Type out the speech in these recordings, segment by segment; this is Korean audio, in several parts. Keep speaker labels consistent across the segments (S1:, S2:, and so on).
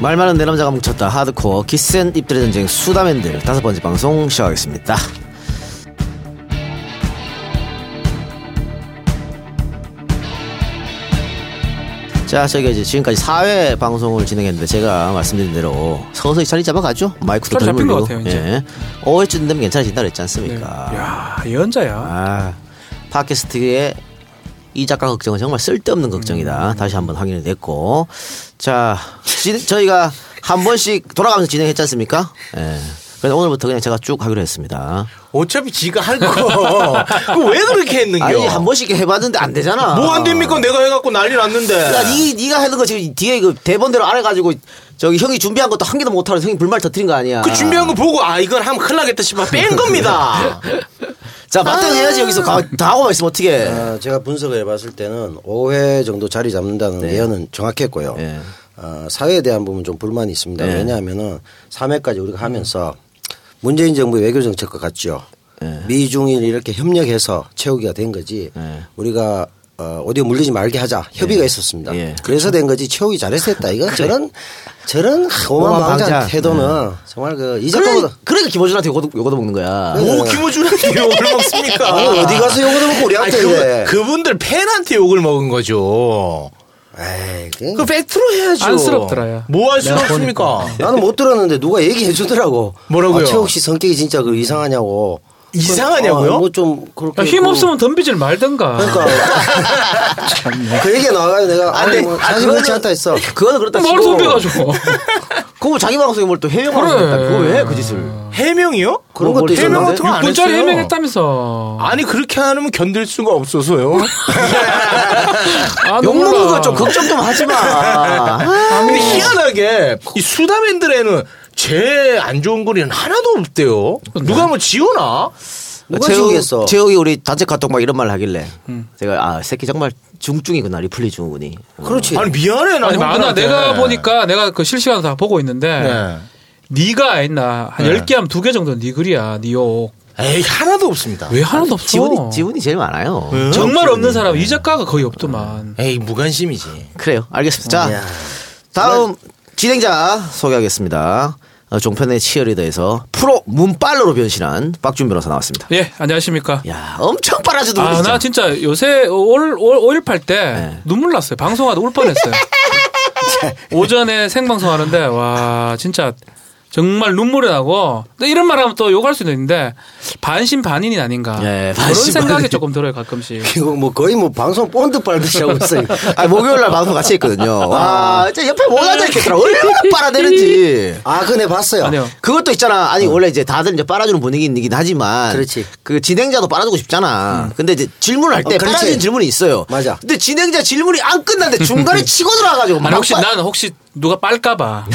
S1: 말 많은 내 남자가 뭉쳤다 하드코어 기센 입들의 전쟁 수다맨들 다섯 번째 방송 시작하겠습니다. 자, 저희가 이제 지금까지 4회 방송을 진행했는데 제가 말씀드린 대로 서서히 자리 잡아가죠. 마이크도
S2: 자리 잡힌
S1: 덜물고.
S2: 것 같아요, 이제. 네.
S1: 예. 5회쯤 되면 괜찮아진다 그랬지 않습니까?
S2: 야 예언자야.
S1: 아, 팟캐스트의 이 작가 걱정은 정말 쓸데없는 걱정이다.
S3: 음.
S1: 다시 한번 확인을 냈고. 자, 진- 저희가 한 번씩 돌아가면서 진행했지 않습니까? 예. 그래서 오늘부터 그냥 제가 쭉 하기로 했습니다.
S3: 어차피 지가 할 거. 그왜 그렇게 했는겨?
S1: 아니, 한 번씩 해봤는데 안 되잖아.
S3: 뭐 안 됩니까? 내가 해갖고 난리
S1: 야,
S3: 났는데.
S1: 니, 니가 하는 거 지금 뒤에 그 대본대로 안 해가지고 저기 형이 준비한 것도 한 개도 못하고 형이 불말 터뜨린 거 아니야.
S3: 그 준비한 거 보고 아 이건 하면 큰일 나겠다 싶어 뺀 겁니다.
S1: 자, 마땅해야지 여기서 가, 다 하고만 있으면 어떡해.
S4: 아, 제가 분석을 해봤을 때는 5회 정도 자리 잡는다는 네. 예언은 네. 정확했고요.
S1: 예.
S4: 아, 사회에 대한 부분 좀 불만이 있습니다.
S1: 예.
S4: 왜냐하면은 3회까지 우리가 하면서 문재인 정부의 외교 정책과 같죠. 예. 미중일 이렇게 협력해서 채우기가 된 거지. 우리가 어, 어디 물리지 말게 하자 협의가 있었습니다.
S1: 예.
S4: 그래서 된 거지 채우기 잘해서 했다. 이거 저런 저런 오만방자 네.
S1: 오만방자.
S4: 태도는 정말 그
S1: 그래,
S4: 이작가보다
S1: 그러니까 김호준한테 요거도, 요거도 먹는 거야.
S4: 네.
S3: 뭐 김호준한테 욕을 먹습니까?
S4: 아니, 어디 가서 욕을 먹고 우리한테 이래.
S3: 그, 그분들 팬한테 욕을 먹은 거죠.
S4: 에이, 그-
S3: 그 팩트로 해야죠.
S2: 안쓰럽더라, 야.
S3: 뭐 할 수
S2: 내가
S3: 없습니까?
S4: 나는 못 들었는데 누가 얘기해 주더라고.
S3: 뭐라고요?
S4: 아, 최욱 씨 성격이 진짜 그 이상하냐고.
S3: 이상하냐고요?
S4: 뭐 좀
S2: 야,
S4: 그렇게.
S2: 아, 힘
S4: 그-
S2: 없으면 덤비질 말든가.
S4: 그러니까. 그 얘기 나와가지고 내가 아니 뭐 사실 그렇지 않다 했어.
S1: 그거는 그렇다
S3: 아,
S2: 뭘
S1: 치고.
S2: 덤비가지고.
S1: 그거 뭐 자기 방송에 뭘 또 해명 방송했다. 그거 왜 그 짓을?
S3: 해명이요?
S4: 음. 그런
S1: 뭐
S4: 것도
S1: 해명
S4: 있었는데.
S3: 같은 거안
S2: 문자리
S3: 했어요.
S2: 해명했다면서.
S3: 아니 그렇게 안 하면 견딜 수가 없어서요.
S2: 아,
S1: 욕
S2: 몰라.
S1: 먹는 거 좀 걱정 좀 하지 마.
S3: 근데 희한하게 이 수다맨들에는 제 안 좋은 거리는 하나도 없대요. 누가 뭐 지우나?
S4: 누가 지우겠어? 음.
S1: 체육이 우리 단체 카톡 막 이런 말을 하길래 제가 아 새끼 정말 중증이구나 리플리 중후군이.
S4: 그렇지.
S3: 아니 미안해 나
S2: 아니 많아
S3: 형들한테.
S2: 내가 보니까 내가 그 실시간 다 보고 있는데
S3: 네.
S2: 네. 가했나한
S3: 네.
S2: 10개 하면 2개 정도는 네 글이야 네욕왜
S3: 에이 하나도 없습니다.
S2: 하나도 없어
S1: 지훈이 지훈이 제일 많아요.
S2: 정말 없는 사람 이 작가가 거의 없더만
S3: 에이 무관심이지.
S1: 그래요. 알겠습니다. 자 다음 진행자 소개하겠습니다. 어, 종편의 치어리더에서 프로 문빨러로 변신한 박준 변호사 나왔습니다.
S2: 예 안녕하십니까
S1: 야 엄청 빨아주더군요.
S2: 아 나 진짜 요새 올, 올, 5.18 때
S1: 네.
S2: 눈물 났어요 방송하다 울 뻔했어요 오전에 생방송 하는데 와 진짜 정말 눈물이 나고 근데 이런 말하면 또 욕할 수도 있는데 반신반인이 아닌가
S1: 예,
S2: 그런
S1: 반신반인.
S2: 생각이 조금 들어요 가끔씩
S4: 이거 뭐 거의 뭐 방송 본드 빨듯이 하고 있어.
S1: 아, 목요일 날 방송 같이 했거든요. 와, 진짜 옆에 못 앉아 있겠더라. 얼마나 빨아대는지.
S4: 아, 그네 봤어요.
S2: 아니요
S1: 그것도 있잖아. 아니, 원래 이제 다들 이제 빨아주는 분위기이긴 하지만.
S4: 어. 그렇지. 음.
S1: 그 진행자도 빨아주고 싶잖아. 근데 이제 질문할 때
S4: 어, 그렇지.
S1: 빨아주는 질문이 있어요.
S4: 맞아.
S1: 근데 진행자 질문이 안 끝났는데 중간에 치고 들어와가지고.
S2: 아니
S1: 막
S2: 혹시
S1: 빨-
S2: 난 혹시 누가 빨까봐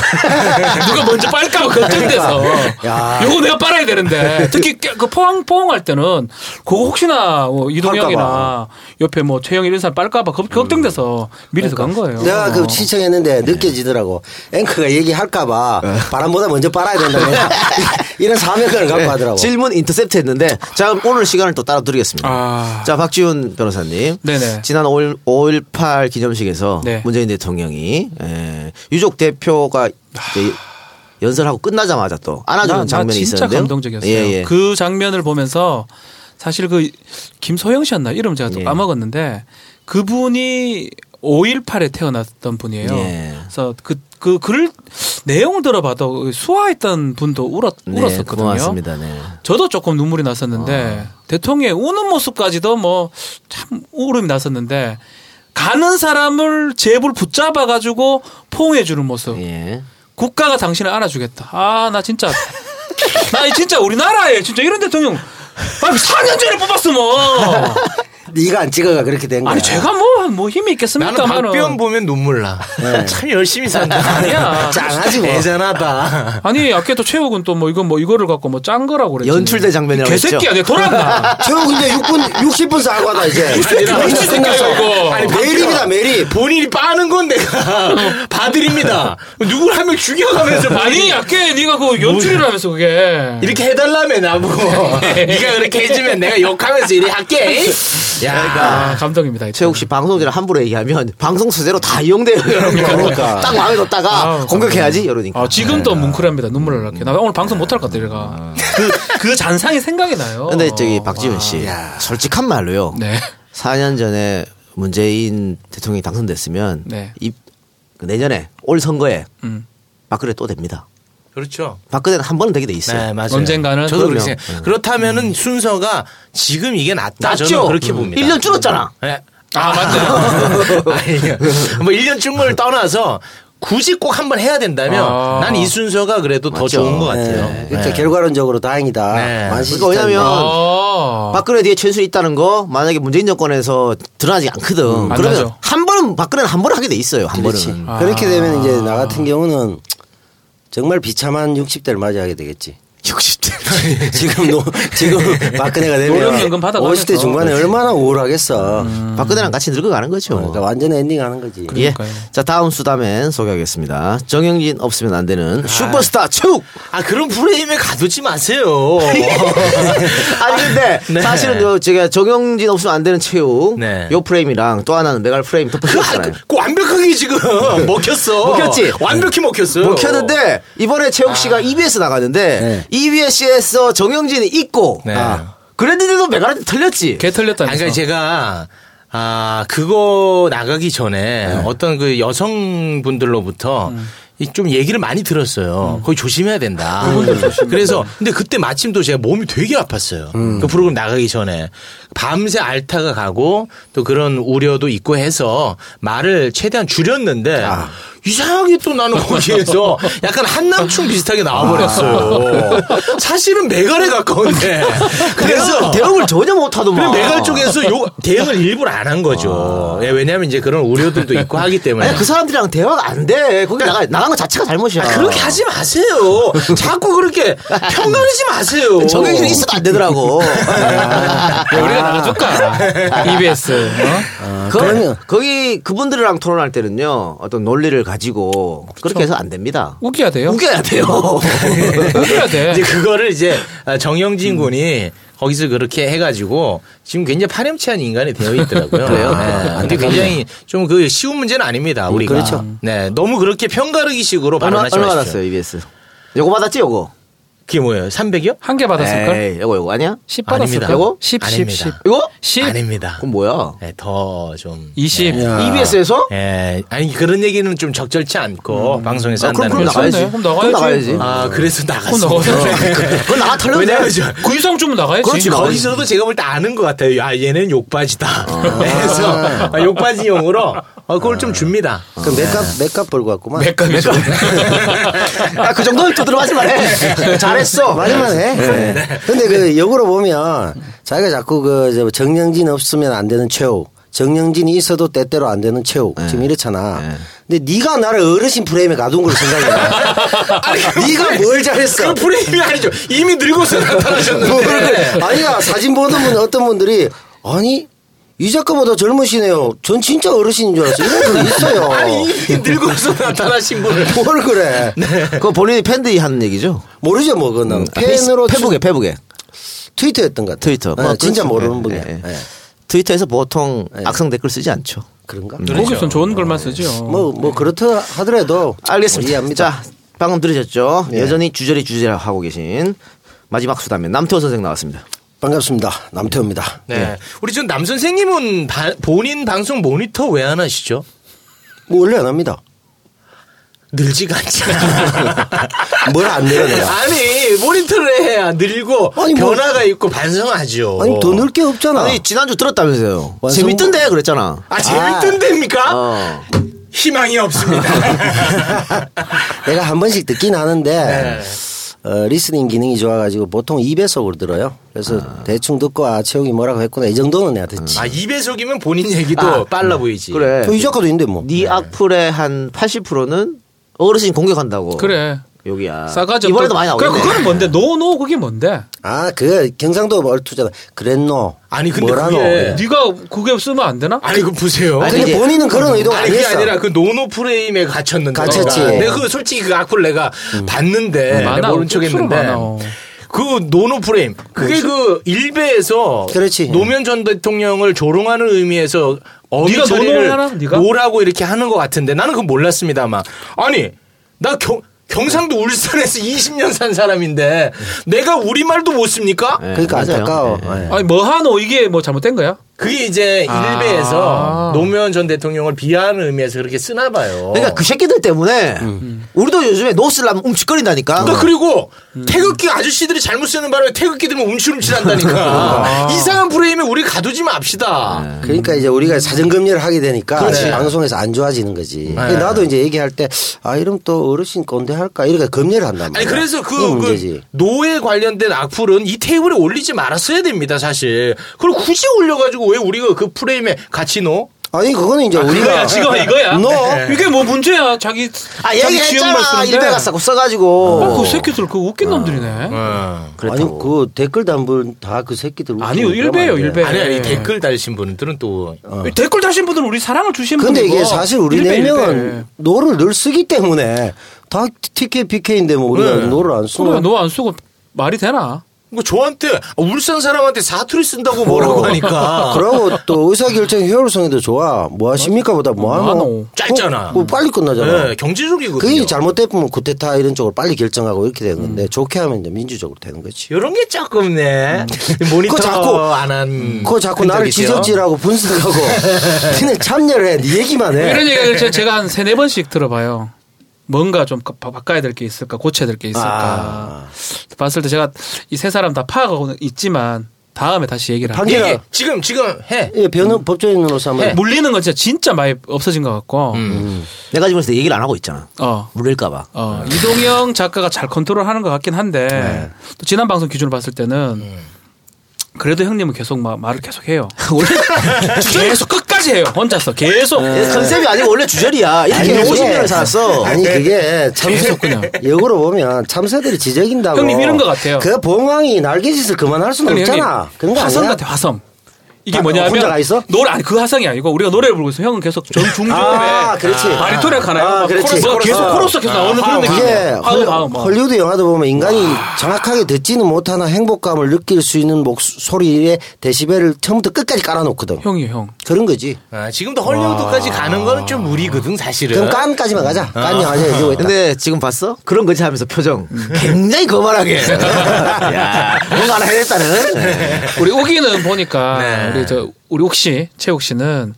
S2: 누가 먼저 빨까봐 걱정돼서
S4: 야.
S2: 요거 내가 빨아야 되는데 특히 깨- 그 포항 포항할 때는 그거 혹시나 뭐 이동형이나 옆에 뭐 최영 이런 사람 빨까봐 겁- 걱정돼서 미리 서간 거예요. 어.
S4: 내가 그 시청했는데 느껴지더라고. 앵커가 얘기할까봐 바람보다 먼저 빨아야 된다. 내가 이런 사명감을 갖고 하더라고.
S1: 네, 질문 인터셉트 했는데 자 그럼 오늘 시간을 또 따로 드리겠습니다.
S2: 아.
S1: 자 박지훈 변호사님,
S2: 네네.
S1: 지난 5.18 기념식에서
S2: 네.
S1: 문재인 대통령이 에, 유족 대표가 이제 연설하고 끝나자마자 또 안아주는
S2: 나- 나
S1: 장면이
S2: 진짜
S1: 있었는데요.
S2: 감동적이었어요.
S1: 예, 예.
S2: 그 장면을 보면서 사실 그 김소영 씨였나 이름 제가 또
S1: 예.
S2: 까먹었는데 그분이 5.18에 태어났던 분이에요.
S1: 예.
S2: 그래서 그, 그 글을 내용을 들어봐도 수화했던 분도 울었,
S1: 네,
S2: 울었었거든요.
S1: 고맙습니다. 아. 네.
S2: 저도 조금 눈물이 났었는데 대통령의 우는 모습까지도 뭐 참 울음이 났었는데 가는 사람을 제불 붙잡아 가지고 포옹해 주는 모습.
S1: 예.
S2: 국가가 당신을 알아주겠다. 아, 나 진짜. 나 이 진짜 우리나라에 진짜 이런 대통령. 아니, 그 4년 전에 뽑았으면.
S4: 네가 안 찍어가 그렇게 된 거야.
S2: 아니, 제가 뭐, 뭐 힘이 있겠습니까?
S3: 나는 박병 보면 눈물 나. 참 열심히 산다.
S2: 아니야.
S4: 짱하지 뭐.
S3: 대단하다.
S2: 아니, 아까 또 최욱은 또 뭐 이건 뭐 이거를 갖고 뭐 짠 거라고 그랬지.
S1: 연출된 장면이라고
S2: 개새끼야, 내가 돌았나.
S4: 최욱 이제 6분 60분 사과다 이제.
S2: 미친 새끼야, 이거.
S4: 아니, 매립이다 매립.
S3: 본인이 빠는 건 내가 봐드립니다. 누굴 한 명 죽여가면서
S2: 아니,
S3: 본인이
S2: 아까 네가 그 연출이라면서 그게.
S3: 이렇게 해달라며 나보고 네가 그렇게 해주면 내가 욕하면서 이래 할게.
S2: 아, 감동입니다. 이때는.
S1: 최욱 씨 방송이라 함부로 얘기하면 방송 소재로 다 이용돼요, 여러분.
S4: 그러니까.
S1: 딱 마음에 뒀다가
S2: 아우,
S1: 공격해야지, 이러니까. 네.
S2: 아, 지금도 뭉클합니다. 눈물을 날게. 나 오늘 방송 못할 것 같아, 내가. 그, 그 잔상이 생각이 나요.
S1: 근데 저기
S2: 아,
S1: 박지훈 씨, 솔직한 말로요.
S2: 네.
S1: 4년 전에 문재인 대통령이 당선됐으면
S2: 네.
S1: 이- 그 내년에 올 선거에
S2: 음.
S1: 박근혜 또 됩니다.
S3: 그렇죠.
S1: 박근혜는 한 번은 되게 돼 있어요.
S3: 네, 맞아요.
S2: 언젠가는
S3: 저도
S1: 그럼요.
S3: 그렇게 생각. 그렇다면은 순서가 지금 이게 낫다. 아, 저는 그렇게 봅니다.
S1: 1년 줄었잖아.
S3: 예.
S2: 아,
S3: 맞다. 아니, 뭐 1년 준걸 떠나서 굳이 꼭 한 번 해야 된다면
S2: 아.
S3: 난 이 순서가 그래도 더
S1: 맞죠.
S3: 좋은 것 같아요.
S4: 네. 그러니까 결과론적으로 다행이다.
S3: 네.
S4: 만신이
S1: 그러니까 왜냐면
S4: 있다면.
S2: 아.
S1: 박근혜 뒤에 최순이 있다는 거 만약에 문재인 정권에서 드러나지 않거든.
S2: 안
S1: 그러면
S2: 나죠.
S1: 한 번은 박근혜는 한 번은 하게 돼 있어요. 한
S4: 그렇지.
S1: 번은.
S4: 그렇게 되면 이제 나 같은 경우는 정말 비참한 60대를 맞이하게 되겠지.
S1: 60대.
S4: 지금 노, 지금 박근혜가
S2: 노령연금
S4: 되면
S2: 받아가면서.
S4: 50대 중반에 얼마나 우울하겠어.
S1: 음. 박근혜랑 같이 늙어가는 거죠.
S4: 그러니까 완전 엔딩하는 거지.
S1: 예.
S2: 그러니까요.
S1: 자 다음 수다맨 소개하겠습니다. 정영진 없으면 안 되는 슈퍼스타 최욱.
S3: 아 그런 프레임에 가두지 마세요. 그
S1: 아니 근데
S3: 네.
S1: 사실은 요 제가 정영진 없으면 안 되는 최욱
S3: 네.
S1: 요 프레임이랑 또 하나는 메갈 프레임 덮어주셨잖아요.
S3: 그 완벽하게 지금 먹혔어.
S1: 먹혔지?
S3: 완벽히 먹혔어요.
S1: 못뭐 켰는데 이번에 최욱 씨가
S3: 아.
S1: EBS 나가는데 E EBS에서 정영진이 있고
S3: 네.
S1: 아, 그랬는데도 메갈한테 틀렸지.
S2: 개 털렸다면서.
S3: 아니, 그러니까 제가 아 그거 나가기 전에 어떤 그 여성분들로부터 이 좀 얘기를 많이 들었어요. 거의 조심해야 된다. 음. 그래서 근데 그때 마침 또 제가 몸이 되게 아팠어요. 그 프로그램 나가기 전에 밤새 알타가 가고 또 그런 우려도 있고 해서 말을 최대한 줄였는데 이상하게 또 나는 거기에서 약간 한남충 비슷하게 나와버렸어요. 사실은 메갈에 가까운데 그래서
S1: 대응을 전혀 못하더만.
S3: 그럼 메갈 쪽에서 요 대응을 일부러 안 한 거죠. 예, 왜냐하면 이제 그런 우려들도 있고 하기 때문에.
S1: 아니 그 사람들이랑 대화가 안 돼. 거기 나가 나간 거 자체가 잘못이야.
S3: 네. 아, 그렇게 하지 마세요. 자꾸 그렇게 편가르지 마세요.
S1: 정영진 있어도 안 되더라고.
S2: 야, 우리가 나가줄까? EBS. 어?
S3: 아,
S1: 그,
S4: 그러면-
S1: 거기 그분들이랑 토론할 때는요 어떤 논리를 가지고 그렇게 해서 안 됩니다.
S2: 웃겨야 돼요.
S1: 우겨야 돼요.
S2: 웃겨야 돼.
S3: 이제 그거를 이제 아, 정영진 군이 거기서 그렇게 해가지고 지금 굉장히 파렴치한 인간이 되어 있더라고요. 음,
S1: 그래요?
S3: 네. 근데 굉장히 좀 그 쉬운 문제는 아닙니다. 우리가.
S4: 그렇죠.
S3: 네. 너무 그렇게 편가르기식으로
S1: 얼마,
S3: 발언하지
S1: 얼마
S3: 마십시오.
S1: 받았어요 EBS? 요거 받았지 요거?
S3: 그게 뭐예요? 300이요?
S2: 한 개 받았을걸?
S1: 에이, 요거 요거 네. 아니야?
S2: 10
S3: 아닙니다.
S2: 받았을걸?
S1: 요거?
S2: 10, 10,
S3: 아닙니다.
S2: 10.
S1: 이거?
S2: 10?
S3: 아닙니다.
S1: 그럼 뭐야?
S3: 네, 더 좀.
S2: 20.
S1: 네. EBS에서?
S3: 예, 아니 그런 얘기는 좀 적절치 않고 방송에서
S1: 아, 그럼 그럼
S3: 한다는 거죠.
S1: 나가야지.
S2: 그럼 나가야지.
S3: 아 그래서
S2: 그건 나가야
S3: 나갔어요.
S2: 돼.
S1: 그건 나가 털려도 돼.
S3: 왜냐면 저-
S2: 그 이상 좀 나가야지.
S1: 그렇지, 나가야지.
S3: 거기서도 제가 볼 때 아는 것 같아요. 아 얘는 욕바지다. 그래서 아, 욕바지용으로 어, 그걸 좀 줍니다.
S4: 그 맥값 맥값 벌고 왔구만.
S2: 맥감이죠.
S1: 아, 그 정도는 또 들어가지 말해. 잘했어. 네.
S4: 말만 해. 근데 그 역으로 보면 자기가 자꾸 그저 정영진 없으면 안 되는 최욱, 정영진이 있어도 때때로 안 되는 최욱 지금 이렇잖아. 근데 네가 나를 어르신 프레임에 가둔 걸로 생각해. 네가 뭘 잘했어?
S3: 그 프레임이 아니죠. 이미 늙어서 뭐, 나타나셨는데.
S4: 아니야 사진 보는 분 어떤 분들이 아니 이 작가보다 젊으시네요. 전 진짜 어르신인 줄 알았어요. 이런 분 있어요.
S3: 아니 이미 늙어서 나타나신 분을.
S4: 뭘 그래?
S1: 그거 본인이 팬들이 하는 얘기죠.
S4: 모르죠 뭐 그거는 팬으로
S1: 음, 페북에, 페북에.
S4: 트위터 였던것 같아요.
S1: 트위터.
S4: 네,
S1: 뭐
S4: 진짜
S1: 그렇죠.
S4: 모르는
S1: 예,
S4: 분이야.
S1: 예, 예.
S4: 예.
S1: 트위터에서 보통
S4: 예.
S1: 악성 댓글 쓰지 않죠.
S4: 그런가?
S1: 음.
S2: 거기선 좋은 글만 쓰죠.
S4: 뭐 뭐 그렇다 하더라도
S1: 알겠습니다.
S4: 이해합니다.
S1: 자, 방금 들으셨죠?
S4: 예.
S1: 여전히 주저리 주저리 하고 계신 마지막 수다면 남태호 선생 나왔습니다.
S4: 반갑습니다. 남태호입니다.
S3: 네. 우리 전 남 선생님은 바- 본인 방송 모니터 왜 안 하시죠?
S4: 뭐 원래 안 합니다.
S3: 늘지가 않잖아.
S4: 뭘 안 내려 내가.
S3: 아니 모니터를 해야 늘고
S4: 아니, 뭐-
S3: 변화가 있고 반성하죠.
S4: 아니 더 넣을 게 없잖아.
S1: 아니, 지난주 들었다면서요.
S4: 어. 완성-
S1: 재밌던데 그랬잖아.
S3: 아 재밌던데입니까?
S4: 아.
S1: 어.
S3: 희망이 없습니다.
S4: 내가 한 번씩 듣긴 하는데
S1: 네.
S4: 어, 리스닝 기능이 좋아가지고 보통 2배속으로 들어요. 그래서 대충 듣고 아 채욱이 뭐라고 했구나 이 정도는 내가 듣지.
S3: 아 2배속이면 본인 얘기도
S4: 아.
S3: 빨라 보이지.
S1: 아, 그래.
S4: 저이 작가도 있는데 뭐.
S1: 네 악플의 한 80%는 어르신 공격한다고.
S2: 그래.
S1: 여기야.
S2: 싸가지
S1: 이번에도
S2: 없던-
S1: 많이
S2: 그래,
S1: 나오겠네.
S2: 그거는 뭐- 뭔데? 노노 그게 뭔데?
S4: 아 그 경상도 말투잖아. 그랬노.
S3: 아니, 근데
S4: 뭐라노.
S3: 그게- 네.
S2: 네가 그게 쓰면 안 되나?
S3: 아니 그 보세요.
S1: 아니,
S4: 근데
S1: 이제-
S4: 본인은 그런 의도가
S3: 아니 그게
S4: 아니었어.
S3: 아니라 그 노노 프레임에 갇혔는데. 어, 그러니까
S4: 갇혔지.
S3: 내가 그 솔직히 그 악플 내가 봤는데
S2: 음. 많아.
S3: 내가 모른
S2: 억수로
S3: 척했는데.
S2: 많아.
S3: 그 노노 프레임. 그게 그 일베에서
S4: 그렇지.
S3: 노무현 전 대통령을 조롱하는 의미에서 어미
S2: 네가 노노를
S3: 처리를
S2: 하나? 네가?
S3: 노라고 이렇게 하는 것 같은데 나는 그건 몰랐습니다만. 아니 나 경, 경상도 울산에서 20년 산 사람인데 내가 우리말도 못 씁니까?
S2: 네.
S1: 예,
S4: 그러니까
S1: 맞아요.
S4: 안타까워.
S1: 예.
S4: 예.
S2: 아니 뭐 하노 이게 뭐 잘못된 거야?
S3: 그게 이제
S2: 아.
S3: 일베에서 노무현 전 대통령을 비하하는 의미에서 그렇게 쓰나 봐요.
S1: 그러니까 그 새끼들 때문에
S2: 음.
S1: 우리도 요즘에 노스라면 움찔거린다니까.
S4: 어.
S3: 그러니까 그리고
S4: 음.
S3: 태극기 아저씨들이 잘못 쓰는 바람에 태극기 들면
S4: 아.
S3: 움찔움찔한다니까 이상한 프레임에 우리 가두지 맙시다.
S4: 그러니까 이제 우리가 사전금리를 하게 되니까 네, 방송에서 안 좋아지는 거지.
S2: 네.
S4: 근데 나도 이제 얘기할 때 아 이러면 또 어르신 건데 할까 이러니까 금리를 한단 말이야.
S3: 아니 그래서 그,
S4: 이게
S3: 그
S4: 음, 문제지.
S3: 노예 관련된 악플은 이 테이블에 올리지 말았어야 됩니다 사실. 그걸 굳이 올려가지고 왜 우리가 그 프레임에 같이 노?
S4: 아니 그거는 이제 우리가
S2: 이거야 지금 이거야.
S4: 너
S2: 이게 뭐 문제야? 자기
S1: 아
S2: 자기 지은 말
S1: 얘기했잖아.
S2: 쓰는데.
S1: 일베가 싸고 써가지고.
S2: 아, 그 새끼들 그 웃긴
S3: 어.
S2: 놈들이네.
S4: 아니
S1: 그렇다고.
S4: 그 댓글 단분 다 그 새끼들 웃기는
S2: 아니요,
S4: 거야,
S2: 일베예요,
S4: 맞네.
S2: 일베.
S3: 아니야 이 댓글 달신 분들은 또
S4: 어.
S2: 이 댓글 다신 분들은 우리 사랑을 주신 분이고.
S4: 근데 이게 사실 우리
S2: 일베,
S4: 네
S2: 일베.
S4: 명은 노를 늘 쓰기 때문에 다 TK BK인데 뭐 우리가 노를 안 쓰고
S2: 네. 그래 너안 쓰고 말이 되나?
S3: 뭐 저한테 아, 울산 사람한테 사투리
S4: 어.
S3: 쓴다고 뭐라고 하니까
S4: 그러고 또 의사결정 효율성에도 좋아. 뭐 하십니까 보다 뭐
S2: 뭐하노.
S4: 하노.
S3: 짧잖아.
S4: 어, 뭐 빨리 끝나잖아.
S3: 네, 경제적이거든요.
S4: 그게 잘못되면 쿠데타 이런 쪽으로 빨리 결정하고 이렇게 되는 건데
S2: 음.
S4: 좋게 하면 이제 민주적으로 되는 거지.
S3: 이런 게 조금 네 모니터
S4: 음. 그거 자꾸-
S2: 음.
S3: 안한
S4: 그거 자꾸 나를 지적질하고 분석하고 니네 참여를 해. 네 얘기만 해.
S2: 이런 얘기를 제- 제가 한 세네 번씩 들어봐요. 뭔가 좀 바- 바꿔야 될 게 있을까, 고쳐야 될 게 있을까.
S4: 아.
S2: 봤을 때 제가 이 세 사람 다 파악하고는 있지만 다음에 다시 얘기를 할게요.
S4: 반-
S3: 이게 지금 지금 해.
S4: 예, 변호
S2: 음.
S4: 법조인으로서 한번
S2: 물리는 건 진짜 진짜 많이 없어진 것 같고,
S4: 음.
S1: 내가 지금 벌써 얘기를 안 하고 있잖아.
S2: 어.
S1: 물릴까봐.
S2: 어, 이동영 작가가 잘 컨트롤하는 것 같긴 한데 또 지난 방송 기준으로 봤을 때는 그래도 형님은 계속 막 말을 계속 해요. 원래 계속 끝까지 해요. 혼자서 계속. 네.
S1: 예, 컨셉이 아니고 원래 주절이야. 이렇게
S4: 아니,
S1: 50년을 살았어.
S4: 아니
S2: 네.
S4: 그게 참새
S2: 계속 그냥.
S4: 역으로 보면 참새들이 지적인다고.
S2: 형님 이런 것 같아요.
S4: 그 봉황이 날개짓을 그만할 수는
S2: 형님,
S4: 없잖아.
S2: 형님,
S4: 그런 거
S2: 화성
S4: 아니야?
S2: 같아 화성. 이게
S4: 아,
S2: 뭐냐면
S4: 혼자 가 있어?
S2: 노래 아니 그 화성이 아니고 우리가 노래를 부르고 있어. 형은 계속 정중중에
S4: 아, 그렇지.
S2: 바리톤에 가나요?
S4: 아,
S2: 막
S4: 그렇지.
S2: 코러스,
S4: 코러스.
S2: 계속 코러스 계속 나오는 그런 느낌.
S4: 그게
S2: 화음 화음. 화음.
S4: 헐리우드 영화도 보면 인간이 정확하게 듣지는 못하나 행복감을 느낄 수 있는 목소리의 데시벨을 처음부터 끝까지 깔아놓거든.
S2: 형이 형.
S4: 그런 거지.
S3: 아, 지금도 헐리우드까지 가는 거는 좀 무리거든 사실은.
S2: 예?
S4: 그럼 깐까지만 가자. 깐이 아니야 여기 있다.
S1: 근데 지금 봤어? 그런 거지 하면서 표정
S2: 음.
S1: 굉장히 거만하게. 야, 뭔가 하나 해냈다는.
S2: 우리 오기는 보니까
S3: 네.
S2: 우리 저 우리 옥씨 최옥 씨는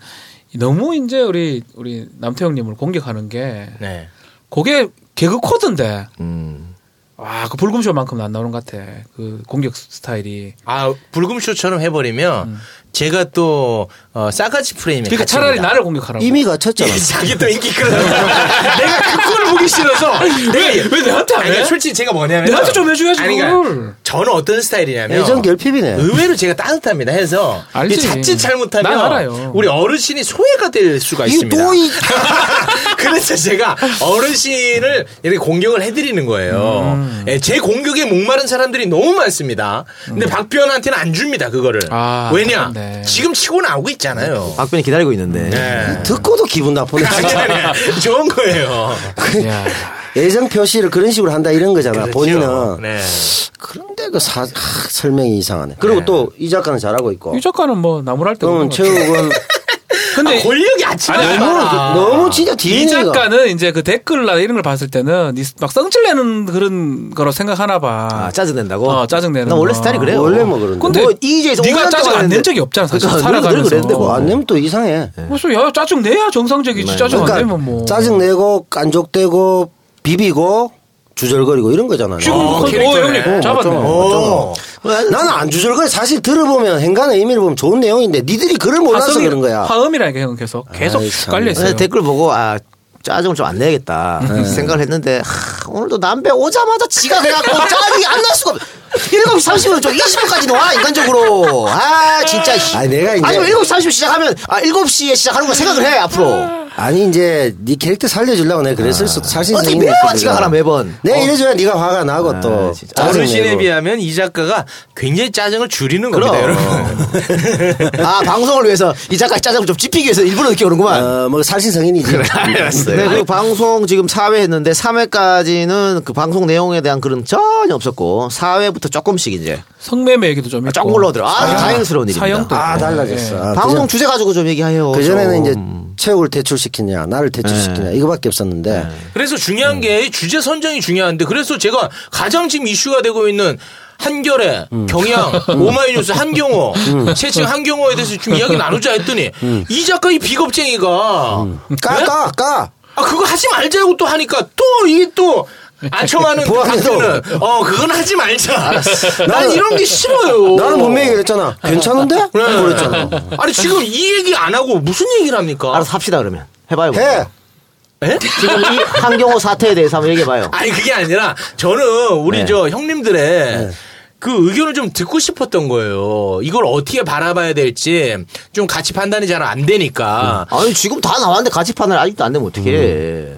S2: 너무 이제 우리 우리 남태형님을 공격하는 게
S3: 네.
S2: 그게 개그 코드인데
S1: 음.
S2: 와그 불금쇼만큼 안 나오는 것 같아 그 공격 스타일이
S3: 아 불금쇼처럼 해버리면 제가 또 어, 싸가지 프레임에
S2: 음. 그러니까 차라리 나를 공격하라고
S4: 이미가 쳤잖아.
S3: 자기 또 인기 끌어. 내가 그걸 보기 싫어서.
S2: 왜, 왜 내한테 안
S3: 아니,
S2: 해?
S3: 그러니까 솔직히 제가 뭐냐면
S2: 내한테 좀 해줘야지, 그걸.
S3: 저는 어떤 스타일이냐면
S4: 예전 결핍이네.
S3: 의외로 제가 따뜻합니다 해서
S2: 알지.
S3: 이게 자칫 잘못하면
S2: 난 알아요.
S3: 우리 어르신이 소외가 될 수가
S4: 이게
S3: 있습니다.
S4: 또 이-
S3: 그래서 제가 어르신을 이렇게 공격을 해드리는 거예요.
S2: 음.
S3: 예, 제 공격에 목마른 사람들이 너무 많습니다. 근데 박변한테는 안 줍니다 그거를.
S2: 음. 아,
S3: 왜냐
S2: 그렇네.
S3: 지금 치고 나오고 있잖아요.
S1: 박변이 기다리고 있는데.
S4: 네.
S3: 예.
S4: 듣고도 기분 나쁘네.
S3: 당연히 좋은 거예요.
S2: 야,
S4: 예정 표시를 그런 식으로 한다 이런 거잖아.
S2: 그렇죠.
S4: 그 본인은
S3: 네.
S4: 그런데 그 사, 하, 설명이 이상하네. 그리고 또 이 작가는 잘하고 있고.
S2: 이 작가는 뭐 나무랄 때
S4: 그러면
S2: 웃는 것 같아.
S4: 최욱은
S2: 근데
S3: 권력이 아침
S2: 아니, 아니,
S4: 너무 너무 진짜
S2: 이
S4: 뒤에가
S2: 작가는 이제 그 댓글나 이런 걸 봤을 때는 이 막 성질내는 그런 거로 생각하나 봐.
S1: 아, 짜증낸다고?
S2: 어, 짜증내는
S1: 나 원래
S2: 거.
S1: 스타일이 그래요.
S4: 원래 뭐 그런데.
S2: 근데
S1: 뭐 EJ에서
S2: 네가 짜증 안 낸 적이 없잖아, 사실.
S1: 늘
S2: 살아가면서.
S1: 그랬는데 뭐
S4: 뭐안
S1: 안
S4: 내면 또 이상해.
S3: 네.
S4: 그러니까
S2: 무슨 야 짜증 내야 정상적이지 네. 짜증 안
S1: 그러니까
S2: 내면 뭐
S4: 짜증 내고 깐족대고 비비고 주절거리고 이런 거잖아요.
S2: 지금
S3: 어, 뭐.
S2: 그- 어,
S3: 캐릭터네.
S2: 형님 잡았네.
S4: 어쩌나,
S3: 오.
S4: 어쩌나. 나는 안 주절거려. 사실 들어보면 행간의 의미를 보면 좋은 내용인데 니들이 글을
S1: 어,
S4: 몰라서
S2: 화성이-
S4: 그런 거야.
S2: 화음이라니까 형은 계속 계속
S4: 아이, 참.
S2: 깔려 있어요. 음.
S1: 내 댓글 보고 아 짜증을 좀 안 내야겠다 음. 생각을 했는데 하, 오늘도 남배 오자마자 지각 해갖고 짜증이 안 날 수가 없 7시 30분 좀 20분까지 놓아 인간적으로 아 진짜
S4: 아니, 내가 이제-
S1: 아니면 7시 30분 시작하면 아 7시에 시작하는 거 생각을 해 앞으로
S4: 아니 이제 네 캐릭터 살려주려고 내가 그랬을 수도 사실
S1: 어떻게
S4: 생긴
S1: 매번
S4: 거니까.
S1: 지가 가라, 매번.
S4: 내가
S1: 어.
S4: 이래줘야 네가 화가 나고 또 뭐.
S1: 진짜.
S4: 짜증
S3: 어르신에
S4: 내고.
S3: 아, 비하면 이 작가가 굉장히 짜증을 줄이는
S1: 그럼.
S4: 네,
S3: 겁니다, 여러분.
S1: 아 방송을 위해서 이 작가 짜증 좀 찝히기 위해서 일부러 늦게 오는구만.
S4: 어, 뭐 사실 성인이지.
S1: 네, 그리고 방송 지금 4회 했는데 3회까지는 그 방송 내용에 대한 글은 전혀 없었고 4회부터 조금씩 이제
S2: 성매매 얘기도 좀
S4: 어.
S2: 있고.
S1: 조금 올라오더라. 아, 다행스러운 일입니다.
S2: 사형도
S4: 아
S2: 있고.
S4: 달라졌어.
S2: 예.
S4: 아,
S1: 방송
S4: 그전-
S1: 주제 가지고 좀 얘기해요.
S4: 그 전에는 이제
S1: 좀.
S4: 체육을 대출시키냐, 나를 대출시키냐 이거밖에 없었는데
S3: 그래서 중요한 게 주제 선정이 중요한데 그래서 제가 가장 지금 이슈가 되고 있는 한결의 경향, 오마이뉴스 한경호, 채팅 한경호에 대해서 좀 이야기 나누자 했더니 이 작가 이 비겁쟁이가
S4: 까 까 까.
S3: 아 그거 하지 말자고 또 하니까 또 이게 또 안청하는 그
S4: 보안에도.
S3: 박수는 어 그건 하지 말자. 난 이런 게 싫어요.
S4: 나는 분명히 그랬잖아. 괜찮은데? 그랬잖아.
S3: 네. 아니 지금 이 얘기 안 하고 무슨 얘기를 합니까?
S1: 알아서 합시다 그러면 해봐요.
S4: 해.
S3: 예?
S1: 지금 이 한경호 사태에 대해서 한번 얘기해봐요.
S3: 아니 그게 아니라 저는 우리
S1: 네.
S3: 저 형님들의 그 의견을 좀 듣고 싶었던 거예요. 이걸 어떻게 바라봐야 될지 좀 같이 판단이 잘 안 되니까.
S1: 아니 지금 다 나왔는데 같이 판을 아직도 안 되면 어떻게?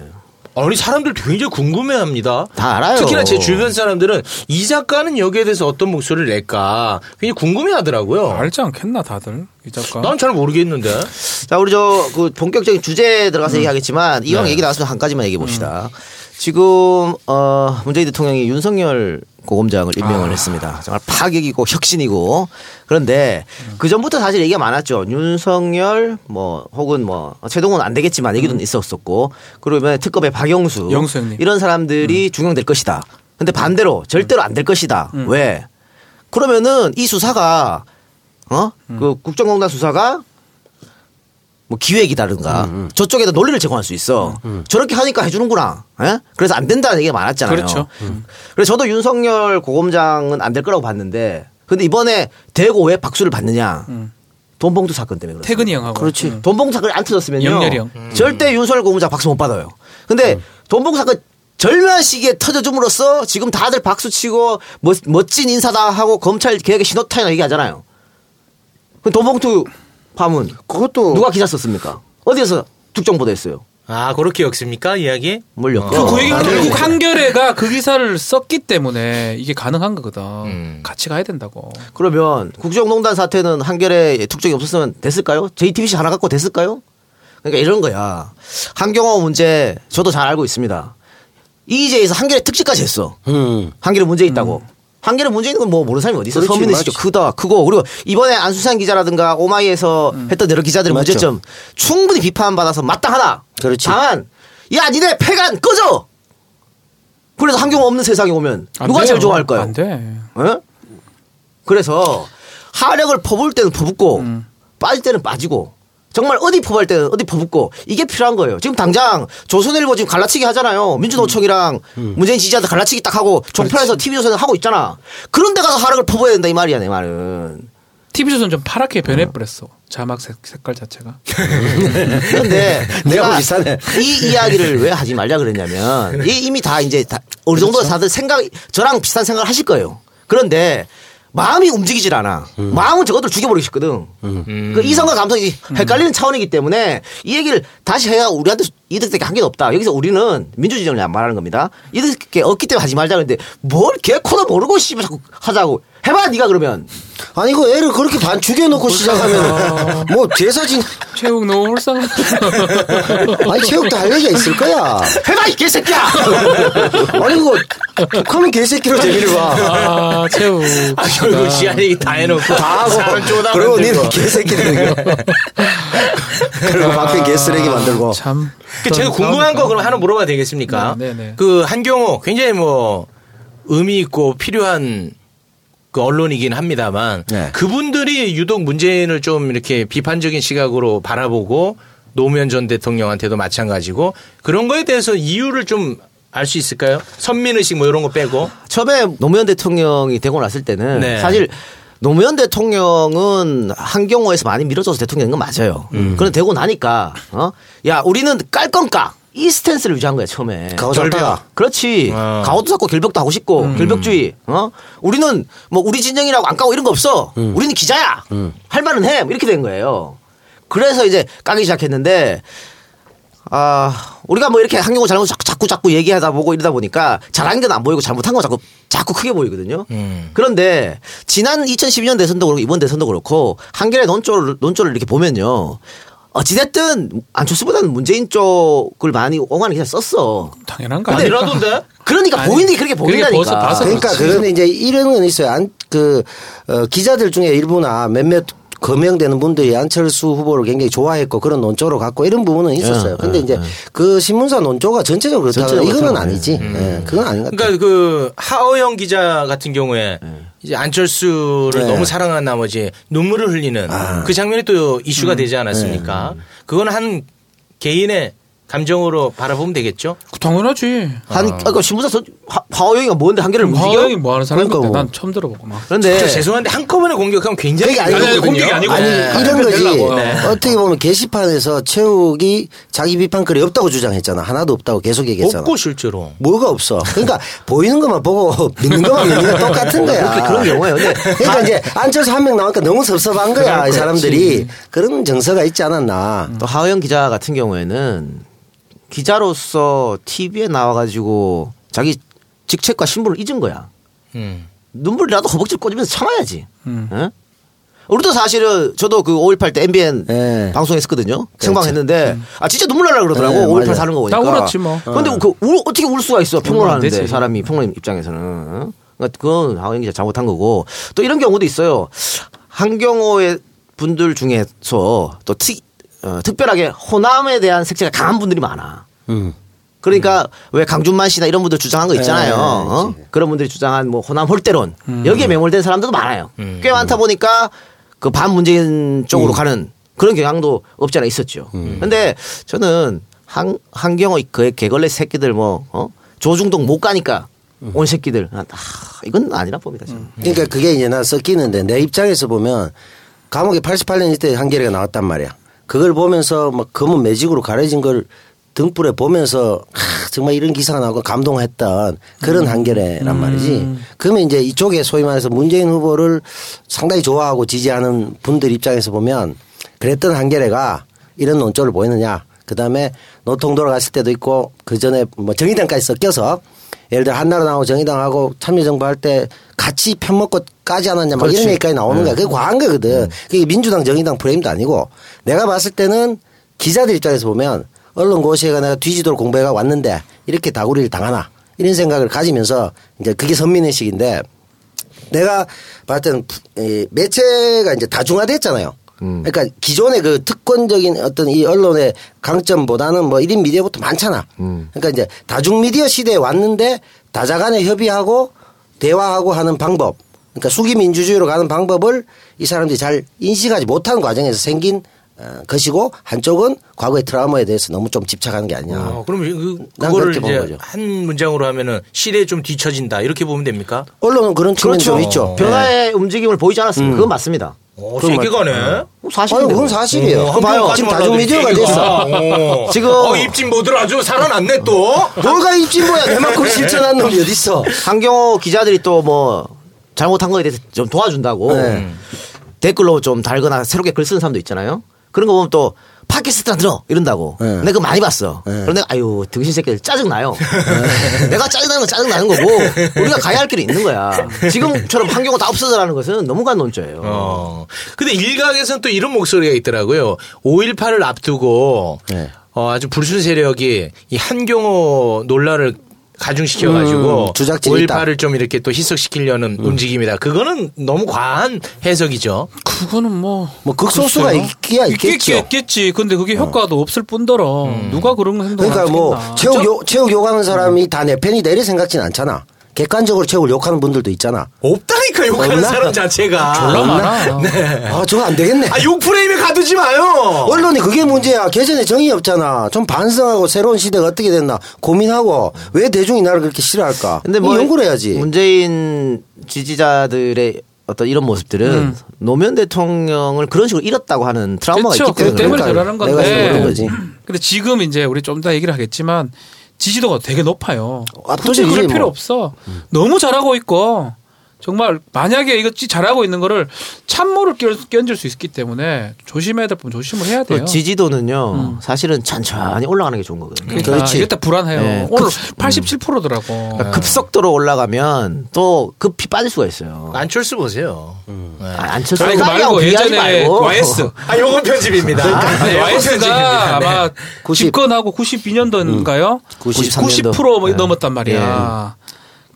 S3: 아니 사람들 굉장히 궁금해합니다.
S1: 예. 다 알아요.
S3: 특히나 제 주변 사람들은 이 작가는 여기에 대해서 어떤 목소리를 낼까 굉장히 궁금해하더라고요.
S2: 알지 않겠나 다들 이 작가.
S3: 난 잘 모르겠는데.
S1: 자 우리 저 그 본격적인 주제에
S2: 음.
S1: 들어가서 얘기하겠지만
S2: 네.
S1: 이왕 얘기 나왔으면 한 가지만 얘기해 봅시다. 지금 어 문재인 대통령이 윤석열 고검장을
S2: 아.
S1: 임명을 했습니다. 정말 파격이고 혁신이고 그런데
S2: 음.
S1: 그 전부터 사실 얘기가 많았죠. 윤석열 뭐 혹은 뭐 최동훈 안 되겠지만 얘기도 있었었고 그리고 이번에 특검의 박영수
S2: 음. 영수 형님. 음.
S1: 이런 사람들이 중용될 것이다. 근데 반대로 절대로 안 될 것이다. 왜? 그러면은 이 수사가 어
S2: 음.
S1: 그 국정농단 수사가 뭐
S2: 음,
S1: 기획이다든가 저쪽에다 논리를 제공할 수 있어. 저렇게 하니까 해주는구나. 예? 그래서 안 된다는 얘기가 많았잖아요. 음.
S2: 그렇죠.
S1: 그래서 저도 윤석열 고검장은 안 될 거라고 봤는데, 근데 이번에 대고 왜 박수를 받느냐?
S2: 음.
S1: 돈봉투 사건 때문에 그렇죠.
S2: 태근이 형하고.
S1: 그렇지.
S2: 음.
S1: 돈봉투 사건이 안 터졌으면요.
S2: 영렬이 형. 음.
S1: 절대 윤석열 고검장 박수 못 받아요. 근데 돈봉투 사건 절묘한 시기에 터져줌으로써 지금 다들 박수 치고 뭐, 멋, 멋진 인사다 하고 검찰 개혁의 신호탄이라 얘기하잖아요. 그 돈봉투 파문
S4: 그것도
S1: 누가 기사 썼습니까? 어디에서 특정 보도했어요?
S3: 아 그렇게 역습니까 이야기?
S1: 물렸고.
S2: 그, 그 얘기는
S1: 어, 나중에
S2: 결국
S1: 이제
S2: 한겨레가 그 기사를 썼기 때문에 이게 가능한 거거든.
S3: 음.
S2: 같이 가야 된다고.
S1: 그러면 국정농단 사태는 한결에 특정이 없었으면 됐을까요? JTBC 하나 갖고 됐을까요? 그러니까 이런 거야. 한경호 문제 저도 잘 알고 있습니다. 이제에서 한결에 특집까지 했어.
S4: 음.
S1: 한결에 문제 있다고. 한결에 문제 있는 건 뭐 모르는 사람이 어디 있어?
S4: 그렇지,
S1: 서민의
S4: 맞지.
S1: 시죠 크다 크고 그리고 이번에 안수상 기자라든가 오마이에서 했던 여러 기자들의
S4: 음. 맞죠.
S1: 문제점 충분히 비판받아서 마땅하다.
S4: 그렇지.
S1: 다만 야 니네 폐간 꺼져. 그래서 한경호 없는 세상에 오면
S2: 안
S1: 누가
S2: 돼요.
S1: 제일 좋아할까요?
S2: 안 돼.
S1: 어? 그래서 하력을 퍼부을 때는 퍼붓고 빠질 때는 빠지고 정말 어디 퍼부을 때는 어디 퍼붓고 이게 필요한 거예요. 지금 당장 조선일보 지금 갈라치기 하잖아요. 민주노총이랑 문재인 지지자들 갈라치기 딱 하고 종편에서 TV조선에서 하고 있잖아. 그런데 가서 하력을 퍼부어야 된다 이 말이야 내 말은.
S2: TV조선 좀 파랗게 변해버렸어. 자막 색, 색깔 자체가.
S1: 그런데
S4: 내가
S1: 내가
S4: 보기 싸네.
S1: 이 이야기를 왜 하지 말자 그랬냐면 이- 이미 다 이제 다 어느 정도
S4: 그렇죠.
S1: 다들 생각 저랑 비슷한 생각을 하실 거예요. 그런데 마음이 움직이질 않아. 마음은 저것들 죽여버리고 싶거든.
S4: 음.
S1: 그 이성과 감성이 헷갈리는 차원이기 때문에 이 얘기를 다시 해야 우리한테 이득되게 한게 없다. 여기서 우리는 민주주의정을 안 말하는 겁니다. 이득게 없기 때문에 하지 말자 그랬는데 뭘 개코도 모르고 씨발 자꾸 하자고 해봐 네가 그러면
S4: 아니 그 애를 그렇게 반 죽여놓고 시작하면 뭐 제사 진
S2: 체육 너무 불쌍하다.
S4: 아니 체육도 할 얘기가 있을 거야.
S1: 해봐 이 개새끼야.
S4: 아니 그거 독하면 개새끼로 재미를 봐.
S2: 아, 체육.
S3: 아 결국 지한 얘기 다 해놓고 다 사람 쪼다
S4: 그리고 니는 개새끼 되는 거. 그리고 밖에 개쓰레기 만들고.
S2: 아, 참. 그러니까.
S3: 그 제가 궁금한 거 그럼 하나 물어봐도 되겠습니까?
S2: 네, 네, 네.
S3: 그 한경호 굉장히 뭐 의미 있고 필요한 그 언론이긴 합니다만
S4: 네.
S3: 그분들이 유독 문재인을 좀 이렇게 비판적인 시각으로 바라보고 노무현 전 대통령한테도 마찬가지고 그런 거에 대해서 이유를 좀 알 수 있을까요? 선민의식 뭐 이런 거 빼고
S1: 처음에 노무현 대통령이 되고 났을 때는
S3: 네.
S1: 사실 노무현 대통령은 한경호에서 많이 밀어줘서 대통령 된건 맞아요. 그런데 되고 나니까 어? 야 우리는 깔 건가 이 스탠스를 유지한 거야 처음에.
S4: 가오 잡다가.
S1: 그렇지.
S3: 아.
S1: 가오도 잡고 결벽도 하고 싶고 결벽주의. 어? 우리는 뭐 우리 진영이라고 안 까고 이런 거 없어.
S4: 음.
S1: 우리는 기자야. 뭐 할 말은 해. 이렇게 된 거예요. 그래서 이제 까기 시작했는데 아, 우리가 뭐 이렇게 한국어 잘못 자꾸, 자꾸 자꾸 얘기하다 보고 이러다 보니까 잘한 건 안 보이고 잘못한 건 자꾸 자꾸 크게 보이거든요. 그런데 지난 2012년 대선도 그렇고 이번 대선도 그렇고 한겨레 논조를 논조를 이렇게 보면요. 어찌됐든 안철수보다는 문재인 쪽을 많이 옹하는 기사 썼어.
S2: 당연한 거
S1: 근데
S2: 아니야?
S3: 이러던데?
S1: 그러니까
S2: 아니,
S1: 보이는 게 그렇게
S2: 그렇게
S1: 보인다니까.
S2: 벌써 봐서
S4: 그러니까
S2: 그렇지.
S4: 그런데 이제 이런 건 있어요. 안, 그 어, 기자들 중에 일부나 몇몇 거명되는 분들이 안철수 후보를 굉장히 좋아했고 그런 논조로 갖고 이런 부분은 있었어요. 근데 이제 그 신문사 논조가 전체적으로 그렇다.
S1: 전체적으로
S4: 이거는
S1: 그렇다고.
S4: 아니지. 예, 그건 아닌 것 같아요.
S3: 그러니까 그 하어영 기자 같은 경우에 이제 안철수를
S4: 네. 아.
S3: 너무 사랑한 나머지 눈물을 흘리는 그 장면이 또 이슈가
S4: 음.
S3: 되지
S4: 네.
S3: 않았습니까? 그건 한 개인의 감정으로 바라보면 되겠죠.
S2: 그 당연하지.
S1: 한 그러니까 신문사 서, 하, 하오영이가 뭔데 한겨레를 움직여?
S2: 화영이 뭐 하는 사람인데
S4: 그러니까 뭐.
S2: 난 처음 들어보고 막.
S1: 그런데
S3: 저 죄송한데 한꺼번에 공격하면 굉장히
S4: 그게 아니고
S3: 이거든요.
S2: 공격이 아니고.
S4: 아니
S2: 네.
S4: 이런
S2: 그렇게
S4: 거지
S2: 되려고. 네.
S4: 어떻게 보면 게시판에서 최욱이 자기 비판글이 없다고 주장했잖아 하나도 없다고 계속 얘기했잖아
S3: 없고 실제로.
S4: 뭐가 없어 그러니까 보이는 것만 보고 믿는 것만 믿는 건 똑같은 거야
S1: 뭐 그렇게 그런 경우예요. 네. 근데
S4: 그러니까 이제 안철수 한 명 나오니까 너무 섭섭한 거야 이 사람들이 그런 정서가 있지 않았나
S1: 또 하우영 기자 같은 경우에는 기자로서 TV에 나와가지고 자기 직책과 신분을 잊은 거야.
S3: 음.
S1: 눈물이라도 허벅지 꼬집면서 참아야지.
S2: 음.
S1: 응? 우리도 사실은 저도 그 5.18 때 MBN
S4: 예.
S1: 방송했었거든요. 생방했는데 아 진짜 눈물 날라 그러더라고.
S4: 예,
S1: 5.18
S4: 음. 맞아요.
S1: 사는 거 보니까.
S2: 나 울었지 뭐.
S1: 근데 그 울- 어떻게 울 수가 있어
S2: 울면 안
S1: 평론하는데
S2: 되지.
S1: 사람이 평론 입장에서는. 응? 그러니까 그건 하우영 기자 잘못한 거고 또 이런 경우도 있어요. 한경호의 분들 중에서 또 특, 어, 특별하게 호남에 대한 색채가 강한 분들이 많아. 그러니까 왜 강준만 씨나 이런 분들 주장한 거 있잖아요.
S4: 네, 음.
S1: 어? 그런 분들이 주장한 뭐 호남 홀대론 여기에 매몰된 사람들도 많아요. 꽤 많다 보니까 그 반 문재인 쪽으로
S4: 음.
S1: 가는 그런 경향도 없지 않아 있었죠. 근데 저는 한 한경호 그 개걸레 새끼들 뭐 어? 조중동 못 가니까
S4: 음.
S1: 온 새끼들 아, 이건 아니라 봅니다. 저는.
S4: 그러니까 그게 이제 나 섞이는데 내 입장에서 보면 감옥에 88년 이때 한겨레가 나왔단 말이야. 그걸 보면서 막 검은 매직으로 가려진 걸 등불에 보면서 하, 정말 이런 기사가 나오고 감동했던 그런 한겨레란 말이지. 그러면 이제 이쪽에 소위 말해서 문재인 후보를 상당히 좋아하고 지지하는 분들 입장에서 보면 그랬던 한겨레가 이런 논조를 보이느냐. 그 다음에 노통 돌아갔을 때도 있고 그 전에 뭐 정의당까지 섞여서 예를 들어 한나라당하고 정의당하고 참여정부 할 때 같이 편먹고 까지 않았냐 막 이런 얘기까지 나오는 거야. 그게 과한 거거든. 그게 민주당 정의당 프레임도 아니고 내가 봤을 때는 기자들 입장에서 보면 언론 고시회가 내가 뒤지도록 공부해가 왔는데 이렇게 다구리를 당하나 이런 생각을 가지면서 이제 그게 선민의식인데 내가 봤을 때는 부- 이 매체가 이제 다중화됐잖아요. 그러니까 기존의 그 특권적인 어떤 이 언론의 강점보다는 뭐 1인 미디어부터 많잖아. 그러니까 이제 다중 미디어 시대에 왔는데 다자 간에 협의하고 대화하고 하는 방법. 그러니까 수기 민주주의로 가는 방법을 이 사람들이 잘 인식하지 못한 과정에서 생긴 어, 것이고 한쪽은 과거의 트라우마에 대해서 너무 좀 집착하는 게 아니냐.
S3: 어, 그럼 그,
S4: 난
S3: 그거를
S4: 그렇게 본
S3: 이제
S4: 거죠.
S3: 한 문장으로 하면은 시대에 좀 뒤처진다 이렇게 보면 됩니까?
S4: 언론은 그런 측면이 좀 있죠. 네.
S1: 변화의 움직임을 보이지 않았습니다. 그건 맞습니다. 뭐
S3: 어, 세계가네.
S1: 사실인데.
S4: 음. 아니, 그건 사실이에요.
S3: 어,
S4: 그거 봐요.
S3: 한국까지
S4: 지금
S3: 올라오더니
S4: 네, 다중미디어가 됐어.
S3: 어.
S1: 지금-
S3: 어, 입진 모드로 아주 살아났네 또.
S4: 뭘가 입진보야. 내만큼 실천한 놈이 어딨어.
S1: 한경호 기자들이 또 뭐 잘못한 거에 대해서 좀 도와준다고
S4: 네.
S1: 댓글로 좀 달거나 새롭게 글 쓰는 사람도 있잖아요. 그런 거 보면 또 팟캐스트나 들어 이런다고.
S4: 네. 네.
S1: 내가 그거 많이 봤어. 그런데 아유 등신 새끼들 짜증 나요. 내가 짜증 나는 건 짜증 나는 거고 우리가 가야 할 길이 있는 거야. 지금처럼 한경호 다 없어져라는 것은 너무간 논조예요.
S3: 어. 근데 일각에서는 또 이런 목소리가 있더라고요. 5.18을 앞두고
S4: 네.
S3: 어, 아주 불순 세력이 이 한경호 논란을 가중시켜가지고
S4: 음, 주작진이 음.
S3: 5.18을 좀 이렇게 또 희석시키려는 움직임이다. 그거는 너무 과한 해석이죠.
S2: 그거는 뭐.
S4: 뭐 극소수가
S2: 글쎄요.
S4: 있기야 있겠죠. 어.
S2: 있겠지. 근데 그게 효과도 없을 뿐더러 누가 그런 행동을
S4: 그러니까 뭐
S2: 하겠나. 그렇죠?
S4: 체육 욕 체육 욕하는 사람이 다 내 팬이다 이래 생각진 않잖아. 객관적으로 체육을 욕하는 분들도 있잖아.
S3: 없다니까 욕하는
S4: 없나?
S3: 사람 자체가.
S2: 졸라 많아.
S4: 아 저거 안 되겠네.
S3: 아, 욕 프레임에 가두지 마요.
S4: 언론이 그게 문제야. 개전에 정이 없잖아. 좀 반성하고 새로운 시대가 어떻게 됐나 고민하고 왜 대중이 나를 그렇게 싫어할까?
S1: 근데 뭐
S4: 연구를 해야지.
S1: 문재인 지지자들의 어떤 이런 모습들은
S2: 음.
S1: 노무현 대통령을 그런 식으로 잃었다고 하는 트라우마가
S2: 그렇죠.
S1: 있기 때문에
S2: 그것 때문에
S1: 그러니까요.
S2: 저러는
S4: 내가 지금 그런
S2: 건데.
S4: 거지.
S2: 근데 지금 이제 우리 좀 이따 얘기를 하겠지만 지지도가 되게 높아요. 굳이
S4: 압도적이지
S2: 그럴
S4: 뭐.
S2: 필요 없어. 너무 잘하고 있고 정말 만약에 이거 찌- 잘하고 있는 거를 찬물을 끼얹- 끼얹을 수 있기 때문에 조심해야 될 부분 조심을 해야 돼요. 음.
S1: 그 지지도는요 사실은 천천히 올라가는 게 좋은 거거든요.
S2: 그러니까
S4: 그렇지.
S2: 이게 다 불안해요.
S1: 네.
S2: 오늘 87%더라고. 네.
S1: 그러니까 급속도로 올라가면 또 급히 빠질 수가 있어요.
S3: 안철수 보세요.
S4: 음.
S1: 아, 안철수
S2: 아니, 그
S1: 싸움이라고
S2: 말고
S1: 비하하지
S2: 예전에
S1: 말고.
S2: YS.
S3: 아, 요건 편집입니다.
S4: 그러니까 네,
S2: 아니, YS가
S3: 네.
S2: 아마
S1: 90.
S2: 집권하고 92년도인가요?
S1: 93 년도.
S2: 90% 넘었단 말이야.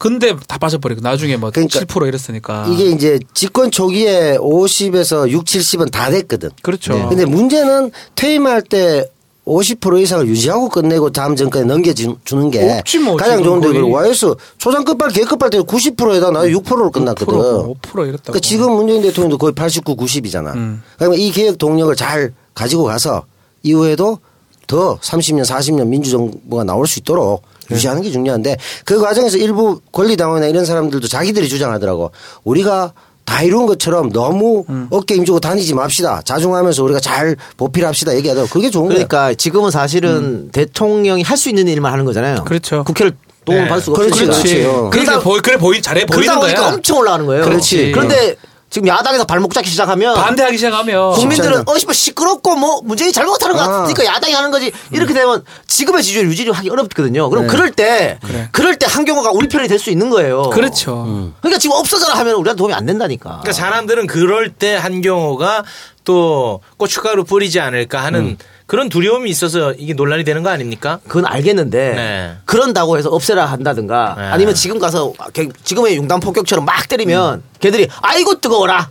S2: 근데 다 빠져버리고 나중에 뭐
S4: 그러니까
S2: 7% 이랬으니까.
S4: 이게 이제 집권 초기에 50에서 6, 70은 다 됐거든.
S2: 그렇죠.
S4: 네. 근데 문제는 퇴임할 때 50% 이상을 유지하고 끝내고 다음 정권에 넘겨주는 게
S2: 없지 뭐,
S4: 가장
S2: 지금
S4: 좋은데
S2: 거의.
S4: YS 초장 끝발 개끝발 때 90%에다 나 6%로 끝났거든.
S2: 5% 이랬다고.
S4: 그러니까 지금 문재인 대통령도 거의 89, 90이잖아. 그러니까 이 개혁 동력을 잘 가지고 가서 이후에도 더 30년, 40년 민주정부가 나올 수 있도록 유지하는 게 중요한데 그 과정에서 일부 권리당원이나 이런 사람들도 자기들이 주장하더라고. 우리가 다 이룬 것처럼 너무 어깨 힘주고 다니지 맙시다. 자중하면서 우리가 잘 보필합시다 얘기하더라고. 그게 좋은 거야.
S1: 그러니까 지금은 사실은 대통령이 할 수 있는 일만 하는 거잖아요.
S2: 음. 그렇죠.
S1: 국회를 도움을
S3: 네.
S1: 받을 수가
S4: 그렇지,
S1: 없으니까.
S4: 그렇지. 어.
S2: 그러다 보이 그래 보이 잘해 보이는
S1: 그러다
S2: 거야.
S1: 보니까 엄청 올라가는 거예요.
S2: 그렇지.
S1: 그런데 지금 야당에서 발목 잡기 시작하면
S2: 반대하기 시작하면
S1: 국민들은
S4: 진짜요.
S1: 어 씨발 시끄럽고 뭐 문재인 잘못하는 것
S4: 아.
S1: 같으니까 야당이 하는 거지 이렇게 되면 지금의 지지율 유지를 하기 어렵거든요. 그럼 그럴 때
S2: 네. 그래.
S1: 그럴때 한경호가 우리 편이 될 수 있는 거예요.
S2: 그렇죠.
S1: 그러니까 지금 없어져라 하면 우리한테 도움이 안 된다니까.
S3: 그러니까 사람들은 그럴 때 한경호가 또 고춧가루 뿌리지 않을까 하는
S4: 음.
S3: 그런 두려움이 있어서 이게 논란이 되는 거 아닙니까?
S1: 그건 알겠는데
S3: 네.
S1: 그런다고 해서 없애라 한다든가
S3: 네.
S1: 아니면 지금 가서 걔- 지금의 용단 폭격처럼 막 때리면 걔들이 아이고 뜨거워라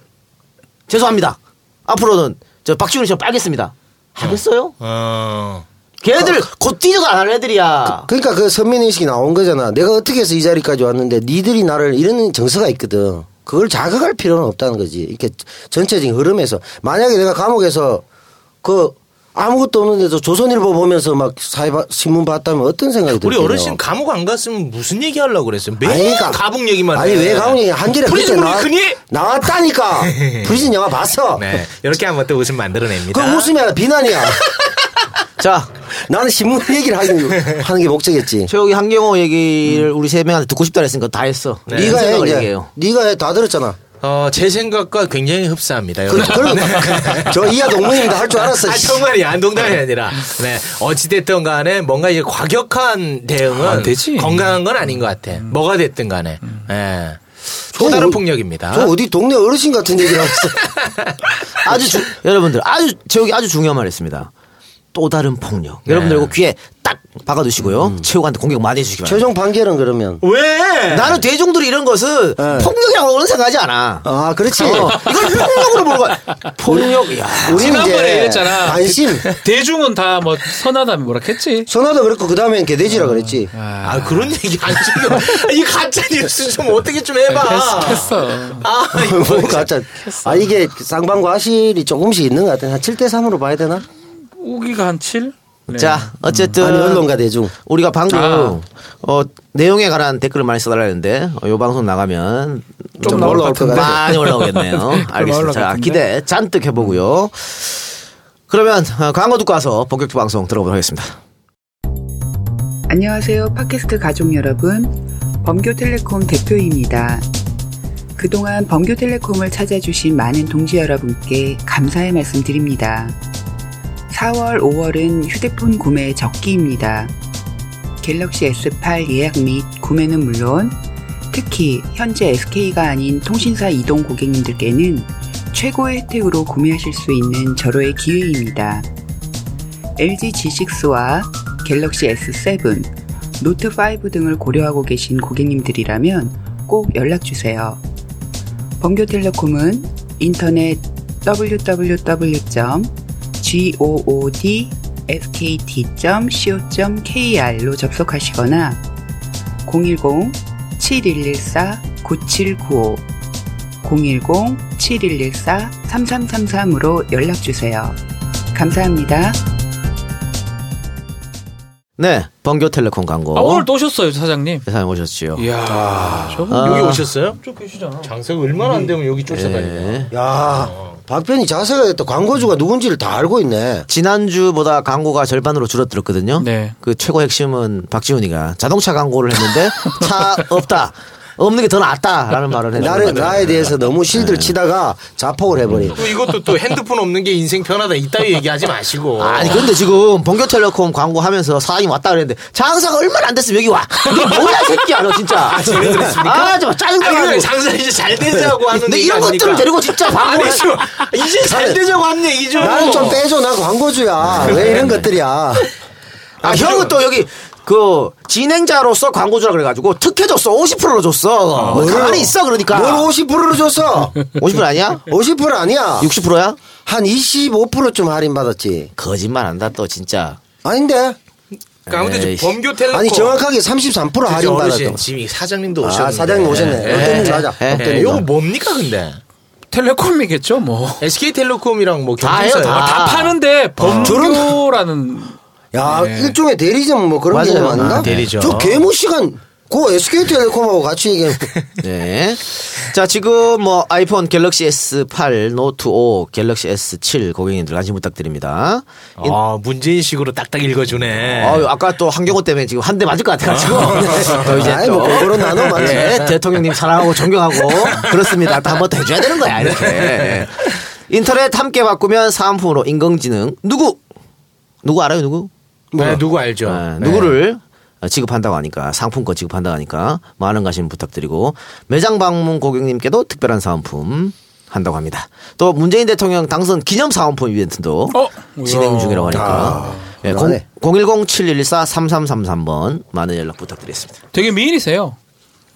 S1: 죄송합니다 앞으로는 저 박지훈 씨럼 빨겠습니다 하겠어요?
S3: 어.
S1: 걔들 곧 뛰져도 안 하는 애들이야
S4: 그러니까 그 선민의식이 나온 거잖아. 내가 어떻게 해서 이 자리까지 왔는데 니들이 나를 이런 정서가 있거든. 그걸 자극할 필요는 없다는 거지. 이렇게 전체적인 흐름에서. 만약에 내가 감옥에서 그 아무것도 없는데도 조선일보 보면서 막 사회바, 신문 봤다면 어떤 생각이 들까요
S3: 우리 어르신 감옥 안 갔으면 무슨 얘기 하려고 그랬어요? 매일
S4: 가-
S3: 감옥 얘기만
S4: 그러니까 아니
S3: 해.
S4: 왜 감옥 얘기 한결에
S3: 프리즌
S4: 그때 나와,
S3: 브레이크니?
S4: 나왔다니까. 프리즌 영화 봤어.
S3: 네. 이렇게 한번 또 웃음 만들어냅니다.
S4: 그 웃음이 아니라 비난이야.
S1: 자
S4: 나는 신문 얘기를 하는, 하는 게 목적이었지.
S1: 최욱이 한경호 얘기를 우리 세 명한테 듣고 싶다 그랬으니까 다 했어
S3: 음. 네.
S4: 네가 해
S1: 생각을
S4: 이제.
S1: 얘기해요
S4: 네가 해 다 들었잖아.
S3: 어, 제 생각과 굉장히 흡사합니다.
S4: 그,
S3: 여러분.
S2: 네.
S4: 그, 저 이하 동문입니다 할 줄 알았어.
S3: 아,
S4: 씨.
S3: 정말이 안 동담이 아니라. 네. 어찌됐든 간에 뭔가 이게 과격한 대응은
S2: 안 되지.
S3: 건강한 건 아닌 것 같아. 뭐가 됐든 간에. 예. 또
S4: 저
S3: 다른
S4: 어-
S3: 폭력입니다.
S4: 저 어디 동네 어르신 같은 얘기를 하고 있어.
S2: 네.
S1: 아주 주- 여러분들 아주 최욱이 아주 중요한 말 했습니다 또 다른 폭력
S3: 네.
S1: 여러분들 이거 귀에 딱 박아두시고요
S3: 음.
S1: 최욱한테 공격 많이 해주시기 바랍니다
S4: 최종 판결은 그러면.
S3: 왜?
S1: 나는 대중들이 이런 것은
S3: 네.
S1: 폭력이라고 오는 생각하지 않아.
S4: 아, 그렇지. 뭐
S1: 어, 이걸 폭력으로 보는 거야. 폭력, 야.
S4: 우리
S2: 지난번에 이랬잖아.
S4: 안심.
S2: 대중은 다 뭐 선하다면 뭐라 했지.
S4: 선화도 그렇고, 그 다음엔 개돼지라 그랬지.
S2: 아,
S3: 아, 그런 얘기 안 지금. 이 가짜 뉴스 좀 어떻게 좀 해봐.
S2: 했어. 어.
S3: 아,
S4: 뭐, 가짜. 아, 이게 쌍방과실이 조금씩 있는 것 같아. 한 7대3으로 봐야 되나?
S2: 우기가 한 7?
S1: 자,
S3: 네.
S2: 네.
S1: 어쨌든.
S4: 아니, 언론과 대중.
S1: 우리가 방금,
S2: 아.
S1: 어, 내용에 관한 댓글을 많이 써달라 했는데, 어, 요 방송 나가면.
S2: 좀
S1: 좀
S2: 나올
S1: 올라올
S4: 것 같은데.
S1: 많이 올라오겠네요. 알겠습니다.
S2: 올라올 것
S1: 자,
S2: 같은데.
S1: 기대 잔뜩 해보고요. 그러면 어, 광고 듣고 와서 본격 방송 들어보도록 하겠습니다.
S5: 안녕하세요. 팟캐스트 가족 여러분. 범교텔레콤 대표입니다. 그동안 범교텔레콤을 찾아주신 많은 동지 여러분께 감사의 말씀 드립니다. 4월, 5월은 휴대폰 구매 적기입니다. 갤럭시 S8 예약 및 구매는 물론 특히 현재 SK가 아닌 통신사 이동 고객님들께는 최고의 혜택으로 구매하실 수 있는 절호의 기회입니다. LG G6와 갤럭시 S7, 노트5 등을 고려하고 계신 고객님들이라면 꼭 연락주세요. 범교텔레콤은 인터넷 www.goodskt.co.kr로 접속하시거나 010-7114-9795, 010-7114-3333으로 연락주세요. 감사합니다.
S1: 네, 번교텔레콤 광고.
S2: 아, 오늘 또 예. 오셨어요, 사장님.
S1: 세상에 오셨지요.
S2: 이야. 저분
S3: 여기 오셨어요?
S2: 쭉 계시잖아.
S3: 장사가 얼마나 안 되면 여기 쫓아다니냐.
S4: 예.
S1: 네.
S4: 야,
S2: 어.
S4: 박변이 자세가 됐다. 광고주가 누군지를 다 알고 있네.
S1: 지난주보다 광고가 절반으로 줄어들었거든요.
S2: 네.
S1: 그 최고 핵심은 박지훈이가 자동차 광고를 했는데 차 없다. 없는 게 더 낫다라는 말을
S2: 네,
S1: 했는데
S4: 나를 나에 대해서 너무 실드를 치다가 자폭을 해버린.
S2: 음.
S3: 또 이것도 또 핸드폰 없는 게 인생 편하다 이따위 얘기하지 마시고.
S1: 아니 근데 지금 본교텔레콤 광고하면서 사장님 왔다 그랬는데 장사가 얼마나 안 됐으면 여기 와 이게 뭐야 이 새끼야 너 진짜 아 정말
S3: 아니,
S1: 짜증나고
S3: 그래, 장사 이제 잘 되자고 하는
S1: 근데
S3: 얘기
S1: 이런
S3: 아닙니까?
S1: 것들을 데리고 진짜 광고를
S3: 아니죠. 이제 잘 되자고 하는 얘기죠.
S4: 나는
S2: 어.
S4: 좀 떼줘. 나 광고주야. 왜 이런 것들이야.
S1: 아, 형은 또 여기 그 진행자로서 광고주라 그래가지고 특혜 줬어 50%로
S3: 아,
S1: 줬어 뭐 가만히 있어 그러니까
S4: 뭘 50%로 줬어?
S1: 50% 아니야?
S4: 50% 아니야.
S1: 60%야?
S4: 한 25%쯤 할인 받았지.
S1: 거짓말한다 또 진짜
S4: 아닌데?
S3: 그러니까 아무튼 지금
S1: 에이씨.
S3: 범교 텔레콤.
S4: 아니 정확하게 33% 할인
S3: 그러니까. 어르신,
S4: 받았던.
S3: 지금 이 사장님도
S4: 아,
S3: 오셨네.
S4: 사장님 오셨네. 어떤 일 맞아.
S1: 예.
S4: 어떤
S3: 네,
S4: 일
S3: 요거
S4: 맞아.
S3: 뭡니까 근데?
S2: 텔레콤이겠죠 뭐.
S3: SK텔레콤이랑 뭐
S1: 다 해요,
S3: 경쟁사예요.
S1: 다.
S2: 아, 다 파는데 범교라는
S4: 야, 일종의 대리점 뭐 그런
S1: 맞아요.
S4: 개념 아닌가?
S1: 아,
S3: 대리점.
S4: 저 개무 시간 그 SK텔레콤하고 같이 얘기해.
S1: 네. 자, 지금 뭐 아이폰 갤럭시 S8, 노트 5, 갤럭시 S7 고객님들 관심 부탁드립니다. 인-
S3: 아 문재인식으로 딱딱 읽어주네.
S1: 아유, 아까 또 한경호 때문에 지금 한 대 맞을 것 같아가지고. 또 이제
S4: 아이,
S1: 또.
S4: 뭐 그거로 나눠 맞지.
S1: 예, 대통령님 사랑하고 존경하고 그렇습니다. 또 한 번 더 해줘야 되는 거야, 이렇게. 예.
S4: 네.
S1: 인터넷 함께 바꾸면 사은품으로 인공지능. 누구? 누구 알아요, 누구?
S3: 네, 누구 알죠?
S1: 예,
S3: 네.
S1: 누구를 아, 지급한다고 하니까 상품권 지급한다고 하니까 많은 관심 부탁드리고 매장 방문 고객님께도 특별한 사은품 한다고 합니다. 또 문재인 대통령 당선 기념 사은품 이벤트도
S2: 어?
S1: 진행
S2: 이야.
S1: 중이라고 하니까 예,
S4: 그러네.
S1: 010-7114-3333번 많은 연락 부탁드리겠습니다.
S2: 되게 미인이세요.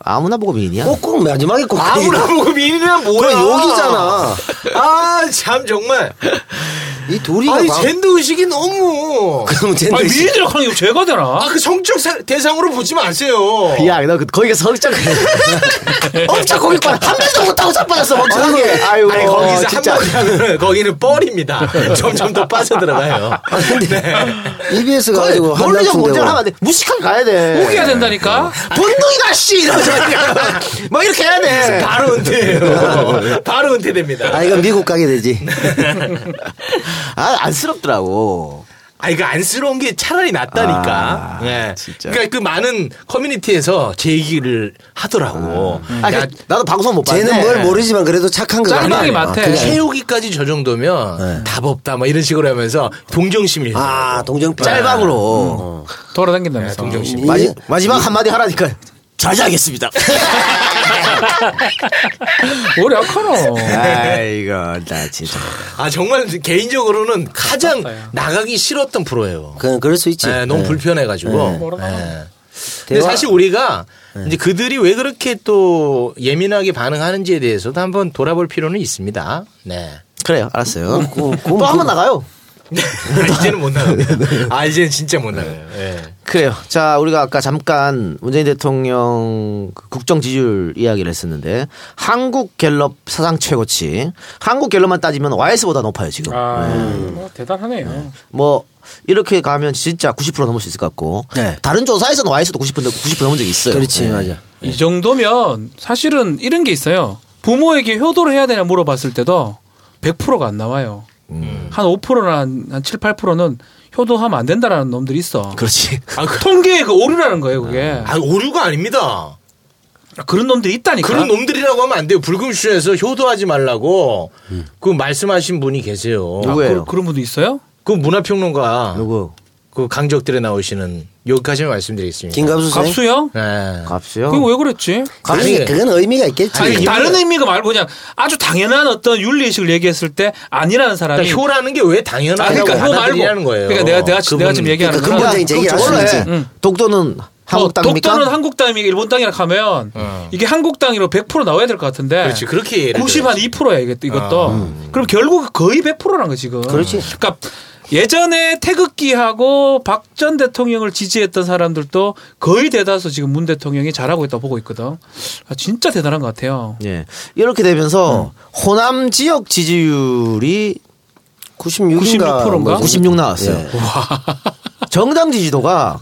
S1: 아무나 보고 미인이야?
S4: 꼭꼭 마지막에 꼭.
S3: 아무나 보고 미인이란 뭐야?
S4: 그래, 욕이잖아.
S3: 아 참 정말.
S4: 이 둘이
S3: 아니 젠더 의식이 너무.
S4: 그럼 젠
S2: 아니 미인이라고 하는 게 죄가 되나?
S3: 아 그 성적 사- 대상으로 보지 마세요.
S1: 야, 너 그- 거기 가서 성적 엄청 고객과한 번도 못하고 자빠졌어, 멍청하게. 아이고,
S3: 아니 거기서
S1: 진짜.
S3: 한번 하면은 거기는 뻘입니다. 점점 더 빠져들어가요. 네.
S4: EBS 가지고 한
S1: 논리적
S4: 달쯤
S1: 논쟁을 하면 안 돼.
S4: 되고.
S1: 무식하게 가야 돼.
S2: 포기해야
S3: 네.
S2: 된다니까.
S1: 분노이다 씨 이러면서 막 이렇게 해야 돼.
S3: 바로 은퇴해요. 바로 은퇴됩니다.
S4: 아, 이거 미국 가게 되지.
S1: 아 안쓰럽더라고.
S3: 아, 이거 안쓰러운 게 차라리 낫다니까.
S1: 아,
S3: 예.
S1: 진짜.
S3: 그러니까 그 많은 커뮤니티에서 제 얘기를 하더라고.
S4: 음.
S1: 아,
S3: 야,
S1: 그- 나도 방송 못 봤는데.
S4: 쟤는 뭘 모르지만 그래도 착한 거
S2: 짤방이
S4: 같아.
S2: 많대.
S4: 그게 아니야.
S3: 태우기까지 저 정도면 답 없다 막 이런 식으로 하면서 동정심이
S4: 네. 아, 동정표.
S1: 짤방으로
S2: 돌아다닌다면서.
S3: 네, 동정심.
S1: 마지, 마지막 한마디 하라니까 음. 자제하겠습니다.
S2: 머리
S3: 네.
S2: 약하노.
S1: 아이고 나 진짜.
S3: 아 정말 개인적으로는 가장 나가기 싫었던 프로예요.
S4: 그냥 그럴 수 있지.
S3: 예, 너무
S4: 네.
S3: 불편해가지고. 예. 근데
S4: 대화- 네.
S3: 사실 우리가 이제 그들이 왜 그렇게 또 예민하게 반응하는지에 대해서도 한번 돌아볼 필요는 있습니다. 네.
S1: 그래요 알았어요. 또 한 번 나가요.
S3: 이제는 못 나가요. 아 이제는 진짜 못 나가요. 예.
S1: 그래요. 자, 우리가 아까 잠깐 문재인 대통령 그 국정 지지율 이야기를 했었는데 한국 갤럽 사상 최고치. 한국 갤럽만 따지면 YS보다 높아요, 지금.
S2: 아,
S3: 음.
S2: 뭐 대단하네요.
S1: 뭐 이렇게 가면 진짜 90% 넘을 수 있을 것 같고
S4: 네.
S1: 다른 조사에서는 YS도 90% 90% 넘은 적이 있어요.
S4: 그렇지,
S1: 예.
S4: 맞아.
S2: 이 정도면 사실은 이런 게 있어요. 부모에게 효도를 해야 되냐 물어봤을 때도 100%가 안 나와요.
S3: 음.
S2: 한 5%나 한, 한 7, 8%는 효도하면 안 된다라는 놈들이 있어.
S1: 그렇지.
S3: 아, 그-
S2: 통계의 그 오류라는 거예요, 그게.
S3: 아 오류가 아닙니다.
S2: 그런 놈들이 있다니까. 아,
S3: 그런 놈들이라고 하면 안 돼요. 불금쇼에서 효도하지 말라고 그 말씀하신 분이 계세요.
S1: 누구예요?
S2: 그, 그런 분도 있어요?
S3: 그 문화평론가
S1: 누구?
S3: 그 강적들에 나오시는 여기까지만 말씀드리겠습니다.
S4: 김갑수 선
S2: 갑수형?
S3: 네.
S1: 값이요.
S2: 그게 왜 그랬지?
S4: 그건, 그건 의미가 있겠지.
S2: 아니,
S3: 이분은-
S2: 다른 의미가 말고 그냥 아주 당연한 어떤 윤리의식을 얘기했을 때 아니라는 사람이 어,
S3: 그러니까 효라는 게 왜
S2: 아,
S3: 당연하다고
S2: 그러니까 효 말고
S3: 받아들이라는 거예요.
S2: 그러니까 내가 내가, 지- 내가 지금 얘기하는
S4: 그러니까 근본
S2: 거는
S4: 근본적인 얘기를
S1: 그거
S4: 할 수는
S1: 원래
S4: 있지.
S2: 응.
S1: 독도는 한국
S2: 어,
S1: 땅입니까?
S2: 독도는 한국 땅이니까 일본 땅이라 하면 이게 한국 땅으로 100% 나와야 될 것 같은데.
S3: 어. 그러니까 그렇지 아. 그렇게 예를
S2: 90한 2%야 이게 또 이것도. 그럼 결국 거의 100%란 거 지금.
S4: 그렇지.
S2: 러니까 예전에 태극기하고 박 전 대통령을 지지했던 사람들도 거의 대다수 지금 문 대통령이 잘하고 있다고 보고 있거든. 아, 진짜 대단한 것 같아요.
S1: 예. 이렇게 되면서 호남 지역 지지율이
S4: 96인가 뭐
S2: 96% 인가?
S1: 96 나왔어요.
S4: 예.
S1: 정당 지지도가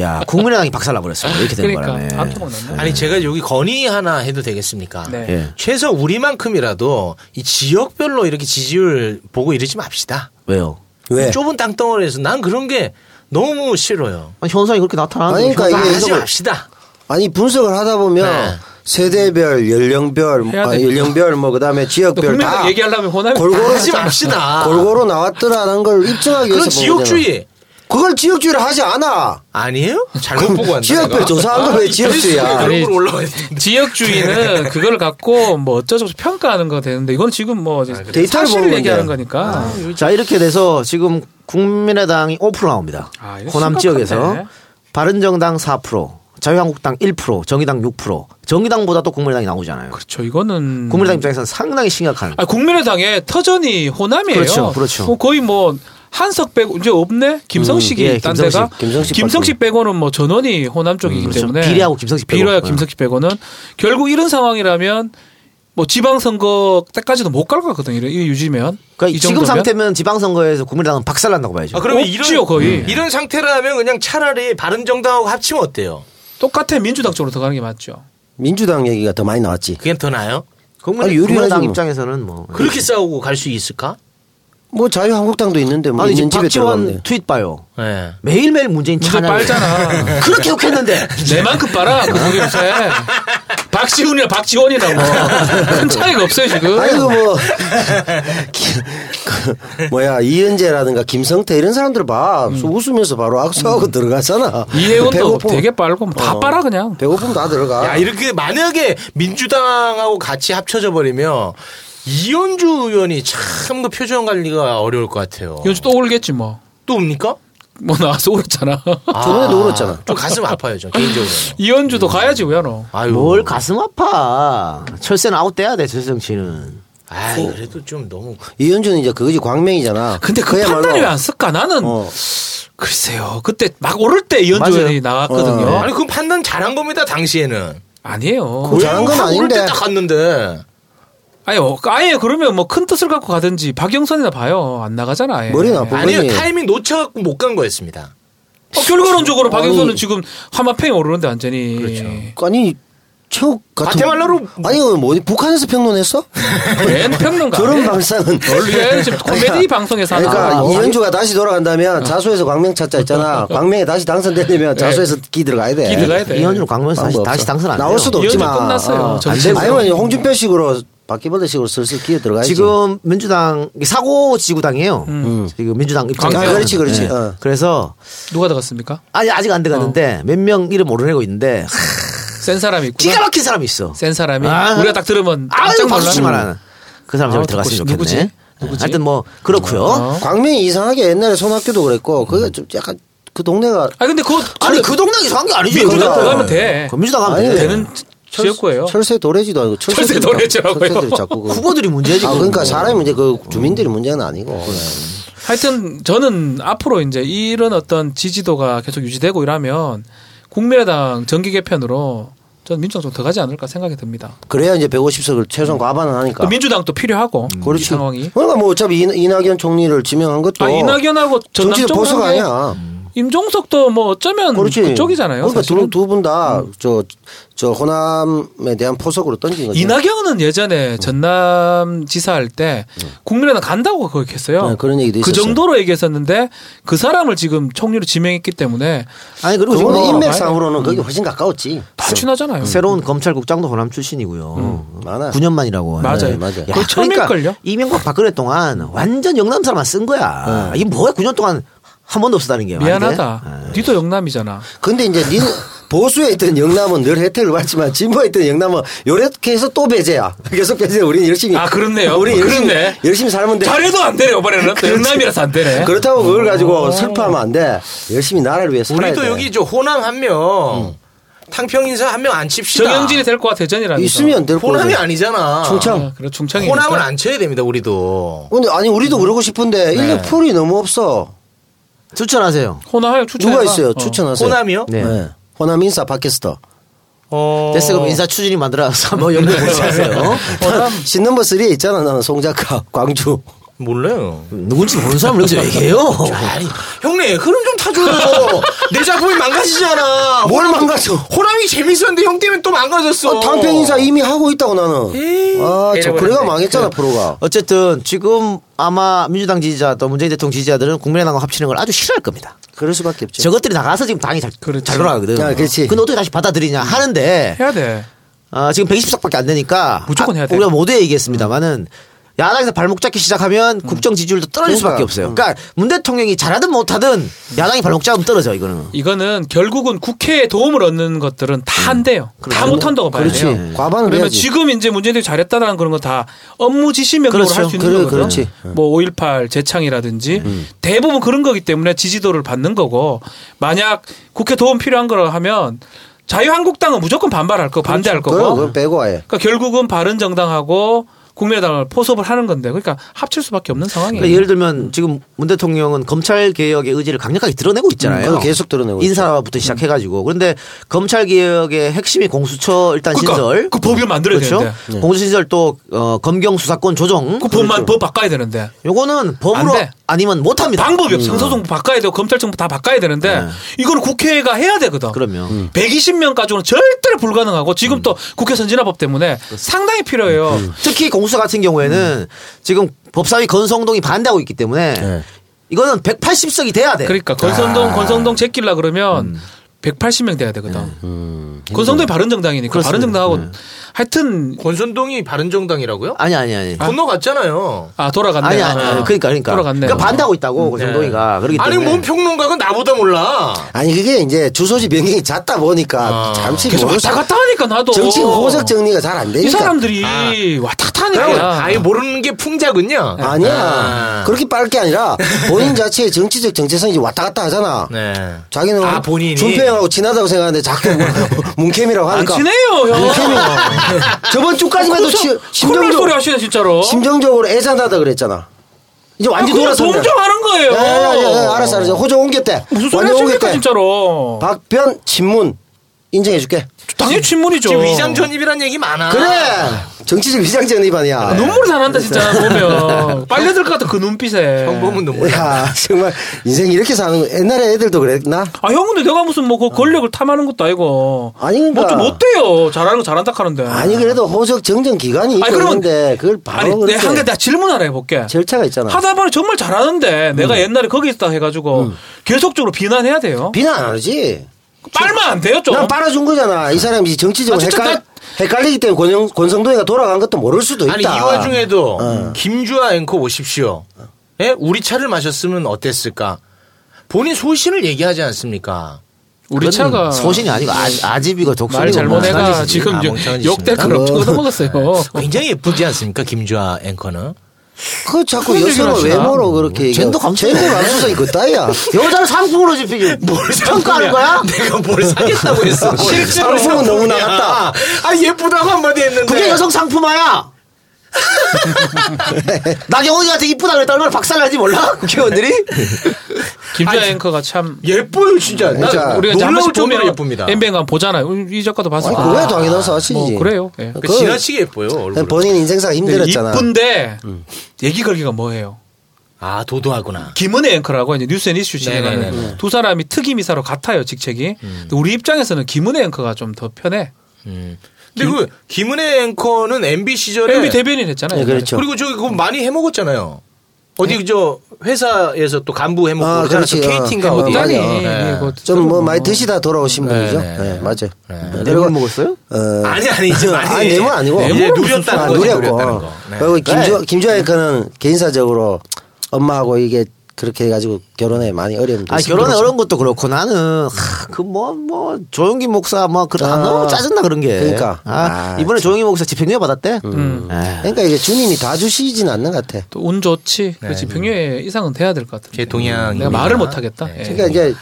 S1: 야 국민의당이 박살나 버렸어요. 이렇게 된
S2: 그러니까
S1: 바람에.
S2: 안 통하네.
S3: 아니 제가 여기 건의 하나 해도 되겠습니까?
S2: 네.
S1: 예.
S3: 최소 우리만큼이라도 이 지역별로 이렇게 지지율 보고 이러지 맙시다.
S1: 왜요?
S4: 왜?
S3: 그 좁은 땅덩어리에서 난 그런 게 너무 싫어요.
S1: 아니, 현상이 그렇게 나타나는
S4: 아니, 그러니까
S1: 거죠.
S4: 이게
S3: 하지
S4: 해석을-
S3: 맙시다.
S4: 아니, 분석을 하다 보면
S3: 네.
S4: 세대별, 연령별,
S2: 해야
S4: 아,
S2: 돼.
S4: 연령별 뭐 그다음에 지역별
S2: 국민당
S4: 다
S2: 얘기하려면 호남이
S4: 골고루
S3: 하지
S4: 나-
S3: 맙시다.
S4: 골고루 나왔더라는 걸 입증하기 위해서
S3: 아. 그건
S4: 보거든요.
S3: 지역주의.
S4: 그걸 지역주의를 하지 않아.
S3: 아니에요? 잘못 보고 한다.
S4: 그 지역별
S3: 내가.
S4: 조사한 걸 왜 지역주의야?
S3: 그런
S2: 아니,
S3: 걸 올라와야 되는데.
S2: 지역주의는 그걸 갖고 뭐 어쩌저쩌 평가하는 거 되는데 이건 지금
S1: 아,
S2: 뭐
S4: 데이터를 보는
S2: 사실을
S4: 건데.
S2: 얘기하는 거니까
S1: 자 이렇게 돼서 지금 국민의당이 5% 나옵니다.
S2: 아, 이거
S1: 호남
S2: 심각한데.
S1: 지역에서 바른정당 4%, 자유한국당 1%, 정의당 6%. 정의당보다 또 국민의당이 나오잖아요.
S2: 그렇죠. 이거는
S1: 국민의당 입장에서는 상당히 심각한.
S2: 아, 국민의당의 터전이 호남이에요.
S1: 그렇죠, 그렇죠.
S2: 어, 거의 뭐 한석 빼고 이제 없네. 김성식이
S1: 음, 예,
S2: 딴
S1: 김성식,
S2: 데가
S4: 김성식
S2: 김성식 빼고는 뭐 전원이 호남 쪽이기
S1: 그렇죠.
S2: 때문에
S1: 비례하고 김성식 빼고.
S2: 비례하고
S1: 어.
S2: 김성식 빼고는 결국 이런 상황이라면 뭐 지방선거 때까지도 못 갈 거거든요. 이래- 이 유지면
S1: 그러니까
S2: 이
S1: 지금
S2: 정도면.
S1: 상태면 지방선거에서 국민의당은 박살난다고 봐야죠.
S3: 아, 그러면
S2: 없지요,
S3: 이런, 음.
S2: 거의.
S3: 이런 상태라면 그냥 차라리 바른정당하고 합치면 어때요?
S2: 똑같아 민주당 쪽으로 들어가는 게 맞죠.
S4: 민주당 얘기가 더 많이 나왔지.
S3: 그게 더 나아요?
S1: 국민,
S4: 아니, 유리하지
S1: 국민의당
S4: 뭐.
S1: 입장에서는 뭐.
S3: 그렇게 싸우고 갈 수 있을까?
S4: 뭐 자유한국당도 있는데 뭐
S1: 아니
S4: 있는
S1: 지금
S4: 집에 들어갔네.
S1: 박지원 트윗 봐요.
S3: 예.
S1: 매일매일 문재인
S2: 문제
S1: 찬양.
S2: 빨잖아.
S1: 그렇게 욕했는데.
S2: 내만큼 빨아 그 고객사에 박지훈이나 박지원이나 뭐큰 차이가 없어요 지금.
S4: 아이고 뭐 기- 그 뭐야 이은재라든가 김성태 이런 사람들 봐 웃으면서 바로 악수하고 들어가잖아.
S2: 음. 이혜원도
S4: 배고프면-
S2: 되게 빨고 뭐다
S4: 어.
S2: 빨아 그냥.
S4: 배고프면 다 들어가.
S3: 야, 이렇게 만약에 민주당하고 같이 합쳐져 버리면 이현주 의원이 참 그 표정 관리가 어려울 것 같아요.
S2: 요즘 또 울겠지 뭐.
S3: 또 옵니까?
S2: 뭐 나와서 울었잖아.
S4: 저번에도 울었잖아.
S3: 좀 가슴 아파요, 좀 개인적으로.
S2: 이현주도 가야지 왜야 너.
S3: 아유.
S1: 뭘 가슴 아파. 철새는 아웃돼야 돼, 철새 정치는.
S3: 아,
S2: 어.
S3: 그래도 좀 너무
S4: 이현주는 이제 그거지 광명이잖아.
S2: 근데 그
S4: 그야말로-
S2: 판단이 왜 안 쓸까? 나는
S4: 어.
S2: 글쎄요. 그때 막 오를 때 이현주
S1: 맞아요.
S2: 의원이 나왔거든요.
S4: 어?
S3: 아니 그건 판단 잘한 겁니다 당시에는
S2: 아니에요.
S4: 그- 잘한 건 아닌데.
S3: 때딱 갔는데
S2: 아니 어, 아예 그러면 뭐 큰 뜻을 갖고 가든지 박영선이나 봐요. 안 나가잖아. 아예.
S4: 머리 나빠.
S3: 아니요
S4: 그러니.
S3: 타이밍 놓쳐갖고 못 간 거였습니다
S2: 어, 결과론적으로
S4: 그렇죠.
S2: 박영선은 지금 하마평이 오르는데 완전히.
S4: 아니 체육 같은.
S3: 과테말라로-
S4: 아니 이거 뭐 북한에서 평론했어?
S2: 웬 평론가. 네.
S4: 그런 방상은.
S2: 아, 예. 원래 지금 코미디 방송에서 어. 하나.
S4: 그러니까
S2: 아,
S4: 이현주가 다시 돌아간다면 자수에서 광명 찾자 있잖아. 광명에 다시 당선되려면 자수에서 기 들어가야 돼.
S2: 기 들어가야 돼.
S1: 이현주로 광명에서 다시,
S4: 방법
S1: 다시
S4: 없어.
S1: 당선 안 돼요.
S4: 나올 수도
S2: 이현주
S4: 없지만.
S2: 끝났어요.
S4: 어, 안
S2: 정치적으로.
S4: 되고. 아니면 홍준표식으로 바퀴벌레식으로 슬슬 기어 들어가야지.
S1: 지금 민주당 사고 지구당이에요.
S2: 음.
S1: 지금 민주당 입장.
S2: 광명.
S4: 음. 그렇지, 그렇지. 어.
S1: 그래서
S2: 누가 들어갔습니까?
S1: 아니 아직 안 들어갔는데 몇 명 이름 오르내고 있는데
S4: 음.
S2: 센 사람이 있구나.
S1: 기가 막힌 사람이 있어.
S2: 센 사람이
S1: 아.
S2: 우리가 딱 들으면
S1: 아유
S2: 깜짝
S1: 박수치만
S2: 놀라는
S1: 하는. 그 사람
S2: 아,
S1: 잘 들어갔으면
S2: 듣고 싶-
S1: 좋겠네.
S2: 누구지? 누구지?
S1: 하여튼 뭐 그렇고요.
S2: 어.
S4: 광명이 이상하게 옛날에 손학규도 그랬고 그게 좀 약간 그 동네가
S2: 아 근데 그거
S1: 아니 그 동네가 이상한 게 아니죠.
S2: 민주당
S1: 그거.
S2: 들어가면 돼. 네.
S1: 그 민주당 가면
S4: 아니, 그러니까.
S1: 돼.
S2: 되는 지역구예요.
S4: 네. 철새 도래지도 아니고
S2: 철새
S4: 철새들이
S2: 도래지라고요?
S4: 자꾸- 철새들이 자꾸 그
S1: 후보들이 문제지.
S4: 아
S1: 그건.
S4: 그러니까 사람이 문제 그 주민들이 문제는 아니고
S2: 어. 하여튼 저는 앞으로 이제 이런 어떤 지지도가 계속 유지되고 이러면 국민의당 정기 개편으로 전 민주당 좀 더 가지 않을까 생각이 듭니다.
S4: 그래야 이제 150석을 최소한 과반은 하니까
S2: 또그 민주당도 필요하고 이
S4: 아. 음. 그렇지.
S2: 상황이.
S4: 그러니까 뭐 어차피 이- 이낙연 총리를 지명한 것도
S2: 아 이낙연하고
S4: 정치적
S2: 전남쪽
S4: 보수가 아니야.
S2: 임종석도 뭐 어쩌면
S4: 그렇지.
S2: 음, 그쪽이잖아요 음.
S4: 그러니까 두분다저 저 호남에 대한 포석으로 던진 거죠. 음.
S2: 이낙연은 예전에 전남 지사할 때 국민의당 간다고 그렇게 했어요.
S4: 네, 그런 얘기도
S2: 그
S4: 있었어요.
S2: 정도로 얘기했었는데 그 사람을 지금 총리로 지명했기 때문에
S1: 아니 그리고 지금 뭐
S4: 그거는 어, 인맥상으로는 거기 훨씬 가까웠지.
S2: 다 친하잖아요.
S1: 새로운 검찰국장도 호남 출신이고요.
S2: 음.
S4: 많아.
S1: 9년 만이라고. 하는데.
S2: 맞아요.
S4: 네, 맞아요.
S1: 야,
S2: 그거 처음일걸요?
S1: 그러니까 이명박 박근혜 동안 완전 영남 사람만 쓴 거야. 이게 뭐야 9년 동안 한 번도 없었다는 게.
S2: 네. 미안하다.
S4: 아.
S2: 니도 영남이잖아.
S4: 근데 이제 니 보수에 있던 영남은 늘 혜택을 받지만 진보에 있던 영남은 요렇게 해서 또 배제야. 계속 배제. 우리는 열심히.
S2: 아, 그렇네요.
S4: 우리 열심히,
S2: 그렇네.
S4: 열심히 살면 돼.
S2: 잘해도 안 되네 이번에는 또 영남이라서 안 되네.
S4: 그렇다고 그걸 가지고 슬퍼하면 안 돼. 열심히 나라를 위해 살아야 음.
S3: 우리도
S4: 돼.
S3: 여기 저 호남 한명 탕평 인사 한 명 안 칩시다
S2: 정영진이 될 것 같아 대전이라는.
S4: 있으면 될거
S3: 호남이 아니잖아
S4: 충청.
S2: 그래 충청이.
S3: 호남은 안 쳐야 됩니다 우리도
S4: 근데 아니 우리도 그러고 싶은데 인력 풀이 너무 없어.
S1: 추천하세요.
S2: 호남 추천.
S4: 누가 있어요? 추천하세요.
S3: 호남이요?
S1: 네.
S4: 네. 호남 인사 팟캐스터.
S3: 어...
S1: 됐어 그럼 인사 추진이 만들어서 뭐 영남 보시하세요.
S4: 신 넘버 3에 있잖아 나는 송 작가 광주.
S3: 몰라요
S1: 누군지 모르는 사람 여기서 얘기해요.
S3: 아니 형님 흐름 좀 타줘요 내 작품이 망가지잖아
S4: 뭘 망가져?
S3: 호남이 재밌었는데 형 때문에 또 망가졌어
S4: 뭐? 어, 단편 인사 이미 하고 있다고 나는. 아, 저 그래가
S2: 네.
S4: 망했잖아 프로가.
S1: 어쨌든 지금 아마 민주당 지지자 또 문재인 대통령 지지자들은 국민의당과 합치는 걸 아주 싫어할 겁니다.
S4: 그럴 수밖에 없지.
S1: 저것들이 나가서 지금 당이 잘,
S2: 그렇지. 네.
S1: 잘 돌아가거든.
S4: 아, 그렇지.
S1: 근데 어떻게 다시 받아들이냐 하는데
S2: 해야 돼.
S1: 아, 지금 120석밖에 안 되니까
S2: 무조건
S1: 아,
S2: 해야 돼요.
S1: 우리가 모두 얘기했습니다만은 야당에서 발목 잡기
S2: 음.
S1: 시작하면 국정 지지율도 떨어질 수밖에 없어요. 그러니까 문 대통령이 잘하든 못하든 야당이 발목 잡으면 떨어져 이거는.
S2: 이거는 결국은 국회의 도움을 얻는 것들은 다 한대요. 다 못한다고 봐야
S4: 그렇지.
S2: 돼요.
S4: 과반을
S2: 그러면
S4: 해야지.
S2: 지금 이제 문재인 대통령이 잘했다라는 그런 건 다 업무 지시 명령으로
S1: 그렇죠.
S2: 할 수 있는
S1: 그래,
S2: 거거든요.
S1: 그렇지.
S2: 뭐 5.18 재창이라든지 대부분 그런 거기 때문에 지지도를 받는 거고 만약 국회 도움 필요한 거라 하면 자유한국당은 무조건 반발할 거고 반대할
S4: 그렇죠. 그럼
S2: 거고
S4: 그건 빼고 아예.
S2: 그러니까 결국은 바른정당하고 국민의당을 포섭을 하는 건데 그러니까 합칠 수밖에 없는 상황이에요.
S1: 그러니까 예를 들면 지금 문 대통령은 검찰 개혁의 의지를 강력하게 드러내고 있잖아요.
S2: 음,
S4: 그걸 계속 드러내고
S1: 인사부터 시작해가지고 그런데 검찰 개혁의 핵심이 공수처 일단
S2: 그러니까
S1: 신설. 그렇죠? 네.
S2: 그 법을 만들어야 되는데. 네.
S1: 공수처 신설 또 어, 검경 수사권 조정.
S2: 그 법만 법 바꿔야 되는데
S1: 요거는 법으로
S2: 안 돼.
S1: 아니면 못합니다. 음. 네.
S2: 방법이 없어. 상소정부 바꿔야 되고 검찰정부 다 바꿔야 되는데 이거는 국회가 해야 되거든.
S1: 그럼요. 음.
S2: 120명 가지고는 절대로 불가능하고 지금 또 국회 선진화법 때문에 상당히 필요해요.
S1: 특히 공수처 같은 경우에는 지금 법사위 건성동이 반대하고 있기 때문에 이거는 180석이 돼야 돼.
S2: 그러니까 건선동
S1: 아.
S2: 건성동 제끼려
S1: 음.
S2: 그러면 180명 돼야 되거든. 건성동이 바른정당이니까
S1: 네. 그렇습니다. 네.
S2: 바른정당하고 하여튼
S3: 권선동이 바른정당이라고요?
S1: 아니 아니 아니.
S3: 건너갔잖아요.
S2: 아 돌아갔네.
S1: 아니 아니. 아니. 그러니까 그러니까.
S2: 돌아갔네.
S1: 그러니까 반대하고 있다고 건성동이가. 그렇기 때문에
S3: 아니 뭔 평론가가 나보다 몰라.
S4: 아니 그게 이제 주소지 변경이 잦다 보니까
S3: 아.
S4: 잠시
S2: 계속
S4: 모르-
S2: 왔다 갔다 하니까 나도
S4: 정치 호석 정리가 잘 안 되니까.
S1: 그러니까.
S2: 이 사람들이
S1: 아.
S2: 왔다 갔다 하니까
S1: 뭐,
S3: 아예 모르는 게 풍자군요.
S4: 아, 아니야. 그렇게 빠르게 아니라 본인 자체의 정치적 정체성이 이제 왔다 갔다 하잖아.
S3: 네.
S4: 자기는
S3: 아, 본인이?
S4: 준평형하고 친하다고 생각하는데 자꾸 뭐 문캠이라고
S2: 안
S1: 그러니까.
S4: 하니까.
S2: 친해요 형.
S4: 저번 주까지만 해도 치-
S2: 아, 콜라 소리
S4: 심정적으로,
S2: 하시네 진짜로.
S4: 심정적으로 애잔하다 그랬잖아. 이제 완전
S2: 그냥
S4: 돌았습니다.
S2: 동정하는 거예요.
S4: 야, 야, 야, 야, 야, 네, 알았어, 알았어. 호적 옮겼대.
S2: 무슨 소리
S4: 완전
S2: 하십니까 진짜로.
S4: 박변 친문 인정해줄게.
S2: 당연히 친문이죠.
S3: 지금 위장 전입이란 얘기 많아.
S4: 그래. 정치적 위장전
S2: 아,
S4: 위반이야.
S2: 눈물이 다 난다 진짜 보면 빨려들 것 같은 그 눈빛에.
S3: 정보문 눈물.
S4: 야 정말 인생 이렇게 사는 거 옛날에 애들도 그랬나?
S2: 아 형 근데 내가 무슨 뭐 그 권력을 탐하는 것도 아니고.
S4: 아니, 그러니까.
S2: 뭐좀 어때요. 잘하는 거 잘한다 하는데.
S4: 아니 그래도 호적 정정 기간이 있고
S2: 그러면-
S4: 있는데 그걸 바로
S2: 아니 내가
S4: 그렇게
S2: 한게 내가 질문 하나 해볼게.
S4: 절차가 있잖아.
S2: 하다 보니 정말 잘하는데 내가 옛날에 거기 있다 해가지고 계속적으로 비난해야 돼요.
S4: 비난 안 하지.
S2: 빨면 안 돼요 좀.
S4: 난 빨아준 거잖아. 이 사람이 정치적으로
S2: 아, 진짜
S4: 헷갈,
S2: 나-
S4: 헷갈리기 때문에 권영, 권성동이가 돌아간 것도 모를 수도 있다.
S3: 아니 이 와중에도
S4: 어.
S3: 김주아 앵커 오십시오. 예? 우리 차를 마셨으면 어땠을까? 본인 소신을 얘기하지 않습니까?
S2: 우리 차가
S1: 소신이 아니고 아, 집이고 뭐. 독소리.
S2: 말 잘못해가
S3: 멍청한
S2: 지금
S3: 짓이지. 아, 멍청한 짓이네.
S2: 역대급으로
S4: 어.
S2: 쳐먹었어요.
S3: 굉장히 예쁘지 않습니까? 김주아 앵커는.
S4: 그 자꾸
S2: 그런 얘기를
S4: 여성을
S2: 하시나?
S4: 외모로 그렇게 얘기해.
S1: 음, 젠더 감수성.
S4: 젠더 감수성이 그따위야.
S1: 여자를 상품으로 지피지. 평가하는 거야?
S3: 내가 뭘 사겠다고 했어.
S4: 실제로 방송은 너무 나갔다.
S3: 아 예쁘다고 한마디 했는데.
S1: 그게 여성 상품화야. 나경원이가 되게 이쁘다 그랬다 얼마나 박살나지 몰라 국회의원들이
S2: 김주아 앵커가 참
S3: 예뻐요 진짜. 나
S4: 진짜.
S2: 우리가 이제 한 번씩
S3: 놀라울
S2: 보면
S3: 정도로 예쁩니다.
S2: MBN 가 보잖아요. 이 작가도 봤어요.
S4: 아니, 그거야 당연한 사실이지.
S2: 뭐 그래요. 예.
S3: 그 지나치게 예뻐요 얼굴.
S4: 본인 인생사가 힘들었잖아.
S2: 네,
S4: 음.
S2: 이쁜데 얘기 걸기가 뭐예요?
S3: 아 도도하구나.
S2: 김은혜 앵커라고 이제 뉴스앤 이슈
S3: 네네네.
S2: 진행하는 두 사람이 특임이사로 같아요 직책이.
S4: 음.
S2: 근데 우리 입장에서는 김은혜 앵커가 좀 더 편해.
S3: 음. 근데 그 김은혜 앵커는 MB 시절에
S2: MB 대변인 했잖아요.
S4: 네,
S2: 옛날에.
S4: 그렇죠.
S3: 그리고 저기 그거 많이 해먹었잖아요. 어디 저 회사에서 또 간부 해먹고
S4: 아,
S3: 그러잖아요.
S4: 그렇지.
S3: 또
S4: 어,
S3: KT인가
S4: 해먹-
S3: 어디.
S2: 아니,
S4: 맞아.
S2: 이게 뭐
S4: 좀 뭐 많이 드시다 돌아오신 분이죠.
S3: 네,
S4: 네,
S3: 네.
S4: 맞아요.
S3: 네.
S1: 내가 먹었어요?
S4: 어,
S3: 아니 아니지.
S4: 아니, 내모 아니고.
S3: 이제 누렸다는 거. 네.
S4: 누렸고. 그리고 김주, 김주아이커는 개인사적으로 엄마하고 이게 그렇게 해가지고 결혼에 많이 어려움도
S1: 아
S4: 있었고
S1: 결혼에 어려운 것도 그렇고 나는 그 뭐 뭐 조용기 목사 뭐 그런 아,
S4: 아.
S1: 너무 짜증나 그런 게
S4: 그러니까.
S1: 아,
S4: 아,
S1: 이번에 조용기 목사 집행유예 받았대 음. 예. 에휴.
S4: 그러니까 이게 주님이 다 주시진 않는 것 같아.
S2: 또 운
S4: 네,
S2: 좋지. 그렇지. 병유예 이상은 돼야 될 것 같은데.
S3: 제 동향.
S2: 내가 말을 못하겠다.
S3: 네.
S2: 예.
S4: 그러니까 이제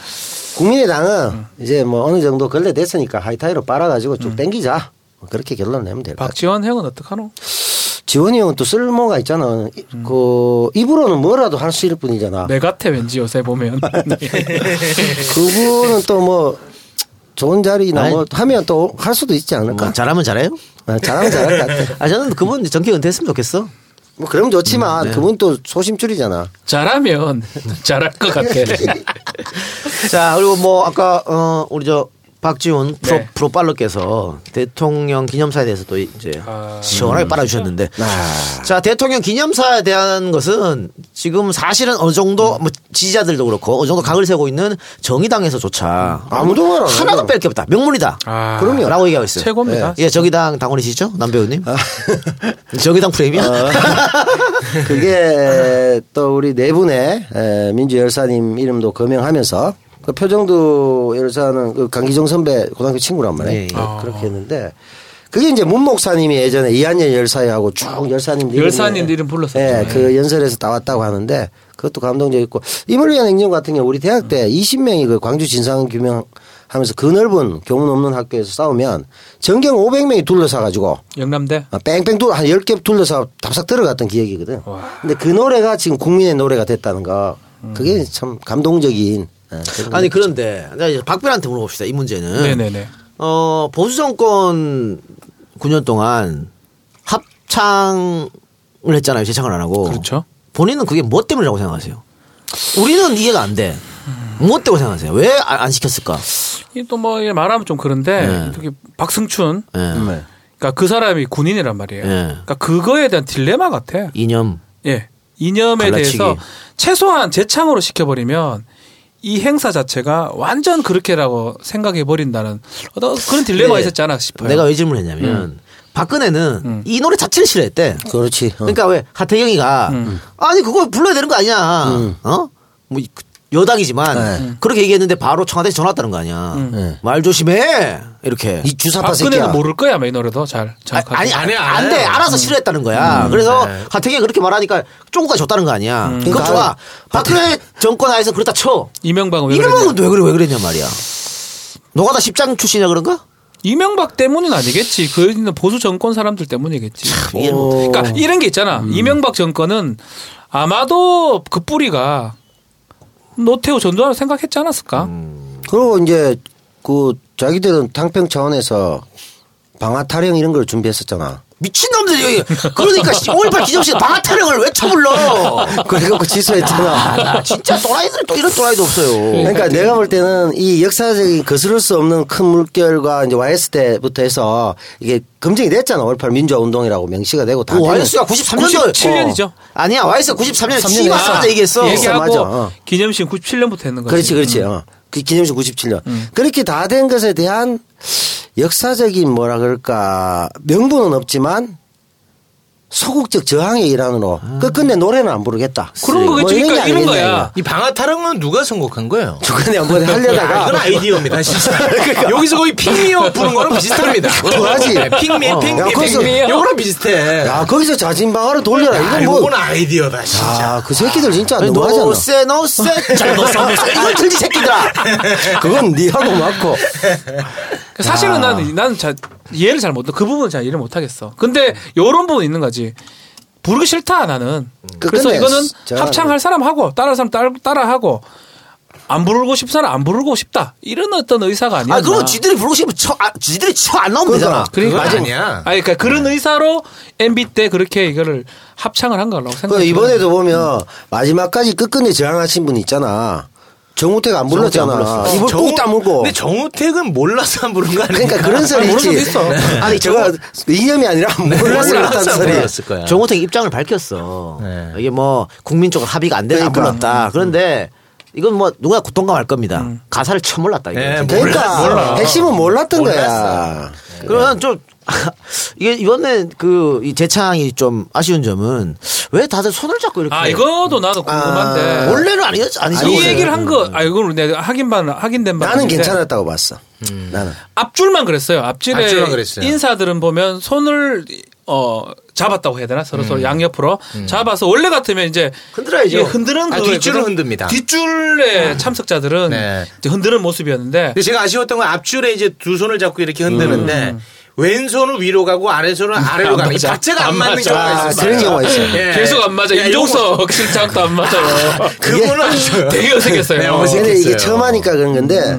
S4: 국민의당은
S3: 음.
S4: 이제 뭐 어느 정도 근래 됐으니까 하이타이로 빨아가지고 쭉 땡기자. 뭐 그렇게 결론 내면 될것 같아.
S2: 박지원 형은 어떡하노?
S4: 지원이 형은 또 쓸모가 있잖아. 이-
S3: 음.
S4: 그 입으로는 뭐라도 할 수 있을 뿐이잖아.
S2: 내 같아 왠지 요새 보면.
S4: 네. 그분은 또 뭐 좋은 자리나
S1: 아니.
S4: 뭐 하면 또 할 수도 있지
S1: 뭐
S4: 않을까.
S1: 잘하면 잘해요?
S4: 아, 잘하면 잘할 것 같아.
S1: 아 저는 그분 정계 은퇴했으면 좋겠어 음, 네.
S4: 뭐 그럼 좋지만 그분 또 소심줄이잖아.
S2: 잘하면 잘할 것 같아.
S1: 자 그리고 뭐 아까 어 우리 저 박지원 프로,
S2: 네.
S1: 프로빨러께서 대통령 기념사에 대해서 또 이제
S2: 아.
S1: 시원하게 빨아주셨는데 자 대통령 기념사에 대한 것은 지금 사실은 어느 정도 뭐 지지자들도 그렇고 어느 정도 각을 세우고 있는 정의당에서조차
S4: 아무도 말안 해요.
S1: 하나도 뺄 게 없다 명문이다
S2: 아.
S1: 그럼요 라고 얘기하고 있어요
S2: 최고입니다. 아.
S1: 예 정의당 당원이시죠 남 배우님 정의당 프레임이야
S4: 그게 또 우리 네 분의 에, 민주 열사님 이름도 거명하면서 그 표정도 열사는 그 강기정 선배 고등학교 친구란 말이에요. 어,
S1: 예, 예.
S2: 아.
S4: 그렇게 했는데 그게 이제 문목사님이 예전에 이한열 열사하고 쭉 열사님
S2: 열사님들 이름 불렀었죠.
S4: 예, 그 연설에서 나왔다고 하는데 그것도 감동적이고 이물 위한 행정 같은 경우 우리 대학 때 20명이 그 광주 진상 규명 하면서 그 넓은 교문 없는 학교에서 싸우면 전경 500명이 둘러싸 가지고
S2: 영남대.
S4: 아, 뺑뺑 돌, 한 10개 둘러서 답삭 들어갔던 기억이거든.
S2: 와.
S4: 근데 그 노래가 지금 국민의 노래가 됐다는 거. 그게 참 감동적인. 예, 그런
S1: 아니 그런데 내가 이제 박별한테 물어봅시다 이 문제는
S2: 네네네.
S1: 어, 보수 정권 9년 동안 합창을 했잖아요. 재창을 안 하고.
S2: 그렇죠.
S1: 본인은 그게 뭐 때문이라고 생각하세요? 우리는 이해가 안 돼. 뭐 때문에 생각하세요? 왜 아, 안 시켰을까?
S2: 이또뭐 말하면 좀
S1: 네.
S2: 그런데 특히 박승춘.
S1: 예.
S2: 그러니까 그 사람이 군인이란 말이에요.
S1: 네.
S2: 그러니까 그거에 대한 딜레마 같아.
S1: 이념.
S2: 예. 이념에
S1: 갈라치기.
S2: 대해서 최소한 재창으로 시켜버리면 이 행사 자체가 완전 그렇게라고 생각해 버린다는 어떤 그런 딜레마 가
S1: 네.
S2: 있었지 않아 싶어요. 음.
S1: 내가 왜 질문했냐면 박근혜는 이 노래 자체를 싫어했대.
S4: 거. 그렇지. 어.
S1: 그러니까 왜 하태경이가 아니 그거 불러야 되는 거 아니야. 어? 뭐 이- 그 여당이지만 그렇게 얘기했는데 바로 청와대 전화 왔다는 거 아니야. 말 조심해 이렇게.
S4: 이 주사파 새끼야.
S2: 박근혜는 모를 거야 아마 이 노래도 잘 정확하게.
S1: 아니
S3: 안 해, 안
S1: 안돼
S3: 해.
S1: 알아서 싫어했다는 거야. 그래서 하태경이 그렇게 말하니까 쫑구가 줬다는 거 아니야. 그럼
S4: 그러니까
S1: 좋아. 박근혜 정권 하에서 그렇다 쳐.
S2: 이명박은 왜 그러냐?
S1: 이명박은 왜 그래 왜 그랬냐 말이야. 너가 다 십장 출신이야 그런가?
S2: 이명박 때문은 아니겠지. 그 있는 보수 정권 사람들 때문이겠지.
S1: 이해를 못 해.
S2: 그러니까 이런 게 있잖아. 이명박 정권은 아마도 그 뿌리가 노태우 전두환을 생각했지 않았을까?
S4: 그리고 이제 그 자기들은 탕평 차원에서 방아 타령 이런 걸 준비했었잖아.
S1: 미친놈들이 여기. 그러니까 5.18 기념식 방아 타령을 왜 쳐불러?
S4: 그래갖고 지수했잖아.
S1: 아, 네. 진짜 또라이들 또 이런 또라이도 없어요.
S4: 그러니까 내가 볼 때는 이 역사적인 거스를 수 없는 큰 물결과 이제 YS 때부터 해서 이게 검증이 됐잖아. 5.18 민주화 운동이라고 명시가 되고 다.
S1: 그
S4: 되는-
S1: 와이스가 93년도
S2: 97년이죠. 아,
S1: 아니야 와이스 93년
S4: 93
S1: 씨발
S4: 했어.
S1: 하자 얘기했어.
S4: 예.
S2: 얘기하고
S4: 맞아, 맞아. 어.
S2: 기념식 97년부터 했는 거지. 음.
S4: 그렇지, 그렇지. 어. 그 기념식 97년. 그렇게 다 된 것에 대한 역사적인 뭐라 그럴까 명분은 없지만 소극적 저항의 일환으로 끝끝내 노래는 안 부르겠다.
S2: 그런
S4: 뭐
S2: 거겠죠. 그러니까 이런
S4: 아니겠냐,
S2: 거야.
S3: 이 방아 타령은 누가 선곡한 거예요?
S4: 이거. 중간에 한번
S3: 아, 이건
S4: 하려다가
S3: 아이디어입니다, 진짜. 여기서 거의 핑미어 부른 거랑 비슷합니다. 네,
S4: 그거하지.
S3: 핑미어,
S4: 어. 야,
S3: 핑미어,
S4: 거기서-
S3: 핑미어. 요거랑 비슷해.
S4: 야 거기서 자진방아를 돌려라.
S3: 야,
S4: 이건 뭐.
S3: 요건 아이디어다, 진짜.
S4: 아그 새끼들 진짜
S1: 아니, 뭐
S4: 너무하잖아.
S1: 노세 노세 잘 노세 노세 이걸 들지 새끼들아.
S4: 그건 니하고 맞고.
S2: 그러니까 사실은 나는 나는 잘 이해를 잘 못. 그 부분은 잘 이해를 못 하겠어. 근데 요런 부분 있는 거지. 부르기 싫다 나는.
S4: 그-
S2: 그래서
S4: 근데
S2: 이거는
S4: 저는-
S2: 합창할 사람 하고 따라할 사람 따라, 따라 하고 안 부르고 싶사람 안 부르고 싶다 이런 어떤 의사가 아니야. 그러니까.
S1: 아 그럼 지들이 부르고 싶으면 쳐, 아, 지들이 쳐 안 나오면 되잖아.
S3: 그건 아니야. 네.
S2: 아니 그러니까 그런 의사로 MB 때 그렇게 이거를 합창을 한 거라고
S4: 그
S2: 생각해.
S4: 이번에도 보면 마지막까지 끝끝내 저항하신 분 있잖아. 정우택 안 불렀잖아. 입을 꾹 다물고.
S3: 어. 근데 정우택은 몰라서 안 부른 거 아니야?
S4: 그러니까 그런 소리
S2: 모르는
S4: 있지.
S2: 것도 있어. 네.
S4: 아니 저거 이념이 아니라 몰라서
S3: 몰라서
S4: 그렇다는
S3: 안
S4: 소리.
S3: 불렀을 거야.
S1: 정호택 입장을 밝혔어.
S3: 네.
S1: 이게 뭐 국민적으로 합의가 안 돼서
S4: 그러니까.
S1: 안 불렀다. 그런데 이건 뭐 누가 고통감할 겁니다. 가사를 처음 몰랐다. 이거.
S3: 네, 뭐-
S4: 그러니까
S3: 몰라.
S4: 핵심은 몰랐던 거야.
S1: 네. 그러면 좀 이게 이번에 그 이 재창이 좀 아쉬운 점은 왜 다들 손을 잡고 이렇게
S3: 네.
S2: 아 이거도 나도 궁금한데.
S1: 원래는 아니 아니죠.
S2: 네. 이 얘기를 한
S3: 음.
S2: 거, 아, 이건 내가 확인 반, 확인된 바.
S4: 나는 괜찮았다고 봤어. 나는.
S2: 앞줄만 그랬어요. 앞줄에
S3: 앞줄만 그랬어요.
S2: 인사들은 보면 손을 어 잡았다고 해야 되나 서로 서로
S3: 음.
S2: 양옆으로 잡아서 원래 같으면 이제
S1: 흔들어야죠.
S2: 예, 흔드는
S3: 아,
S2: 그거였거든.
S3: 뒷줄을 흔듭니다. 음.
S2: 뒷줄의 참석자들은
S3: 네.
S2: 이제 흔드는 모습이었는데
S3: 근데 제가 아쉬웠던 건 앞줄에 이제 두 손을 잡고 이렇게 흔드는데
S4: 음.
S3: 왼손은 위로 가고 아래손은 아래로 가는 이
S2: 맞아.
S3: 박자가 안
S2: 안
S3: 맞는
S2: 맞아.
S3: 경우가 있어요.
S4: 아, 음. 그런 경우가 있어요.
S3: 예.
S2: 계속 안 맞아.
S3: 야,
S2: 이종석 실장도 안 맞아요.
S3: 그거는 아쉬워요.
S2: 되게 어색했어요.
S3: 네,
S4: 근데
S3: 어색했어요.
S4: 이게 처음 하니까 그런 건데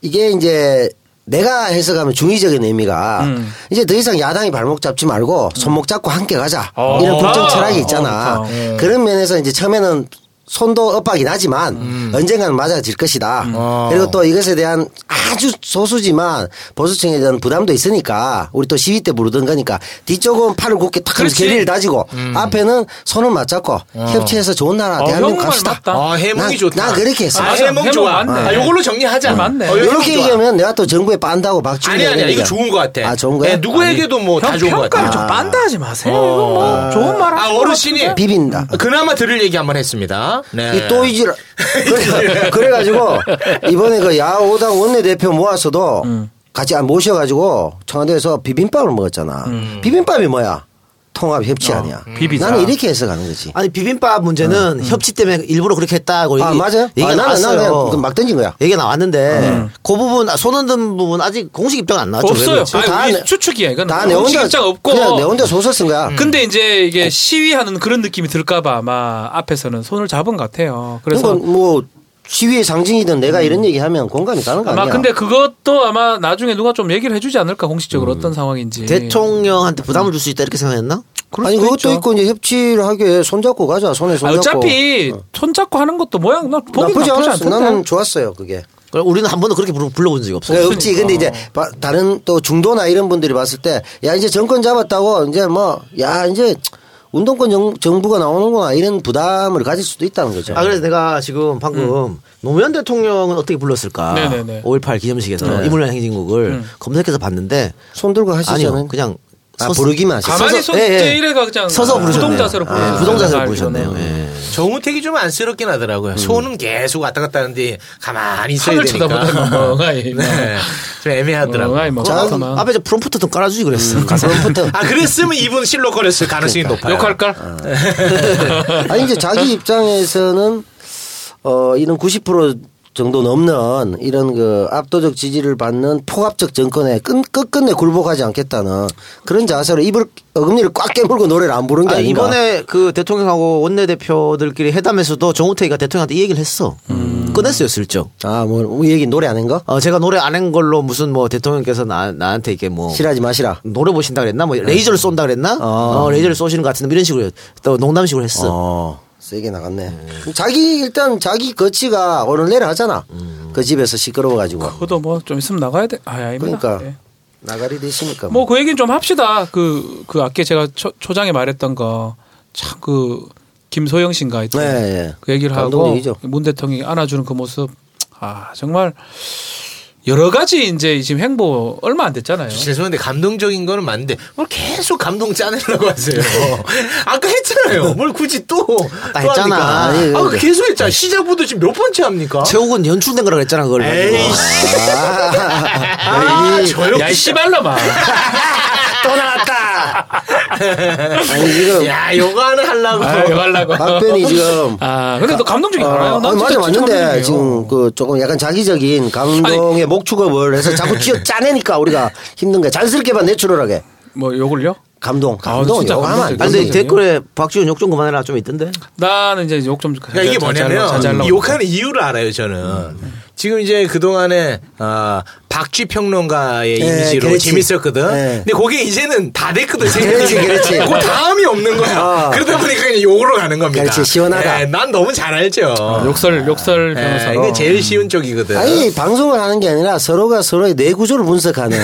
S4: 이게 이제 내가 해석하면 중의적인 의미가
S2: 음.
S4: 이제 더 이상 야당이 발목 잡지 말고 손목 잡고 함께 가자
S2: 어.
S4: 이런 국정
S2: 아,
S4: 철학이
S2: 어,
S4: 있잖아
S2: 좋다.
S4: 그런 면에서 이제 처음에는 손도 엇박이 나지만
S2: 음.
S4: 언젠가는 맞아질 것이다.
S3: 어.
S4: 그리고 또 이것에 대한 아주 소수지만 보수층에 대한 부담도 있으니까 우리 또 시위 때 부르던 거니까 뒤쪽은 팔을 굽게 탁 하면서
S2: 그렇지. 음.
S4: 계리를 다지고 앞에는 손을 맞잡고 협치해서 좋은 나라
S2: 어,
S4: 대한민국
S2: 형
S4: 갑시다.
S2: 말 맞다.
S3: 아, 해몽이
S4: 난-
S3: 좋다.
S4: 난 그렇게 했어.
S3: 아,
S2: 맞아.
S3: 해몽
S2: 해몽
S3: 좋아.
S2: 맞네. 음.
S3: 아, 요걸로 정리하자.
S2: 맞네.
S3: 어, 해몽
S4: 이렇게
S3: 좋아.
S4: 얘기하면 내가 또 정부에 빤다고 막주는
S3: 아니 아니야. 이거 좋은 것 같아.
S4: 아, 좋은 거야?
S3: 네, 누구에게도 뭐 다
S2: 형
S3: 좋은 것
S2: 평가를
S3: 같아.
S2: 좀 빤다 하지 마세요. 이거 뭐 좋은 말
S3: 아,
S2: 하는 것
S3: 어르신이 아,
S2: 같은데?
S4: 비빈다.
S3: 그나마 들을 얘기 한번 했습니다. 네.
S4: 이 또 이질. 그래, 그래가지고 이번에 그 야오당 원내대표 모아서도
S2: 음.
S4: 같이 안 모셔가지고 청와대에서 비빔밥을 먹었잖아. 비빔밥이 뭐야? 통합 협치 아니야.
S2: 음. 어, 비비자.
S4: 나는 이렇게 해서 가는 거지.
S1: 아니 비빔밥 문제는
S2: 음.
S1: 협치 때문에 일부러 그렇게 했다고
S4: 아
S1: 얘기-
S4: 맞아요?
S1: 얘기가
S4: 아, 나는 나는
S1: 나왔어요.
S4: 그냥 막 던진 거야.
S1: 얘기가 나왔는데 그 부분 아, 손 흔든 부분 아직 공식 입장 안 나왔죠. 왜
S2: 음. 없어요.
S1: 그런지.
S2: 아니,
S4: 다
S2: 이게
S4: 내-
S2: 추측이야.
S3: 음,
S2: 이건
S4: 다 내 혼자
S2: 공식장 없고.
S4: 그냥 내 혼자 소설 쓴 거야.
S2: 근데 이제 이게 시위하는 그런 느낌이 들까봐 아마 앞에서는 손을 잡은 것 같아요. 그래서 음.
S4: 그래서 뭐 시위의 상징이든 내가 이런 얘기하면 공감이 가는 거
S2: 아마
S4: 아니야?
S2: 근데 그것도 아마 나중에 누가 좀 얘기를 해주지 않을까
S3: 음.
S2: 공식적으로 어떤 상황인지.
S1: 대통령한테 부담을 줄 수 있다 이렇게 생각했나?
S2: 그럴
S4: 아니
S2: 수도
S4: 그것도
S2: 있죠.
S4: 있고 이제 협치를 하기에 손잡고 가자. 손에
S2: 아,
S4: 손잡고.
S2: 어차피 손잡고 하는 것도 모양 나 보기
S4: 나쁘지
S2: 나쁘지,
S4: 않았어.
S2: 않던데.
S4: 나는 좋았어요 그게.
S1: 그럼 우리는 한 번도 그렇게 불러- 불러본 적이 없어요.
S4: 그러니까 없지. 근데 이제 바- 다른 또 중도나 이런 분들이 봤을 때 야 이제 정권 잡았다고 이제 뭐 야 이제 운동권 정, 정부가 나오는구나 이런 부담을 가질 수도 있다는
S2: 네.
S4: 거죠.
S1: 아 그래서 내가 지금 방금 노무현 대통령은 어떻게 불렀을까?
S2: 음. 네네네. 음.
S1: 5.18 기념식에서 이물란 행진곡을 검색해서 봤는데
S4: 손 들고 하시잖아요.
S1: 아니요 그냥
S4: 아,
S1: 서서-
S4: 부르기만 하시죠.
S2: 가만히
S1: 서서-
S2: 손
S1: 예, 예.
S2: 제 이래가 그냥
S1: 서서 부르셨네요. 예, 아,
S2: 부동자세로 부르셨네요. 아,
S1: 부동자세로
S2: 나
S1: 부르셨네요.
S2: 알기로는.
S1: 예.
S3: 정우택이 좀 안쓰럽긴 하더라고요. 손은 계속 왔다 갔다 하는데 가만히 있어야
S2: 하늘
S3: 되니까.
S2: 쳐다보다 멍하니.
S3: 네. 좀 애매하더라고요.
S2: 멍하니 막
S1: 자,
S2: 어, 뭐 그렇다만.
S1: 앞에 저 프롬프트 좀 깔아주지 그랬어. 프롬프트.
S3: 아 그랬으면 이분 실로거렸을 가능성이 높아요.
S2: 그러니까. 욕할걸?
S4: 아니 이제 자기 입장에서는 어 이런 90% 정도 넘는 이런 그 압도적 지지를 받는 포괄적 정권에 끈, 끝끝내 굴복하지 않겠다는 그런 자세로 입을 어금니를 꽉 깨물고 노래를 안 부른 게
S1: 아,
S4: 아닌가.
S1: 이번에 그 대통령하고 원내대표들끼리 회담에서도 정우택이가 대통령한테 이 얘기를 했어. 꺼냈어요, 슬쩍.
S4: 아뭐이 얘기 노래 안 한 거?
S1: 어, 제가 노래 안 한 걸로 무슨 뭐 대통령께서 나, 나한테 이게 뭐.
S4: 싫어하지 마시라.
S1: 노래 보신다 그랬나? 뭐 레이저를 쏜다 그랬나? 어, 레이저를 쏘시는 것 같은데 이런 식으로 또 농담식으로 했어.
S4: 어, 세게 나갔네. 자기 일단 자기 거치가 오늘 내려 하잖아. 그 집에서 시끄러워가지고.
S2: 그것도 뭐 좀 있으면 나가야 돼. 아, 아닙니다.
S4: 그러니까
S2: 네.
S4: 나가리 되시니까.
S2: 뭐 그 얘기는 좀 합시다. 그, 그 아까 제가 초, 초장에 말했던 거. 참 그, 김소영 씨인가 있죠.
S4: 네, 예.
S2: 그 얘기를 하고
S4: 감동적이죠.
S2: 문 대통령이 안아주는 그 모습. 아, 정말 여러 가지 이제 지금 행보 얼마 안 됐잖아요.
S3: 죄송한데 감동적인 거는 맞는데 뭘 계속 감동 짜내려고 하세요. 아까 했잖아요. 뭘 굳이 또 또
S1: 했잖아.
S3: 합니까?
S1: 아니,
S3: 아, 그 계속 했잖아. 시작부터 지금 몇 번째 합니까?
S1: 최욱은 연출된 거라 그랬잖아, 그걸. 가지고.
S3: 아, 저요.
S2: 야, 이 씨발놈아.
S3: 또 나왔다.
S4: 아니 지금
S3: 야, 요거 하나 하려고.
S2: 아, 이거 하려고.
S4: 박변이 지금.
S2: 아, 근데 또 감동적이 알아요.
S4: 아,
S2: 난
S4: 아니,
S2: 진짜
S4: 맞아 맞는데
S2: 감동적이에요. 그
S4: 지금 그 조금 약간 자기적인 감동의 목축업을 해서 자꾸 쥐어 짜내니까 우리가 힘든 거야. 자연스럽게만 내추럴하게.
S2: 뭐 욕을요?
S4: 감동,
S2: 아,
S4: 감동,
S2: 진짜
S4: 이거 하면 안
S2: 감동적이야.
S4: 돼.
S1: 아니, 근데
S2: 연동이에요?
S1: 댓글에 박지훈 욕 좀 그만해라 좀 있던데.
S2: 나는 이제 욕 좀.
S3: 그러니까 이게 뭐냐면
S2: 욕
S3: 이 욕하는 이유를 알아요 저는 지금 이제 그동안에 아 박쥐 평론가의
S4: 예,
S3: 이미지로
S4: 그렇지.
S3: 재밌었거든
S4: 예.
S3: 근데 그게 이제는 다 됐거든
S4: 그렇지, 그렇지.
S3: 그 다음이 없는 거야
S4: 어.
S3: 그러다 보니까 그냥 욕으로 가는 겁니다
S4: 그렇지, 시원하다. 아,
S3: 예, 난 너무 잘 알죠
S2: 어, 욕설 욕설
S3: 예,
S2: 변호사.
S3: 이게 제일 쉬운 쪽이거든
S4: 아니 방송을 하는 게 아니라 서로가 서로의 내 구조를 분석하는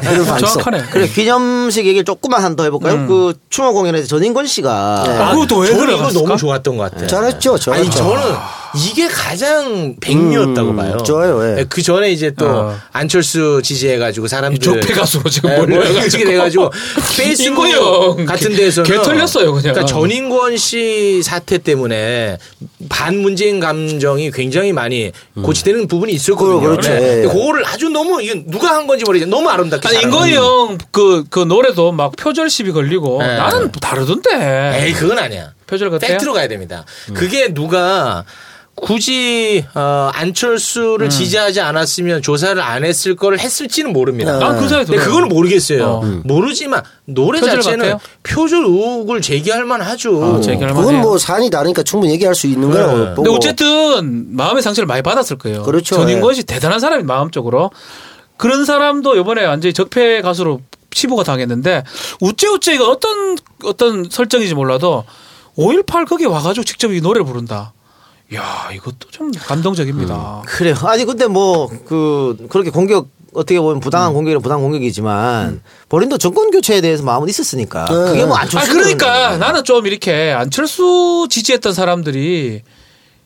S4: 그런 방송.
S2: 정확하네.
S1: 그래, 기념식 얘기를 조금만 한 더 해볼까요? 그 추모 공연에서 전인권 씨가
S3: 네.
S2: 아, 그것도 왜
S3: 저는 이거
S2: 들어갔을까?
S3: 너무 좋았던 것 같아요
S4: 잘했죠, 잘했죠.
S3: 아니 저는 이게 가장 백미였다고
S4: 음,
S3: 봐요.
S4: 좋아요, 예.
S3: 그 전에 이제 또
S2: 어.
S3: 안철수 지지해가지고 사람들
S2: 적폐 가수로 지금
S3: 예,
S2: 몰려가지고.
S3: 몰려가지고 돼가지고 페이스북
S2: 인권형
S3: 같은
S2: 개-
S3: 데서는
S2: 개 털렸어요, 그냥.
S3: 그러니까 전인권 씨 사태 때문에 반문재인 감정이 굉장히 많이 고치되는 부분이 있을 거예요.
S4: 음. 그렇죠, 예, 예.
S3: 그거를 아주 너무 이건 누가 한 건지 모르겠는데 너무 아름답게.
S2: 아니
S3: 잘한
S2: 인건이
S3: 거예요.
S2: 형그그 노래도 막 표절 시비 걸리고
S3: 네.
S2: 나는 다르던데.
S3: 에이 그건 아니야.
S2: 표절 같아요?
S3: 팩트로 가야 됩니다. 그게 누가 굳이 어,
S2: 음.
S3: 안철수를 지지하지 않았으면 조사를 안 했을 걸 했을지는 모릅니다.
S2: 난그 사이에
S3: 근데
S2: 들어요.
S3: 그건 모르겠어요.
S2: 어.
S3: 모르지만 노래
S2: 표절
S3: 자체는
S2: 같아요?
S3: 표절 의혹을 제기할 만하죠.
S2: 어, 제기할
S4: 그건
S2: 만해요.
S4: 뭐 산이 다르니까 충분히 얘기할 수 있는 거라고
S3: 네.
S4: 보고.
S2: 근데 어쨌든 마음의 상처를 많이 받았을 거예요.
S4: 그렇죠.
S3: 네.
S2: 전인권 씨 대단한 사람이 마음적으로 그런 사람도 이번에 완전히 적폐 가수로 치부가 당했는데 우째우째가 어떤 어떤 설정인지 몰라도 5.18 거기 와가지고 직접 이 노래를 부른다. 야 이것도 좀 감동적입니다.
S3: 음.
S1: 그래요. 아니 근데 뭐 그 그렇게 공격 어떻게 보면
S2: 음.
S1: 부당한 공격이 부당한 공격이지만 본인도 정권 교체에 대해서 마음은 있었으니까 그게 뭐 안 좋
S2: 아 그러니까 나는 좀 이렇게 안철수 지지했던 사람들이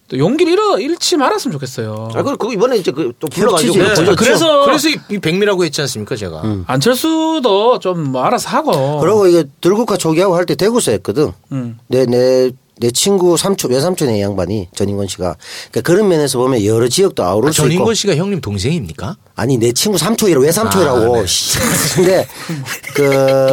S2: 또 용기를 잃어 잃지 말았으면 좋겠어요.
S1: 아, 그그 이번에 이제 그 또 불러가지고
S2: 네,
S4: 협치지.
S1: 보여줬죠.
S3: 네. 그렇죠. 그래서 그래서 이- 이 백미라고 했지 않습니까 제가.
S4: 음.
S2: 안철수도 좀뭐 알아서 하고.
S4: 그러고 이게 들국화 초기하고 할 때 대구서 했거든.
S2: 음.
S4: 내, 내, 내 친구 삼촌, 외삼촌의 양반이 전인권 씨가. 그러니까 그런 면에서 보면 여러 지역도 아우를
S3: 아,
S4: 수 있고.
S3: 전인권 씨가 형님 동생입니까?
S4: 아니, 내 친구 삼촌이라 외삼촌이라고.
S3: 아, 네.
S4: 씨. 근데 그,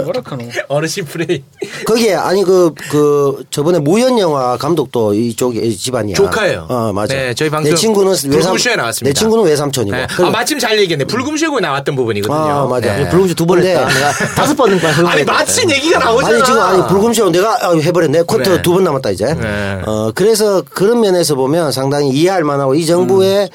S2: 뭐라카노.
S3: 어르신 프레이.
S4: 거기에 아니 그, 그 저번에 무연 영화 감독도 이쪽 에 집안이야.
S3: 조카예요.
S4: 어, 맞아.
S3: 네, 저희 방송
S4: 내 친구는
S3: 불금쇼에 나왔습니다.
S4: 내 친구는 외삼촌이고.
S3: 네. 아
S4: 그리고-
S3: 마침 잘 얘기했네. 불금쇼에 나왔던 부분이거든요.
S4: 아, 맞아.
S3: 네.
S1: 불금쇼 두 번
S4: 근데-
S1: 했다. 내가 다섯 번 했다.
S3: 아니 마침 얘기가 나오잖아.
S4: 아니 지금 아니 불금쇼 내가 어, 해버렸네 코트
S3: 그래.
S4: 두 번 남았다 이제
S3: 네.
S4: 어 그래서 그런 면에서 보면 상당히 이해할 만하고 이
S3: 음.
S4: 정부의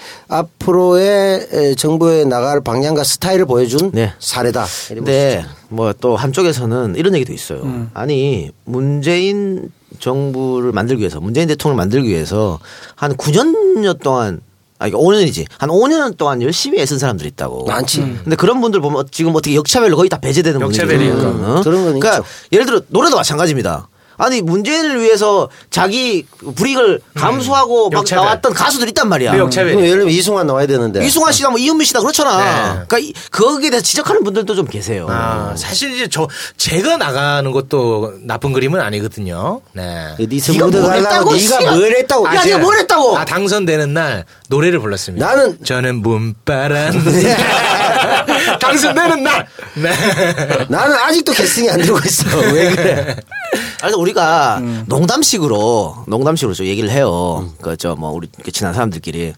S4: 앞으로의 에, 정부에 나갈 방향과 스타일을 보여준
S1: 네.
S4: 사례다
S1: 근데 뭐 또 한쪽에서는 이런 얘기도 있어요.
S3: 음.
S1: 아니 문재인 정부를 만들기 위해서 문재인 대통령을 만들기 위해서 한 9년여 동안 아 이거 5년이지 한 5년 동안 열심히 애쓴 사람들이 있다고. 음.
S4: 많지.
S1: 근데 그런 분들 보면 지금 어떻게 역차별로 거의 다 배제되는
S3: 역차별이니까. 음,
S1: 분들이니까. 어?
S4: 그런 건
S1: 그러니까
S4: 있죠.
S1: 예를 들어 노래도 마찬가지입니다. 아니 문재인을 위해서 자기 불익을 감수하고 막
S3: 음. 역차별.
S1: 나왔던 가수들이 있단 말이야.
S3: 그 역차별.
S4: 그럼 예를 들면 이승환 나와야 되는데
S1: 이승환 씨나 뭐 이은미 씨나 그렇잖아.
S3: 네.
S1: 그러니까 이- 거기에 대해서 지적하는 분들도 좀 계세요.
S3: 아, 사실 이제 저 제가 나가는 것도 나쁜 그림은 아니거든요. 네.
S4: 네
S1: 네가
S4: 선거대
S1: 뭘
S4: 가려고
S1: 했다고,
S4: 네가
S1: 씨발.
S4: 뭘 했다고
S1: 야,
S4: 이제
S1: 네가 뭘 했다고?
S3: 아, 당선되는 날 노래를 불렀습니다.
S4: 나는-
S3: 저는 문바람. 당선되는 날. 네.
S4: 나는 아직도 캐스팅이 안 되고 있어 왜 그래
S1: 그래서 우리가 농담식으로 농담식으로 좀 얘기를 해요. 그저 뭐 우리 이렇게 친한 사람들끼리.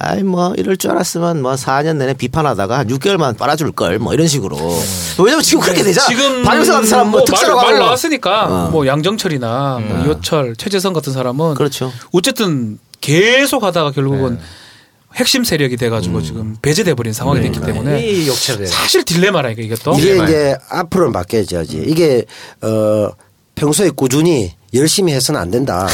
S1: 아이 뭐 이럴 줄 알았으면 뭐 4년 내내 비판하다가 6개월만 빨아줄 걸 뭐 이런 식으로. 왜냐면 지금 그렇게 되잖아.
S2: 음. 네. 지금
S1: 반영사 같은 사람 뭐
S2: 뭐
S1: 특사라고
S2: 말, 말
S1: 하고.
S2: 나왔으니까
S1: 어. 음.
S2: 뭐 양정철이나 뭐 이호철, 최재성 같은 사람은
S1: 그렇죠. 네.
S2: 어쨌든 계속 하다가 결국은 핵심 세력이
S1: 음.
S2: 돼가지고 지금 배제돼 버린 상황이
S1: 네.
S2: 됐기 때문에
S3: 이 역차별.
S2: 사실 딜레마라니까 이게 또
S4: 이게
S3: 많이.
S4: 이제 앞으로는 바뀌어야지 이게 어 평소에 꾸준히 열심히 해서는 안 된다.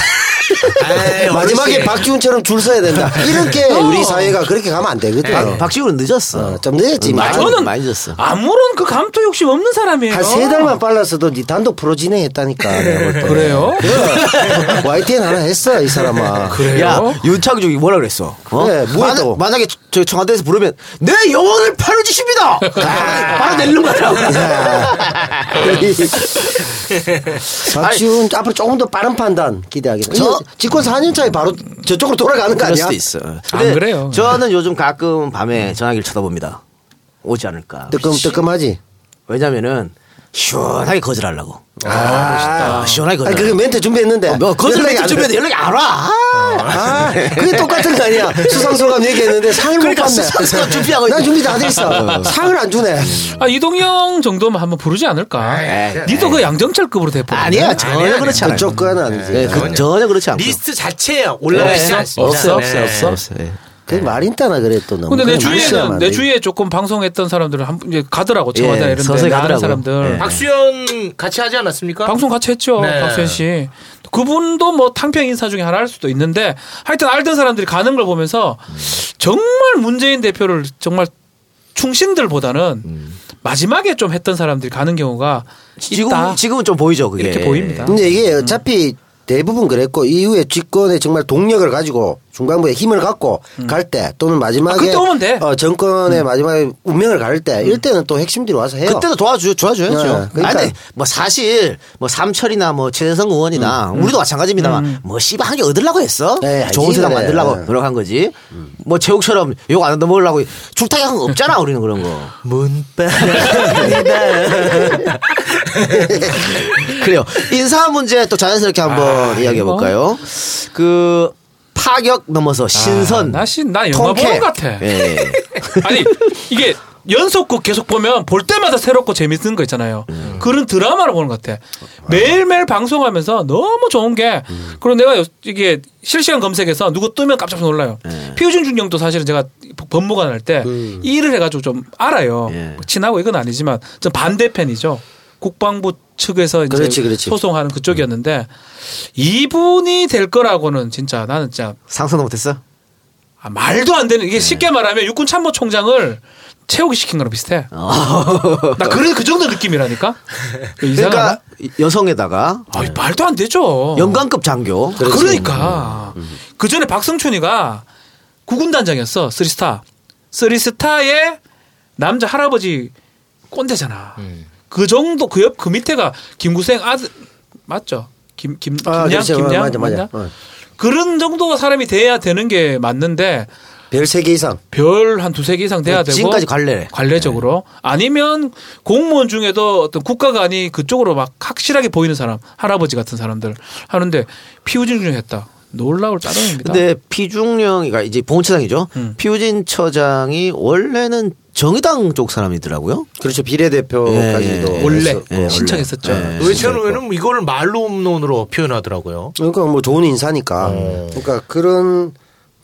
S3: 에이,
S4: 네, 마지막에
S3: 아, 네, 어르신.
S4: 박지훈처럼 줄 서야 된다. 이렇게 우리 사회가 그렇게 가면 안 되거든.
S1: 박- 박지훈은 늦었어.
S4: 어, 좀 늦었지.
S1: 음, 많이,
S2: 아, 저는
S1: 많이 늦었어.
S2: 아무런 그 감투 욕심 없는 사람이에요.
S4: 한 세 달만 빨랐어도 니 단독 프로 진행했다니까. 내가 볼 때.
S2: 그래요?
S4: YTN 하나 했어 이 사람아.
S1: 야 윤창중이 뭐라 그랬어? 어?
S4: 그래, 뭐 했다고?
S1: 만약, 에저 청와대에서 부르면 내 영혼을 팔아주십니다. 바로 내는 거야.
S4: 아, 박지훈 앞으로 조금 더 빠른 판단 기대하겠습니다. 저 집권 4년 차에 바로 저쪽으로 돌아가는 거
S1: 그럴
S4: 아니야?
S1: 수도 있어.
S2: 안 그래요.
S1: 저는 요즘 가끔 밤에 전화기를 쳐다봅니다. 오지 않을까.
S4: 뜨끔 뜨끔하지.
S1: 왜냐면은 시원하게 거절하려고. 아, 시원하게
S4: 아니 그게
S1: 거절.
S4: 멘트 준비했는데.
S1: 뭐 거절
S4: 연락이
S1: 멘트
S4: 안 돼.
S1: 준비해도 연락이 안 와.
S4: 아, 그게 똑같은 거 아니야. 수상소감 얘기했는데 상을
S1: 그러니까
S4: 못 받네.
S1: 수상소감 준비하고
S4: 난
S1: 있네.
S4: 준비 다 돼 있어. 상을 안 주네.
S2: 아 이동영 정도면 한번 부르지 않을까? 니도 그 양정철급으로 돼버려.
S1: 아니야 전혀
S3: 아니야.
S1: 그렇지 않아요.
S4: 그쪽 건 아니지.
S1: 예, 그 전혀 그렇지 않고.
S3: 리스트 자체에 올라가지 않습니다.
S1: 없어
S3: 네.
S1: 없어 없어 없어. 예.
S4: 그 말인따나 그래 또 너무.
S2: 근데 내
S4: 그건
S2: 주위에는
S4: 무시하면
S2: 내
S4: 안 돼.
S2: 주위에 조금 방송했던 사람들은 한 이제 가더라고 청와대
S1: 예,
S2: 이런데
S1: 서서히
S2: 나가는
S1: 가더라고.
S2: 사람들
S1: 예.
S3: 박수현 같이 하지 않았습니까?
S2: 방송 같이 했죠
S3: 네.
S2: 박수현 씨 그분도 뭐 탕평 인사 중에 하나일 수도 있는데 하여튼 알던 사람들이 가는 걸 보면서 정말 문재인 대표를 정말 충신들보다는 마지막에 좀 했던 사람들이 가는 경우가 있다
S1: 음. 지금 예. 음. 지금은 좀 보이죠 그게.
S2: 이렇게 보입니다.
S4: 근데 이게 어차피 대부분 그랬고 이후에 집권에 정말 동력을 가지고 중간부에 힘을 갖고 갈 때 또는 마지막에
S2: 음. 아, 그때 오면 돼. 음.
S4: 어, 정권의 마지막에 운명을 가를 때 이럴 때는 또 핵심들이 와서 해요.
S1: 그때도 도와주 도와줘야죠.
S4: 네, 그러니까.
S1: 아니 뭐 사실 뭐 삼철이나 뭐 최재성 의원이나 우리도 마찬가지입니다만 뭐 씨발 한게 얻으려고 했어.
S4: 음. 네,
S1: 좋은
S4: 알지,
S1: 세상
S4: 그래.
S1: 만들려고
S4: 네.
S1: 노력한 거지. 뭐 최욱처럼 욕 안 얻어먹으려고 줄타기 한 거 없잖아 우리는 그런 거. 문바랍니다. 그래요. 인사 문제 또 자연스럽게 한번
S4: 아,
S1: 이야기해 볼까요? 그 파격 넘어서 신선.
S2: 아, 나 신- 나 영화
S1: 통쾌.
S2: 보는 것 같아.
S1: 예.
S2: 아니 이게 연속극 계속 보면 볼 때마다 새롭고 재밌는 거 있잖아요.
S4: 음.
S2: 그런 드라마를 보는 것 같아. 매일매일 방송하면서 너무 좋은 게
S4: 음.
S2: 그리고 내가 요- 이게 실시간 검색해서 누구 뜨면 깜짝 놀라요.
S4: 예.
S2: 피우준 중령도 사실은 제가 법무관 할 때
S4: 그
S2: 일을 해가지고 좀 알아요.
S1: 예.
S2: 친하고 이건 아니지만 좀 반대편이죠. 국방부 측에서 이제
S4: 그렇지, 그렇지.
S2: 소송하는 그쪽이었는데 이분이 될 거라고는 진짜 나는 진짜
S1: 상상도 못했어?
S2: 아, 말도 안 되는 이게 쉽게 말하면 육군 참모총장을 채우기 시킨 거랑 비슷해. 나 그래 그 정도 느낌이라니까. 이상하다.
S1: 그러니까 여성에다가
S2: 아, 말도 안 되죠.
S1: 연관급 장교.
S2: 그러니까 그 전에 박성춘이가 구군 단장이었어 쓰리스타 쓰리스타의 남자 할아버지 꼰대잖아. 그 정도 그 옆 그 밑에가 김구생 아들 맞죠? 김 김
S4: 아,
S2: 김양
S4: 그렇지.
S2: 김양
S4: 맞아, 맞아.
S2: 맞나?
S4: 어.
S2: 그런 정도 사람이 돼야 되는 게 맞는데
S4: 별 세 개 이상.
S2: 별 한 두세 개 이상 돼야 되고
S1: 네, 지금까지 네. 관례래.
S2: 관례적으로 아니면 공무원 중에도 어떤 국가관이 그쪽으로 막 확실하게 보이는 사람 할아버지 같은 사람들 하는데 피우진 중에 했다 놀라울 따름입니다. 음.
S1: 근데 피중령이가 이제 봉원처장이죠. 피우진 처장이 원래는 정의당 쪽 사람이더라고요.
S4: 그렇죠. 비례대표까지도.
S1: 예, 예.
S2: 네, 원래
S4: 했었고.
S1: 예, 원래.
S2: 신청했었죠.
S1: 예.
S3: 노회찬 의원은 이거를 말로 음론으로 표현하더라고요.
S4: 그러니까 뭐 좋은 인사니까. 그러니까 그런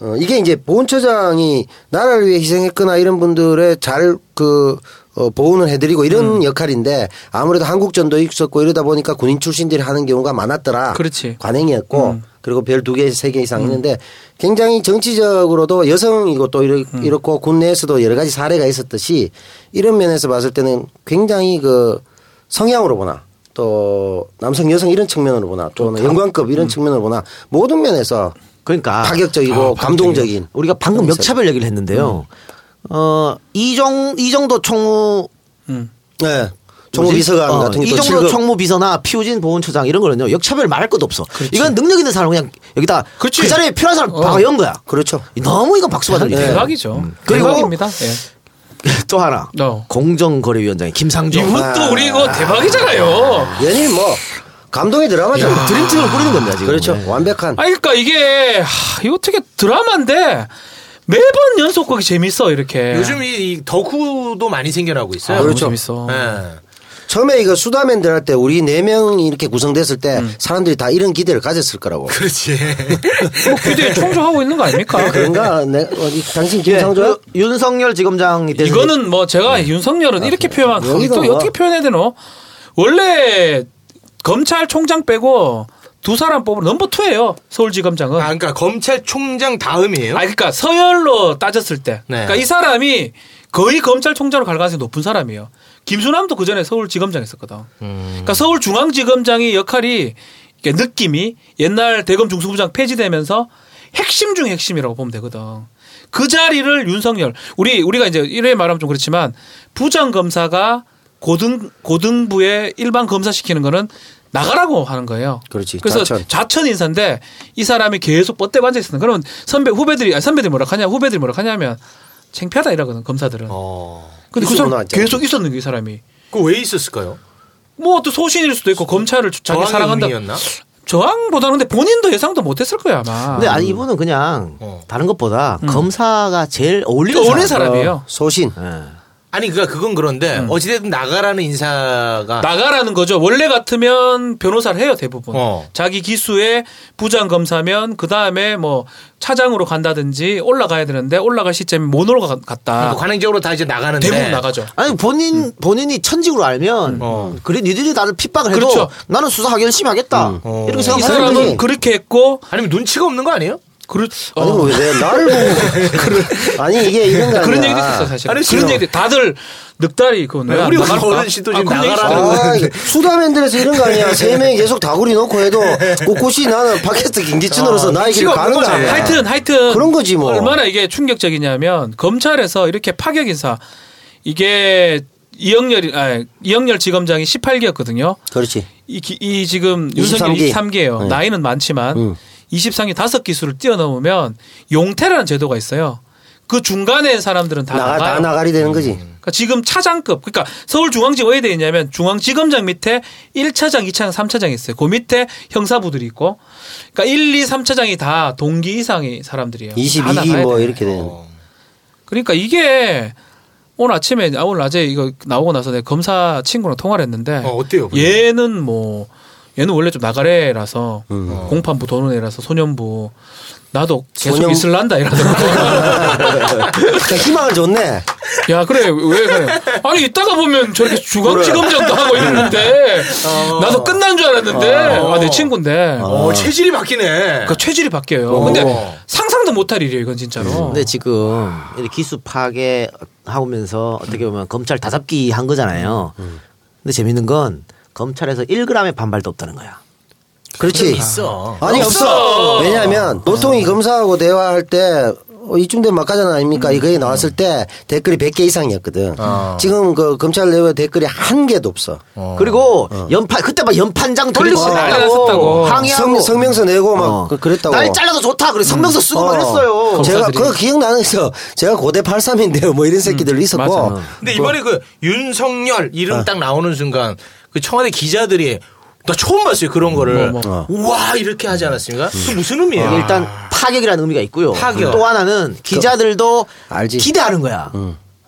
S4: 어, 이게 이제 보훈처장이 나라를 위해 희생했거나 이런 분들의 잘 그 어, 보훈을 해드리고 이런 역할인데 아무래도 한국전도 있었고 이러다 보니까 군인 출신들이 하는 경우가 많았더라.
S2: 그렇지.
S4: 아, 관행이었고 그리고 별 두 개, 세 개 이상 있는데 굉장히 정치적으로도 여성이고 또 이렇- 이렇고 군내에서도 여러 가지 사례가 있었듯이 이런 면에서 봤을 때는 굉장히 그 성향으로 보나 또 남성 여성 이런 측면으로 보나 또는 연관급 이런 측면으로 보나 모든 면에서
S1: 그러니까 예,
S4: 파격적이고 감동적인
S1: 우리가 방금
S4: 그런
S1: 역차별 얘기를 했는데요.
S2: 음.
S1: 어, 이정 이정도 총무
S4: 네. 총무
S1: 뭐지?
S4: 비서관
S1: 어,
S4: 같은
S1: 이
S4: 게또
S1: 정도
S4: 실
S1: 총무 비서나 피우진 보훈처장 이런 거는요 역차별 말할 것도 없어. 이건 능력 있는 사람 그냥 여기다 그
S2: 그렇지.
S1: 자리에 필요한 사람 어. 박아 연 거야.
S4: 그렇죠.
S1: 너무 이건 박수 받을 일이에요.
S2: 대박이죠.
S1: 그리고-
S2: 대박입니다. 예.
S1: 또 하나
S2: 어.
S1: 공정거래위원장이 김상조.
S2: 이분도 우리 이거 대박이잖아요.
S4: 연일 뭐 감동의 드라마죠.
S1: 드림팀을 꾸리는 겁니다 지금.
S4: 그렇죠.
S1: 네.
S4: 완벽한.
S2: 아 그러니까 이게 하, 이거 어떻게 드라마인데 매번 연속 거기 재밌어 이렇게.
S3: 요즘 이, 이 덕후도 많이 생겨나고 있어요.
S2: 네. 아, 그렇죠. 너무 재밌어.
S3: 예.
S4: 처음에 이거 수다맨들 할 때 우리 네 명이 이렇게 구성됐을 때 사람들이 다 이런 기대를 가졌을 거라고.
S3: 그렇지.
S2: 뭐 기대 총조하고 있는 거 아닙니까?
S1: 네.
S4: 그런가? 내, 어디, 당신
S1: 예,
S4: 김상조야?
S1: 그 윤석열 지검장이 돼서
S2: 이거는 뭐 제가 윤석열은 이렇게 표현한 거
S4: 여기도
S2: 또
S4: 뭐.
S2: 어떻게 표현해야 되노? 원래 검찰총장 빼고 두 사람 뽑은 넘버 투예요 서울지검장은.
S3: 아,
S2: 아
S3: 그러니까 검찰총장 다음이에요.
S2: 그러니까 서열로 따졌을 때,
S3: 네.
S2: 그러니까 이 사람이 거의 검찰총장으로 갈 가능성이 높은 사람이에요. 김수남도 그 전에 서울지검장 했었거든. 그러니까 서울중앙지검장의 역할이 이게 느낌이 옛날 대검 중수부장 폐지되면서 핵심 중 핵심이라고 보면 되거든. 그 자리를 윤석열 우리 우리가 이제 이래 말하면 좀 그렇지만 부장 검사가 고등 고등부에 일반 검사 시키는 거는 나가라고 하는 거예요.
S4: 그렇지.
S2: 그래서
S4: 좌천.
S2: 좌천 인사인데 이 사람이 계속 뻗대고 앉아 있었는 그러면 선배 후배들이 아니, 선배들이 뭐라 하냐 후배들이 뭐라 하냐면 창피하다 이러거든 검사들은.
S3: 어.
S2: 근데 그
S4: 있었구나,
S2: 사람
S4: 진짜.
S2: 계속 있었는 게이 사람이
S3: 그 왜 있었을까요?
S2: 뭐 또 소신일 수도 있고 검찰을 자기
S3: 저항의
S2: 사랑한다.
S3: 의미였나?
S2: 저항보다는 근데 본인도 예상도 못했을 거야 아마.
S1: 근데 아니 이분은 그냥
S3: 어.
S1: 다른 것보다
S2: 음.
S1: 검사가 제일 음. 어울리는
S2: 어린
S1: 사람.
S2: 사람이에요.
S4: 소신.
S3: 아니 그러니까 그건 그런데 어찌됐든 나가라는 인사가
S2: 음. 나가라는 거죠. 원래 같으면 변호사를 해요 대부분.
S3: 어.
S2: 자기 기수에 부장 검사면 그 다음에 뭐 차장으로 간다든지 올라가야 되는데 올라갈 시점이 모노로 가- 갔다.
S3: 뭐 관행적으로 다 이제 나가는데
S2: 대부분 나가죠.
S1: 아니 본인
S4: 음.
S1: 본인이 천직으로 알면
S3: 어.
S1: 그래 니들이 나를 핍박을 해도
S2: 그렇죠.
S1: 나는 수사 열심히 하겠다
S4: 음. 어.
S1: 이렇게
S2: 이
S1: 생각하는
S2: 사람은
S1: 거지.
S2: 그렇게 했고
S3: 아니면 눈치가 없는 거 아니에요?
S2: 그렇
S4: 아니,
S2: 어.
S4: 뭐, 왜 나를 보고. 그런- 아니, 이게 이런 거 아니야.
S2: 그런 얘기도 있었어 사실.
S3: 아니,
S2: 그런
S3: 지금-
S2: 얘기 다들 늑다리 그거
S3: 네, 우리 어른 씨도 지금 나가라는 거.
S4: 아, 수다맨들에서 이런 거 아니야. 세 명이 계속 다구리 놓고 해도 꼿꼿이 나는 팟캐스트 김기춘으로서 나의 길을 가는 거 아니야.
S2: 하여튼 하여튼
S4: 그런 거지, 뭐.
S2: 얼마나 이게 충격적이냐면 검찰에서 이렇게 파격 인사 이게 이영렬이 아 이영렬 지검장이 18기였거든요.
S4: 그렇지.
S2: 이, 기- 이 지금 윤석열
S4: 23 기.
S2: 23기예요.
S4: 네.
S2: 나이는 많지만
S4: 음.
S2: 23기 다섯 기수를 뛰어넘으면 용태라는 제도가 있어요. 그 중간에 사람들은 다
S4: 나가, 다
S2: 나가요.
S4: 나가리 되는 거지.
S2: 그러니까 지금 차장급 그러니까 서울중앙지 왜 돼 있냐면 중앙지검장 밑에 1차장, 2차장, 3차장이 있어요. 그 밑에 형사부들이 있고 그러니까 1, 2, 3차장이 다 동기 이상의 사람들이에요. 다
S4: 22기
S2: 나가야
S4: 뭐
S2: 돼.
S4: 이렇게 되는.
S2: 그러니까 이게 오늘 아침에 아 오늘 낮에 이거 나오고 나서 내가 검사 친구랑 통화를 했는데
S3: 어, 어때요, 분위기?
S2: 얘는 뭐 얘는 원래 좀 나가래라서 공판부 도는 애라서 소년부 나도 계속
S4: 음. 소년-
S2: 있을란다 이러더라고.
S4: 그러니까 희망을 줬네.
S2: 야, 그래. 왜 그래. 아니, 이따가 보면 저렇게 주광지검장도 하고 이러는데 나도 끝난 줄 알았는데 아, 내 친구인데.
S3: 어, 체질이 바뀌네.
S2: 아. 그러니까 체질이 바뀌어요. 근데 상상도 못할 일이에요, 이건
S4: 어.
S2: 진짜로.
S1: 근데 지금 이렇게 기수 파괴 하면서 어떻게
S4: 음.
S1: 보면 검찰 다잡기 한 거잖아요. 근데 재밌는 건 검찰에서 1g의 반발도 없다는 거야.
S4: 그렇지.
S3: 있어.
S4: 아니 없어. 왜냐하면 보통 이 검사하고 대화할 때 어, 이쯤 되면 막가잖아 아닙니까? 이거에 나왔을 때 댓글이 100개 이상이었거든.
S3: 어.
S4: 지금 그 검찰 내부 댓글이 한 개도 없어.
S1: 그리고 연판 그때 막 연판장 돌리고
S4: 그렇지.
S1: 난리
S2: 난리 났었다고.
S1: 났었다고
S4: 성,
S1: 항의하고
S4: 성명서 내고 막
S1: 어.
S4: 그- 그랬다고.
S1: 날 잘라도 좋다 그래 성명서 쓰고 막
S4: 어.
S1: 그랬어요.
S4: 제가
S2: 검사들이.
S4: 그 기억나는 거 제가 고대 83인데요. 뭐 이런 새끼들 있었고.
S2: 맞아.
S3: 근데 이번에
S2: 뭐-
S3: 그 윤석열
S2: 아.
S3: 이름 딱 나오는 순간 그 청와대 기자들이 나 처음 봤어요 그런 거를
S2: 뭐, 음. 아.
S4: 뭐.
S3: 우와 이렇게 하지 않았습니까? 그 무슨 의미예요?
S1: 예, 일단
S4: 아.
S1: 파격이라는 의미가 있고요.
S3: 파격.
S1: 또 하나는 기자들도
S4: 그 알지. 음.
S1: 기대하는 거야.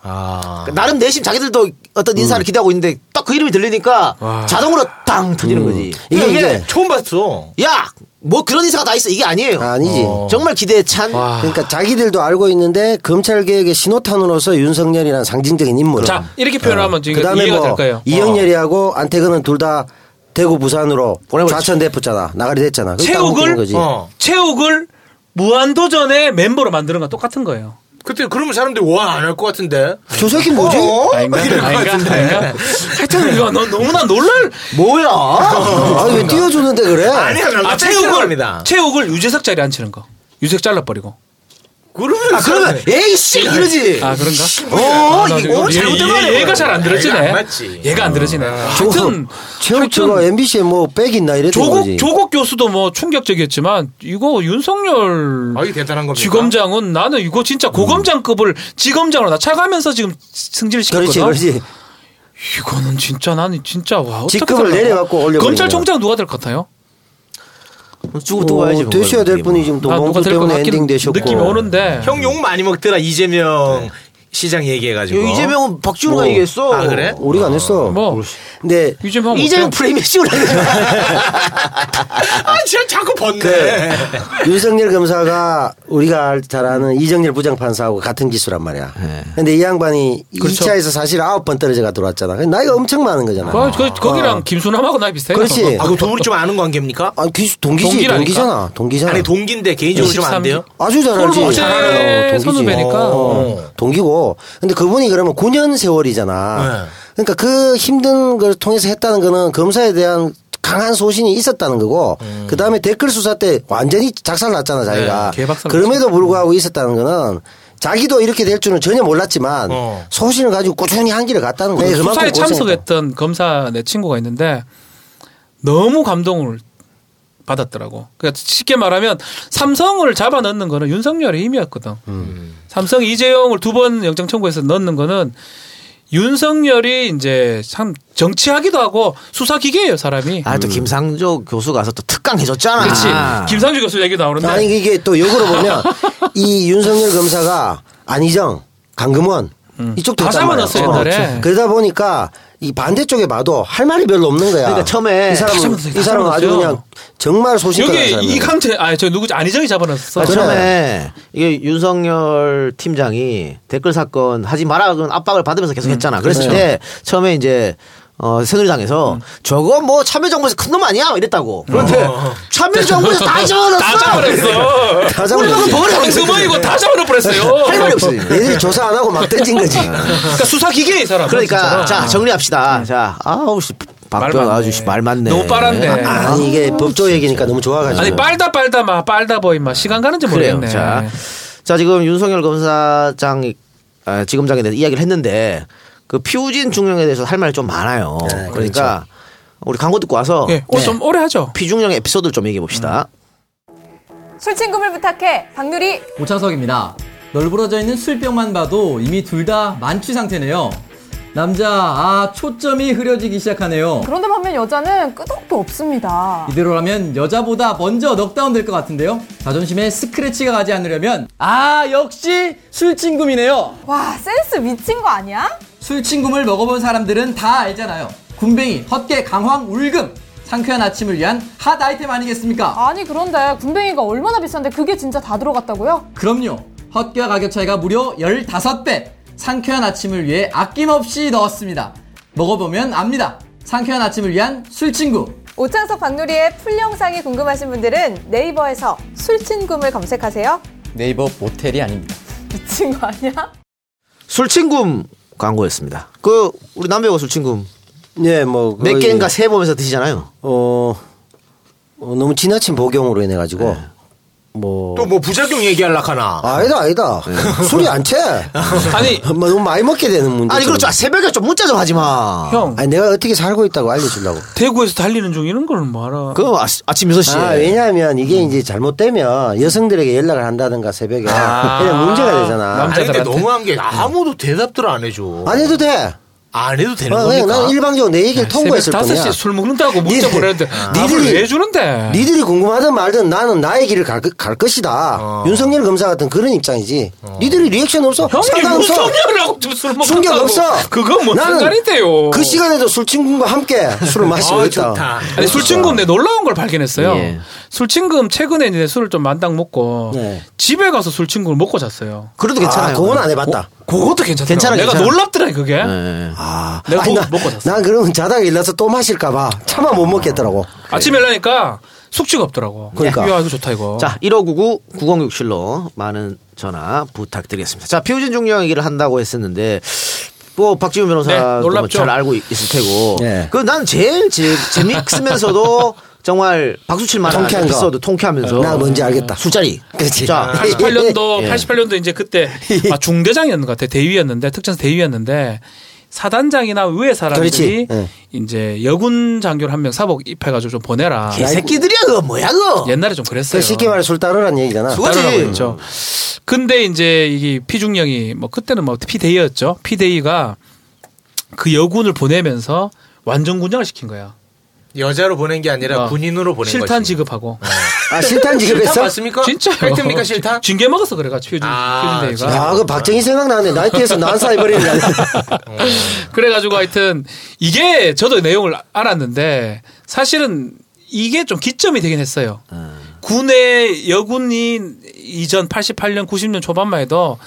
S3: 아.
S1: 그러니까 나름 내심 자기들도 어떤 인사를 기대하고 있는데 딱 그 이름이 들리니까
S2: 와.
S1: 자동으로 땅 터지는 거지.
S4: 이게
S1: 이게
S4: 이제
S3: 처음 봤어.
S1: 야! 뭐 그런 인사가 다 있어. 이게 아니에요.
S4: 아니지.
S3: 어.
S1: 정말 기대에 찬.
S4: 그러니까 자기들도 알고 있는데 검찰 개혁의 신호탄으로서 윤석열이라는 상징적인 인물.
S2: 자, 이렇게 표현하면 지금
S4: 그다음에
S2: 이해가
S4: 뭐
S2: 될 거예요. 어.
S4: 이영렬이하고 안태근은 둘 다 대구 부산으로
S1: 보내버렸죠.
S4: 좌천됐었잖아. 나가리 됐잖아. 그럼 따먹히는
S2: 체육을
S4: 거지.
S3: 어.
S2: 체육을 무한도전의 멤버로 만드는 건 똑같은 거예요.
S3: 그때 그러면 사람들이 와 안 할 것 같은데. 어?
S4: 저 새끼 뭐지?
S2: 아닌가? 아닌가? 아닌가? 하여튼 이거 너, 너무나 놀랄
S1: 뭐야?
S4: 어. 아니 왜 띄워주는데 그래?
S3: 아니야,
S2: 아, 체육을 체육을 유재석 자리 에 앉히는 거. 유재석 잘라버리고.
S3: 그러면
S1: 아, 그러면 에이 씨 이러지.
S2: 아 그런가?
S1: 어,
S2: 아, 나
S1: 이거
S2: 지금
S1: 잘못된
S2: 얘-
S1: 거 아니야?
S2: 얘가 잘 안
S3: 얘가 안
S2: 들어지네.
S3: 맞지.
S2: 얘가 안 들어지네. 하여튼
S4: 체육처가
S2: 하여튼
S4: MBC에 그 뭐백 있나 이랬던
S2: 조국
S4: 거지.
S2: 조국 교수도 뭐 충격적이었지만 이거 윤석열
S3: 아, 이게 대단한 겁니까?
S2: 지검장은 나는 이거 진짜 고검장급을 지검장으로 낮춰가면서 지금 승진을
S4: 그렇지
S2: 시켰거든.
S4: 그렇지.
S2: 이거는 진짜 나는 진짜 와 어떻게
S4: 직급을
S2: 생각해?
S4: 내려갖고 올려버린
S2: 검찰총장 누가 될 것 같아요?
S1: 죽고 도와야지. 뭐.
S4: 어, 되셔야 될 분이 지금
S2: 아, 누가
S4: 동봉투
S2: 될것
S4: 때문에
S2: 같긴
S4: 엔딩 되셨고.
S2: 느낌이 오는데
S3: 형 욕 많이 먹더라 이재명 시장 얘기해가지고.
S1: 이재명은 박지훈가
S4: 뭐.
S1: 얘기했어.
S3: 아, 그래?
S4: 우리가 안 했어.
S2: 뭐
S4: 근데
S2: 이재명
S1: 이재명 프레임에 씌우라는 거야.
S3: 아 진짜 자꾸 번네.
S4: 윤석열 검사가 우리가 알- 잘 아는 이정열 부장판사하고 같은 기수란 말이야. 근데 이 양반이 이
S2: 네. 그렇죠.
S4: 2차에서 사실 아홉 번 떨어져가 들어왔잖아. 근데 나이가 엄청 많은 거잖아.
S2: 거, 거, 거기랑
S4: 어.
S2: 김수남하고 나이 비슷해요.
S4: 그렇지.
S3: 아, 그럼 두 분이 좀 아는 관계입니까?
S4: 아, 기수 동기지.
S2: 동기라니까.
S4: 동기잖아. 동기잖아.
S3: 아니 동기인데 개인적으로 좀 안 돼요?
S4: 아주 뭐 잘 알지.
S2: 서울법제
S4: 잘알아요. 동기지.
S2: 선후배니까.
S4: 어, 동기고. 근데 그분이 그러면 9년 세월이잖아.
S3: 네.
S4: 그러니까 그 힘든 걸 통해서 했다는 거는 검사에 대한 강한 소신이 있었다는 거고 그 다음에 댓글 수사 때 완전히 작살 났잖아 자기가
S2: 네, 개박살 음.
S4: 그럼에도 불구하고 있었다는 거는 자기도 이렇게 될 줄은 전혀 몰랐지만
S3: 어.
S4: 소신을 가지고 꾸준히 한 길을 갔다는 거예요
S2: 네, 수사에
S4: 네, 그만큼 고생했다.
S2: 참석했던 검사 내 친구가 있는데 너무 감동을 받았더라고. 그러니까 쉽게 말하면 삼성을 잡아 넣는 거는 윤석열의 힘이었거든.
S4: 음.
S2: 삼성 이재용을 두 번 영장 청구해서 넣는 거는 윤석열이 이제 참 정치하기도 하고 수사 기계예요 사람이.
S1: 아 또 김상조 교수가 와서 또 특강 해줬잖아.
S2: 그렇지. 김상주 교수 얘기 나오는데
S4: 아니 이게 또 역으로 보면 이 윤석열 검사가 안희정, 강금원 이쪽도
S2: 음. 다
S4: 했단 말이야.
S2: 잡아놨어, 옛날에.
S4: 그러다 보니까 이 반대쪽에 봐도 할 말이 별로 없는 거야.
S1: 그러니까 처음에
S4: 이
S2: 다
S4: 사람은
S2: 잡아놨어요,
S4: 이 사람은
S2: 다
S4: 아주
S2: 잡아놨어요.
S4: 그냥 정말 소신가는
S2: 여기
S4: 그러니까 사람이야.
S2: 이강태 아저 누구지 안희정이 잡아놨어.
S1: 아,
S4: 그래.
S1: 처음에 이게 윤석열 팀장이 댓글 사건 하지 마라 그런 압박을 받으면서
S2: 음,
S1: 계속 했잖아.
S2: 그렇죠.
S1: 그랬을 때 처음에 이제 어,
S2: 음.
S1: 새누리당에서 저거 뭐 참여정부에서 큰 놈 아니야 이랬다고. 그런데 참여정부에서 다
S2: 어. 다
S1: 잡아놨어.
S2: 잡아놨어.
S4: 다 잡아놨어.
S1: 우리는 버려.
S2: 황승범이고 다
S1: 할
S2: 잡아놓버렸어요.
S1: 말이 없어.
S4: 얘들이 조사 안 하고 막 던진 거지.
S2: 그러니까 수사 기계 이 사람.
S1: 그러니까 자 정리합시다. 자 아우 씨 박병
S2: 맞네.
S1: 아주 씨, 말 맞네.
S2: 음. 너무 빠른데.
S1: 아,
S4: 아니 이게 법조 얘기니까 너무 좋아가지고.
S2: 아니 빨다 빨다 마 빨다 보이 마 시간 가는지
S1: 그래요.
S2: 모르겠네.
S1: 자, 자 지금 윤석열 검사장이 아, 지검장에 대해서 이야기를 했는데 그 피우진 중령에 대해서 할 말이 좀 많아요. 그러니까 우리 광고 듣고
S4: 어,
S1: 와서 네.
S2: 예,
S4: 네.
S2: 오늘 좀 오래 하죠.
S1: 피중령 에피소드를 좀 얘기해 봅시다.
S6: 술친구를 부탁해 박누리
S7: 오창석입니다. 널브러져 있는 술병만 봐도 이미 둘 다 만취 상태네요. 남자, 아, 초점이 흐려지기 시작하네요.
S6: 그런데 반면 여자는 끄덕도 없습니다
S7: 이대로라면 여자보다 먼저 넉다운 될 것 같은데요? 자존심에 스크래치가 가지 않으려면, 아, 역시 술친구미네요.
S6: 와 센스 미친 거 아니야?
S7: 술친구를 먹어본 사람들은 다 알잖아요. 군뱅이, 헛개, 강황, 울금. 상쾌한 아침을 위한 핫 아이템 아니겠습니까?
S6: 아니 그런데 군뱅이가 얼마나 비싼데 그게 진짜 다 들어갔다고요?
S7: 그럼요. 헛개와 가격 차이가 무려 15배. 상쾌한 아침을 위해 아낌없이 넣었습니다. 먹어보면 압니다. 상쾌한 아침을 위한 술친구.
S6: 오창석 박누리의 풀 영상이 궁금하신 분들은 네이버에서 술친굼을 검색하세요.
S8: 네이버 모텔이 아닙니다.
S6: 미친 거 아니야?
S1: 술친굼 광고였습니다. 그 우리 남배우 술친굼
S4: 예, 뭐.
S1: 몇
S4: 거의,
S1: 개인가 세 보면서 드시잖아요.
S4: 어, 어, 너무 지나친 복용으로 인해가지고.
S2: 네.
S4: 뭐.
S3: 또 뭐 부작용 얘기하려고 하나.
S4: 아니다, 아니다. 술이 안 채.
S2: 네. 아니
S4: 뭐 너무 많이 먹게 되는 문제.
S1: 아니 그렇죠. 아, 새벽에 좀 문자 좀 하지 마.
S2: 형
S4: 아니, 내가 어떻게 살고 있다고 알려주려고.
S2: 대구에서 달리는 중 이런 걸 뭐 알아? 예. 음.
S1: 그 아, 아침 6시에
S4: 아, 왜냐하면 이게 이제 잘못되면 여성들에게 연락을 한다든가 새벽에.
S2: 아.
S4: 그냥 문제가 되잖아.
S2: 남자-
S3: 아니 근데
S2: 남자들한테?
S3: 너무한 게 아무도 대답들 안 해줘.
S4: 안 해도 돼.
S3: 안 해도 되는
S4: 아, 그냥
S3: 겁니까?
S4: 난 일방적으로 내 얘기를 통과했을
S2: 네, 새벽
S4: 뿐이야.
S2: 5시에 네. 술 먹는다고 문자
S4: 니들-
S2: 보내는데 답을
S4: 니들이-
S2: 왜 주는데?
S4: 니들이 궁금하든 말든 나는 나의 길을 갈, 것- 갈 것이다. 윤석열 검사 같은 그런 입장이지. 니들이 리액션 없어.
S2: 어. 형님
S4: 상관
S2: 무슨
S4: 없어.
S2: 소리라고 술 먹는다고?
S4: 충격 없어.
S2: 그건 무슨
S4: 나는
S2: 상관인데요? 어,
S4: 그 시간에도 술친구와 함께 술을 마시고
S3: 아,
S4: 있다.
S3: 좋다.
S2: 아니 술친금 내 놀라운 걸 발견했어요.
S1: 예.
S2: 술친금 최근에 이제 술을 좀 만당 먹고
S4: 네.
S2: 집에 가서 술친구를 먹고 잤어요.
S1: 그래도
S4: 아,
S1: 괜찮아요.
S4: 그건 안 해봤다.
S2: 그것도 괜찮더라고.
S1: 괜찮아,
S2: 내가
S1: 괜찮아.
S2: 놀랍더라 그게.
S1: 예.
S4: 아,
S2: 내가
S4: 아니,
S2: 먹-
S4: 나-
S2: 먹고 잤어.
S4: 난 그러면 자다가 일어나서 또 마실까봐 차마 못 먹겠더라고. 그
S2: 아침에 일어나니까 숙취가 없더라고.
S4: 그러니까.
S2: 야 이거 좋다 이거.
S1: 어. 자, 1599-9067로 많은 전화 부탁드리겠습니다. 자, 피우진 중령 얘기를 한다고 했었는데, 뭐, 박지훈
S2: 네,
S1: 변호사도
S2: 놀랍죠.
S1: 뭐잘 알고 있- 있을 테고,
S4: 네.
S1: 그 난 제일 제, 재밌으면서도 정말 박수칠 만한
S4: 통쾌한 거.
S1: 에피소드 통쾌하면서.
S4: 나 뭔지 알겠다. 아,
S1: 술자리.
S4: 그렇지.
S1: 자,
S2: 88년도
S1: 예.
S2: 88년도 이제 그때 아, 중대장이었는 것 같아 대위였는데 특전사 대위였는데 사단장이나 의회 사람들이
S4: 그렇지. 예.
S2: 이제 여군 장교를 한 명 사복 입혀가지고 좀 보내라.
S1: 아, 개새끼들이야, 그거 뭐야, 그거.
S2: 옛날에 좀 그랬어요.
S4: 예. 그 쉽게 말해 술 따르란 얘기잖아.
S1: 그거지.
S2: 따르라고 했죠. 근데 이제 이게 피중령이 뭐 그때는 뭐 피데이였죠. 피데이가 그 여군을 보내면서 완전 군장을 시킨 거야.
S3: 여자로 보낸 게 아니라
S2: 어.
S3: 군인으로 보낸
S2: 실탄
S3: 거지.
S2: 지급하고.
S4: 아, 실탄
S3: 실탄
S4: 지급했어?
S3: 맞습니까?
S2: 진짜
S3: 팩트입니까 실탄?
S2: 징계 먹었어 그래가지고 피중
S3: 아,
S2: 피중대위가.
S4: 야, 그 박정희 생각나는데 나이트에서 난사이버리는
S2: 그래가지고 하여튼 이게 저도 내용을 아, 알았는데 사실은 이게 좀 기점이 되긴 했어요.
S1: 아.
S2: 군의 여군이 이전 88년 90년 초반만 해도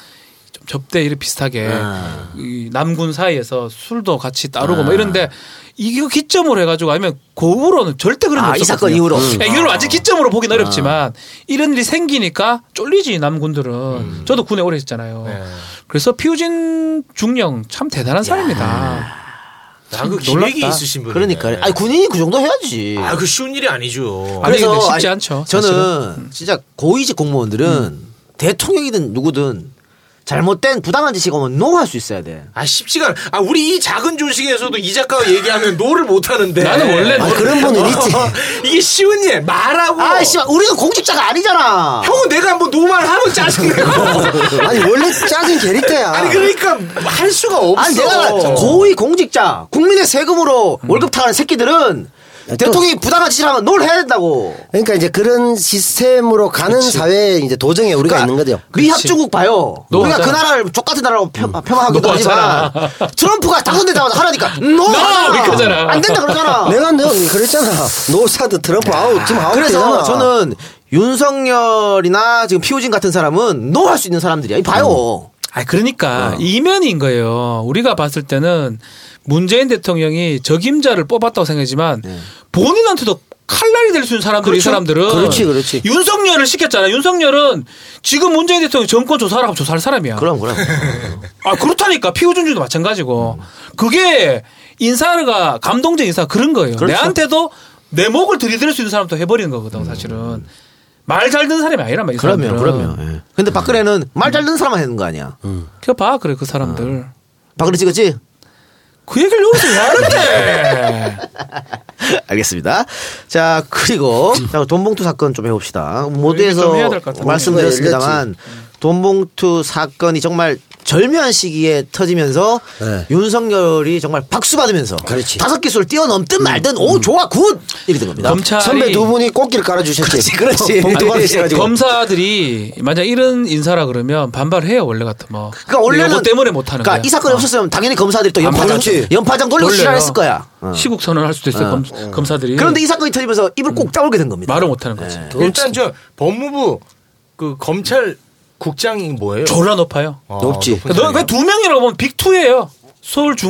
S2: 좀 접대 이렇게 비슷하게
S1: 아.
S2: 이 남군 사이에서 술도 같이 따르고 뭐 이런데 이거 기점으로 해가지고 아니면 고후로는 절대 그런 게
S1: 아, 이
S2: 없었거든요.
S1: 사건 이후로. 음.
S2: 예,
S4: 아.
S2: 이걸 완전 기점으로 보긴 어렵지만 이런 일이 생기니까 쫄리지 남군들은.
S4: 음.
S2: 저도 군에 오래 있잖아요.
S4: 네.
S2: 그래서 피우진 중령 참 대단한 사람이다.
S3: 아그 기획이
S2: 놀랍다.
S3: 있으신 분.
S1: 그러니까. 아니, 군인이 그 정도 해야지.
S3: 아그 쉬운 일이 아니죠.
S2: 아니, 근데 쉽지 않죠,
S1: 저는
S2: 사실은. 음.
S1: 진짜 고위직 공무원들은 대통령이든 누구든 잘못된 부당한 짓이 오면 노할 수 있어야 돼.
S3: 아 쉽지가 않아. 아 우리 이 작은 조식에서도 이 작가가 얘기하면 노를 못 하는데. 어,
S2: 나는 원래
S4: 아, 그런 분은 있지.
S3: 이게 쉬운 일
S4: 어.
S3: 말하고.
S1: 아씨, 우리는 공직자가 아니잖아.
S3: 형은 내가 한번 노말 하면 짜증내고.
S1: 그러니까.
S4: 아니, 원래 짜증 캐릭터야.
S3: 아니 그러니까 할 수가 없어.
S1: 아니 내가 고위 공직자, 국민의 세금으로 월급 타가는 새끼들은
S4: 또-
S1: 대통령이 부당한 짓을 하면 놀 해야 된다고.
S4: 그러니까 이제 그런 시스템으로 가는 사회에 이제 도정에 우리가
S1: 그러니까
S4: 있는 거죠.
S1: 미합 중국 봐요. 우리가
S2: 노하잖아.
S1: 그 나라를 족같은 나라라고
S4: 음.
S1: 폄- 폄하하기도 하지만
S2: 노하잖아.
S1: 트럼프가 당선되자마자 하라니까 노!
S2: 이거잖아.
S1: 안 된다 그러잖아.
S4: 내가 너 그랬잖아. 노사드 트럼프 아웃 지금 아웃
S1: 그래서
S4: 되잖아.
S1: 저는 윤석열이나 지금 피우진 같은 사람은 노 할 수 있는 사람들이야. 이
S4: 음.
S1: 봐요.
S2: 아 그러니까
S4: 어.
S2: 이면인 거예요. 우리가 봤을 때는 문재인 대통령이 적임자를 뽑았다고 생각하지만 본인한테도 칼날이 될 수 있는 사람들 이
S4: 네. 그렇죠.
S2: 사람들은
S4: 그렇지, 그렇지.
S2: 윤석열을 시켰잖아. 윤석열은 지금 문재인 대통령 정권 조사라고 조사할 사람이야.
S1: 그럼 그럼.
S2: 아 그렇다니까 피우준주도 마찬가지고 그게 인사가 감동적 인사 그런 거예요.
S1: 그렇죠.
S2: 내한테도 내 목을 들이댈 수 있는 사람도 해버리는 거거든 사실은 말 잘 듣는 사람이 아니란 말이야.
S1: 음. 그러면 그러면. 예. 근데 박근혜는 말 잘 듣는 사람만 했는 거 아니야.
S2: 그봐 그래 그 사람들
S1: 아. 박근혜 찍었지?
S2: 그 얘기를 여기서 왜 하는데?
S1: 알겠습니다. 자 그리고 자, 돈봉투 사건 좀 해봅시다. 모두에서
S2: 좀 해야 될것 같아요.
S1: 말씀드렸습니다만
S4: 음.
S1: 돈봉투 사건이 정말 절묘한 시기에 터지면서
S4: 네.
S1: 윤석열이 정말 박수 받으면서
S4: 그렇지.
S1: 다섯 개수를 뛰어넘든 말든 오 좋아 굿 이렇게 된 겁니다.
S2: 검찰이
S4: 선배 두 분이 꽃길 깔아주셨지.
S1: 그렇지.
S4: 봉투 받으셔가지고.
S2: 검사들이 만약 이런 인사라 그러면 반발해요 원래 같으면.
S1: 그러니까 원래는
S2: 거뭐 때문에 못 하는
S1: 그러니까
S2: 거야. 어.
S1: 이 사건이 없었으면 당연히 검사들이 또
S2: 아,
S1: 연파장
S4: 그렇지.
S1: 연파장 돌리고
S2: 원래요. 음.
S1: 시달했을 거야. 어.
S2: 시국 선언할 수도 있어요 검, 사들이
S1: 그런데 이 네. 사건이
S2: 음.
S1: 터지면서 입을 꼭 다물게 된 겁니다.
S2: 말을 못 하는 거지.
S3: 일단 저 법무부 그 검찰 국장이 뭐예요?
S2: 졸라 높아요.
S3: 아,
S4: 높지.
S3: 높은
S2: 그러니까 너,
S3: 사람이에요?
S2: 그두 명이라고 보면 빅투예요.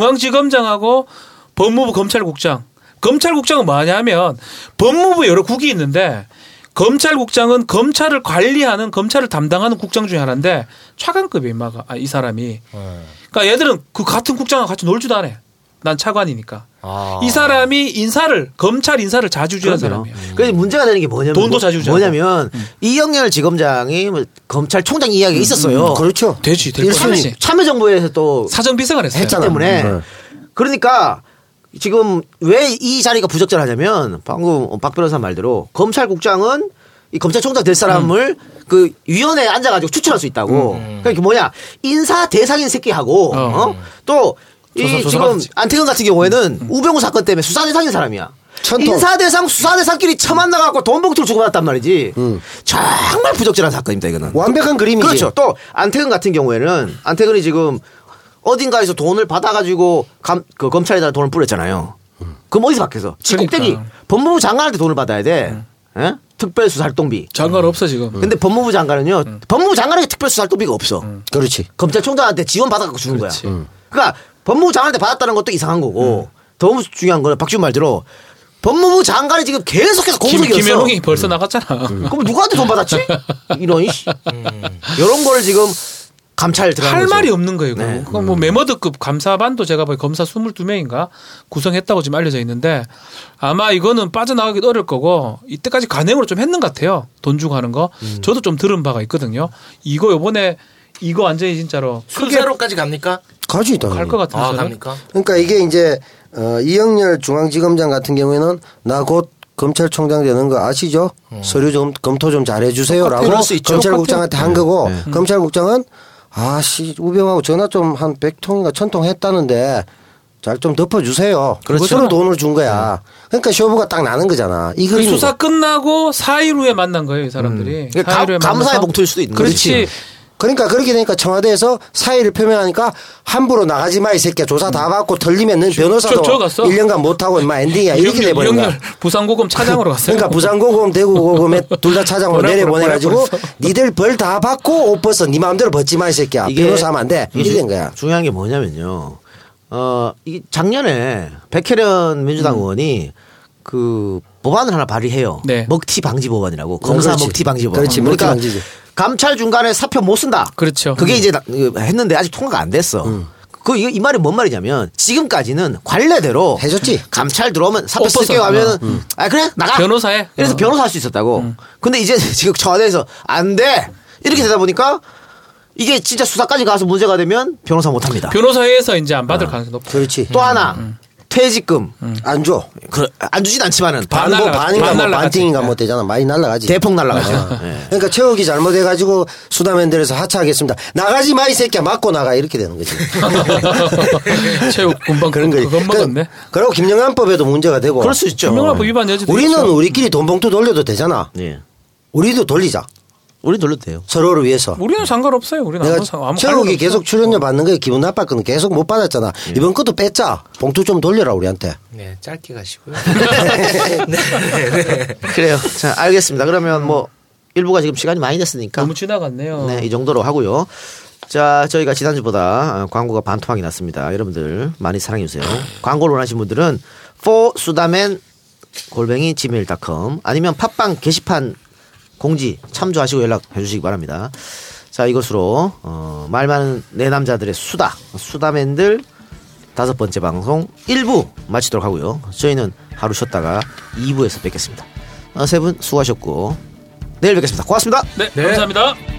S2: 서울중앙지검장하고 법무부 검찰국장. 검찰국장은 뭐냐면 법무부 여러 국이 있는데 검찰국장은 검찰을 관리하는 검찰을 담당하는 국장 중에 하나인데 차관급이 인마가 아, 이 사람이.
S3: 어.
S2: 그러니까 얘들은 그 같은 국장하고 같이 놀지도 않아. 난 차관이니까.
S3: 아.
S2: 이 사람이 인사를 검찰 인사를 자주주는
S1: 그럼요. 음.
S2: 사람이에요.
S1: 그래서 문제가 되는 게 뭐냐면
S2: 돈도 자주 주잖아요. 음.
S1: 뭐냐면 이영렬 지검장이 뭐 검찰총장 이야기가
S2: 음.
S1: 있었어요.
S4: 그렇죠.
S2: 되지 될 거지.
S1: 일순위 참여정부에서 또
S2: 사정 비서관 했어요.
S1: 했기 때문에
S4: 네.
S1: 그러니까 지금 왜 이 자리가 부적절하냐면 방금 박 변호사 말대로 검찰국장은 이 검찰총장 될 사람을 그 위원회에 앉아가지고 추천할 수 있다고. 그러니까 뭐냐 인사 대상인 새끼하고
S2: 어.
S1: 어? 또.
S2: 조사,
S1: 이
S2: 조사
S1: 지금
S2: 받았지.
S1: 안태근 같은 경우에는 우병우 사건 때문에 수사 대상인 사람이야.
S4: 천통.
S1: 인사 대상 수사 대상끼리 처 만나갖고 돈 봉투를 주고받았단 말이지. 정말 부적절한 사건입니다 이거는.
S4: 완벽한 그림이지.
S1: 그렇죠. 또 안태근 같은 경우에는 안태근이 지금 어딘가에서 돈을 받아가지고 감, 그 검찰에다 돈을 뿌렸잖아요. 그럼 어디서 받겠어? 지국대기
S2: 그러니까. 음.
S1: 법무부 장관한테 돈을 받아야 돼. 예? 특별수사활동비.
S2: 장관 없어 지금.
S1: 근데 법무부 장관은요.
S2: 음.
S1: 법무부 장관에게 특별수사활동비가 없어.
S4: 그렇지.
S1: 검찰총장한테 지원 받아갖고 주는 거야. 그러니까 법무부 장관한테 받았다는 것도 이상한 거고 더 중요한 거는 박준 말대로 법무부 장관이 지금 계속해서
S2: 김,
S1: 공석이었어.
S2: 김현웅이 벌써 나갔잖아.
S3: 음.
S1: 그럼 누구한테 돈 받았지? 이런 이씨. 이런 걸 지금 감찰 들어가는
S2: 할
S1: 거죠.
S2: 말이 없는 거예요.
S1: 네.
S2: 그거. 그건 뭐 메머드급 감사반도 제가 봐요. 검사 22명인가 구성했다고 지금 알려져 있는데 아마 이거는 빠져나가기 도 어려울 거고 이때까지 관행으로 좀 했는 것 같아요. 돈 주고 하는 거. 저도 좀 들은 바가 있거든요. 이거 요번에 이거 완전히 진짜로
S3: 수사로까지 갑니까?
S4: 가지 다
S2: 갈것 같은
S3: 아
S2: 저는.
S3: 갑니까?
S4: 그러니까 이게 이제 어, 이영렬 중앙지검장 같은 경우에는 나 곧 검찰총장 되는 거 아시죠?
S2: 음.
S4: 서류 좀 검토 좀 잘해주세요라고
S1: 그럴 수 있죠.
S4: 검찰국장한테 한 거고
S2: 네. 음.
S4: 검찰국장은 아씨 우병하고 전화 좀 한 100통인가 1000통 했다는데 잘 좀 덮어주세요.
S2: 그렇죠.
S4: 그것으로 돈을 준 거야. 그러니까 쇼부가 딱 나는 거잖아. 이
S2: 그
S4: 그림이.
S2: 수사 끝나고 4일 후에 만난 거예요, 이 사람들이.
S1: 그러니까 감-
S2: 4일 후에
S1: 감사의
S2: 만나서.
S1: 봉투일 수도 있는 거지.
S2: 그렇지.
S4: 그러니까 그렇게 되니까 청와대에서 사의를 표명하니까 함부로 나가지 마 이 새끼야 조사 다 받고 털리면은 변호사도
S2: 음. 저- 저 갔어?
S4: 1년간 못 하고 인마 엔딩이야 이렇게
S2: 이영렬-
S4: 돼 버린 거야.
S2: 이영렬 부산고검 차장으로 갔어요.
S4: 그러니까 부산고검 대구고검에 둘 다 차장으로
S2: 보내버려,
S4: 내려보내가지고
S2: 보내버렸어.
S4: 니들 벌 다 받고 옷 벗어 니 마음대로 벗지 마 이 새끼야 변호사 하면 안돼
S1: 이게
S4: 이게
S2: 음.
S4: 된 거야
S1: 중요한 게 뭐냐면요. 어, 이 작년에 백혜련 민주당 의원이 그 법안을 하나 발의해요.
S2: 네.
S1: 먹튀 방지 법안이라고. 검사
S4: 그렇지.
S1: 먹튀 방지 법안.
S4: 그렇지, 먹튀
S1: 음, 그러니까
S4: 방지지.
S1: 감찰 중간에 사표 못 쓴다.
S2: 그렇죠.
S1: 그게
S2: 음.
S1: 이제 나- 이거 했는데 아직 통과가 안 됐어. 그, 이, 이 말이 뭔 말이냐면 지금까지는 관례대로
S4: 해줬지.
S1: 감찰 들어오면 사표
S2: 옷 벗어. 음. 어.
S1: 쓸게요 하면은 아, 그래? 나가.
S2: 변호사해.
S1: 그래서 변호사 할 수 있었다고.
S2: 음.
S1: 근데 이제 지금 청와대에서 안 돼! 이렇게 되다 보니까 이게 진짜 수사까지 가서 문제가 되면 변호사 못 합니다.
S2: 변호사회에서 음, 이제 안 받을 가능성이 높고.
S4: 그렇지
S1: 또 하나, 퇴직금.
S2: 음.
S4: 안줘
S1: 그, 안 주진 않지만은
S2: 반
S4: 반고
S2: 음. 날라가지.
S4: 반인가
S2: 반
S4: 뭐
S2: 날라가지.
S4: 반띵인가 뭐 되잖아 많이 날라가지
S1: 대폭 날라가죠.
S2: 아. 어.
S1: 예.
S4: 그러니까 체육이 잘못해가지고 수다맨들에서 하차하겠습니다 나가지 마 이 새끼야 맞고 나가 이렇게 되는 거지
S2: 체육 군방
S4: 그런 거
S2: 어, 그것 먹었네.
S4: 그, 리고 김영란법에도 문제가 되고
S1: 그럴 수 있죠. 어.
S2: 김영란법 위반 여지도
S4: 우리는
S2: 있죠.
S4: 우리끼리 돈 봉투 돌려도 되잖아
S1: 예.
S4: 우리도 돌리자
S1: 우리 돌려도 돼요.
S4: 서로를 위해서
S2: 우리는 상관없어요. 우리는
S4: 내가
S2: 아무 상관 아무
S4: 체육이
S2: 관련
S4: 계속
S2: 없어. 예.
S4: 출연료 받는 거에 기분 나빴거든. 계속 못 받았잖아. 이번 것도 뺐자. 봉투 좀 돌려라 우리한테.
S3: 네 짧게 가시고요.
S1: 그래요. 자, 알겠습니다. 그러면 뭐, 일부가 지금 시간이 많이 됐으니까.
S2: 너무 지나갔네요.
S1: 네, 이 정도로 하고요. 자, 저희가 지난주보다 어, 광고가 반토막이 났습니다. 여러분들 많이 사랑해주세요. 광고를 원하신 분들은 for 수다맨 골뱅이 gmail.com 아니면 팟빵 게시판 공지 참조하시고 연락해 주시기 바랍니다. 자, 이것으로 어, 말 많은 내 남자들의 수다 수다맨들 다섯 번째 방송 1부 마치도록 하고요. 저희는 하루 쉬었다가 어, 2부에서 뵙겠습니다. 세 분 수고하셨고 내일 뵙겠습니다. 고맙습니다.
S2: 네, 감사합니다.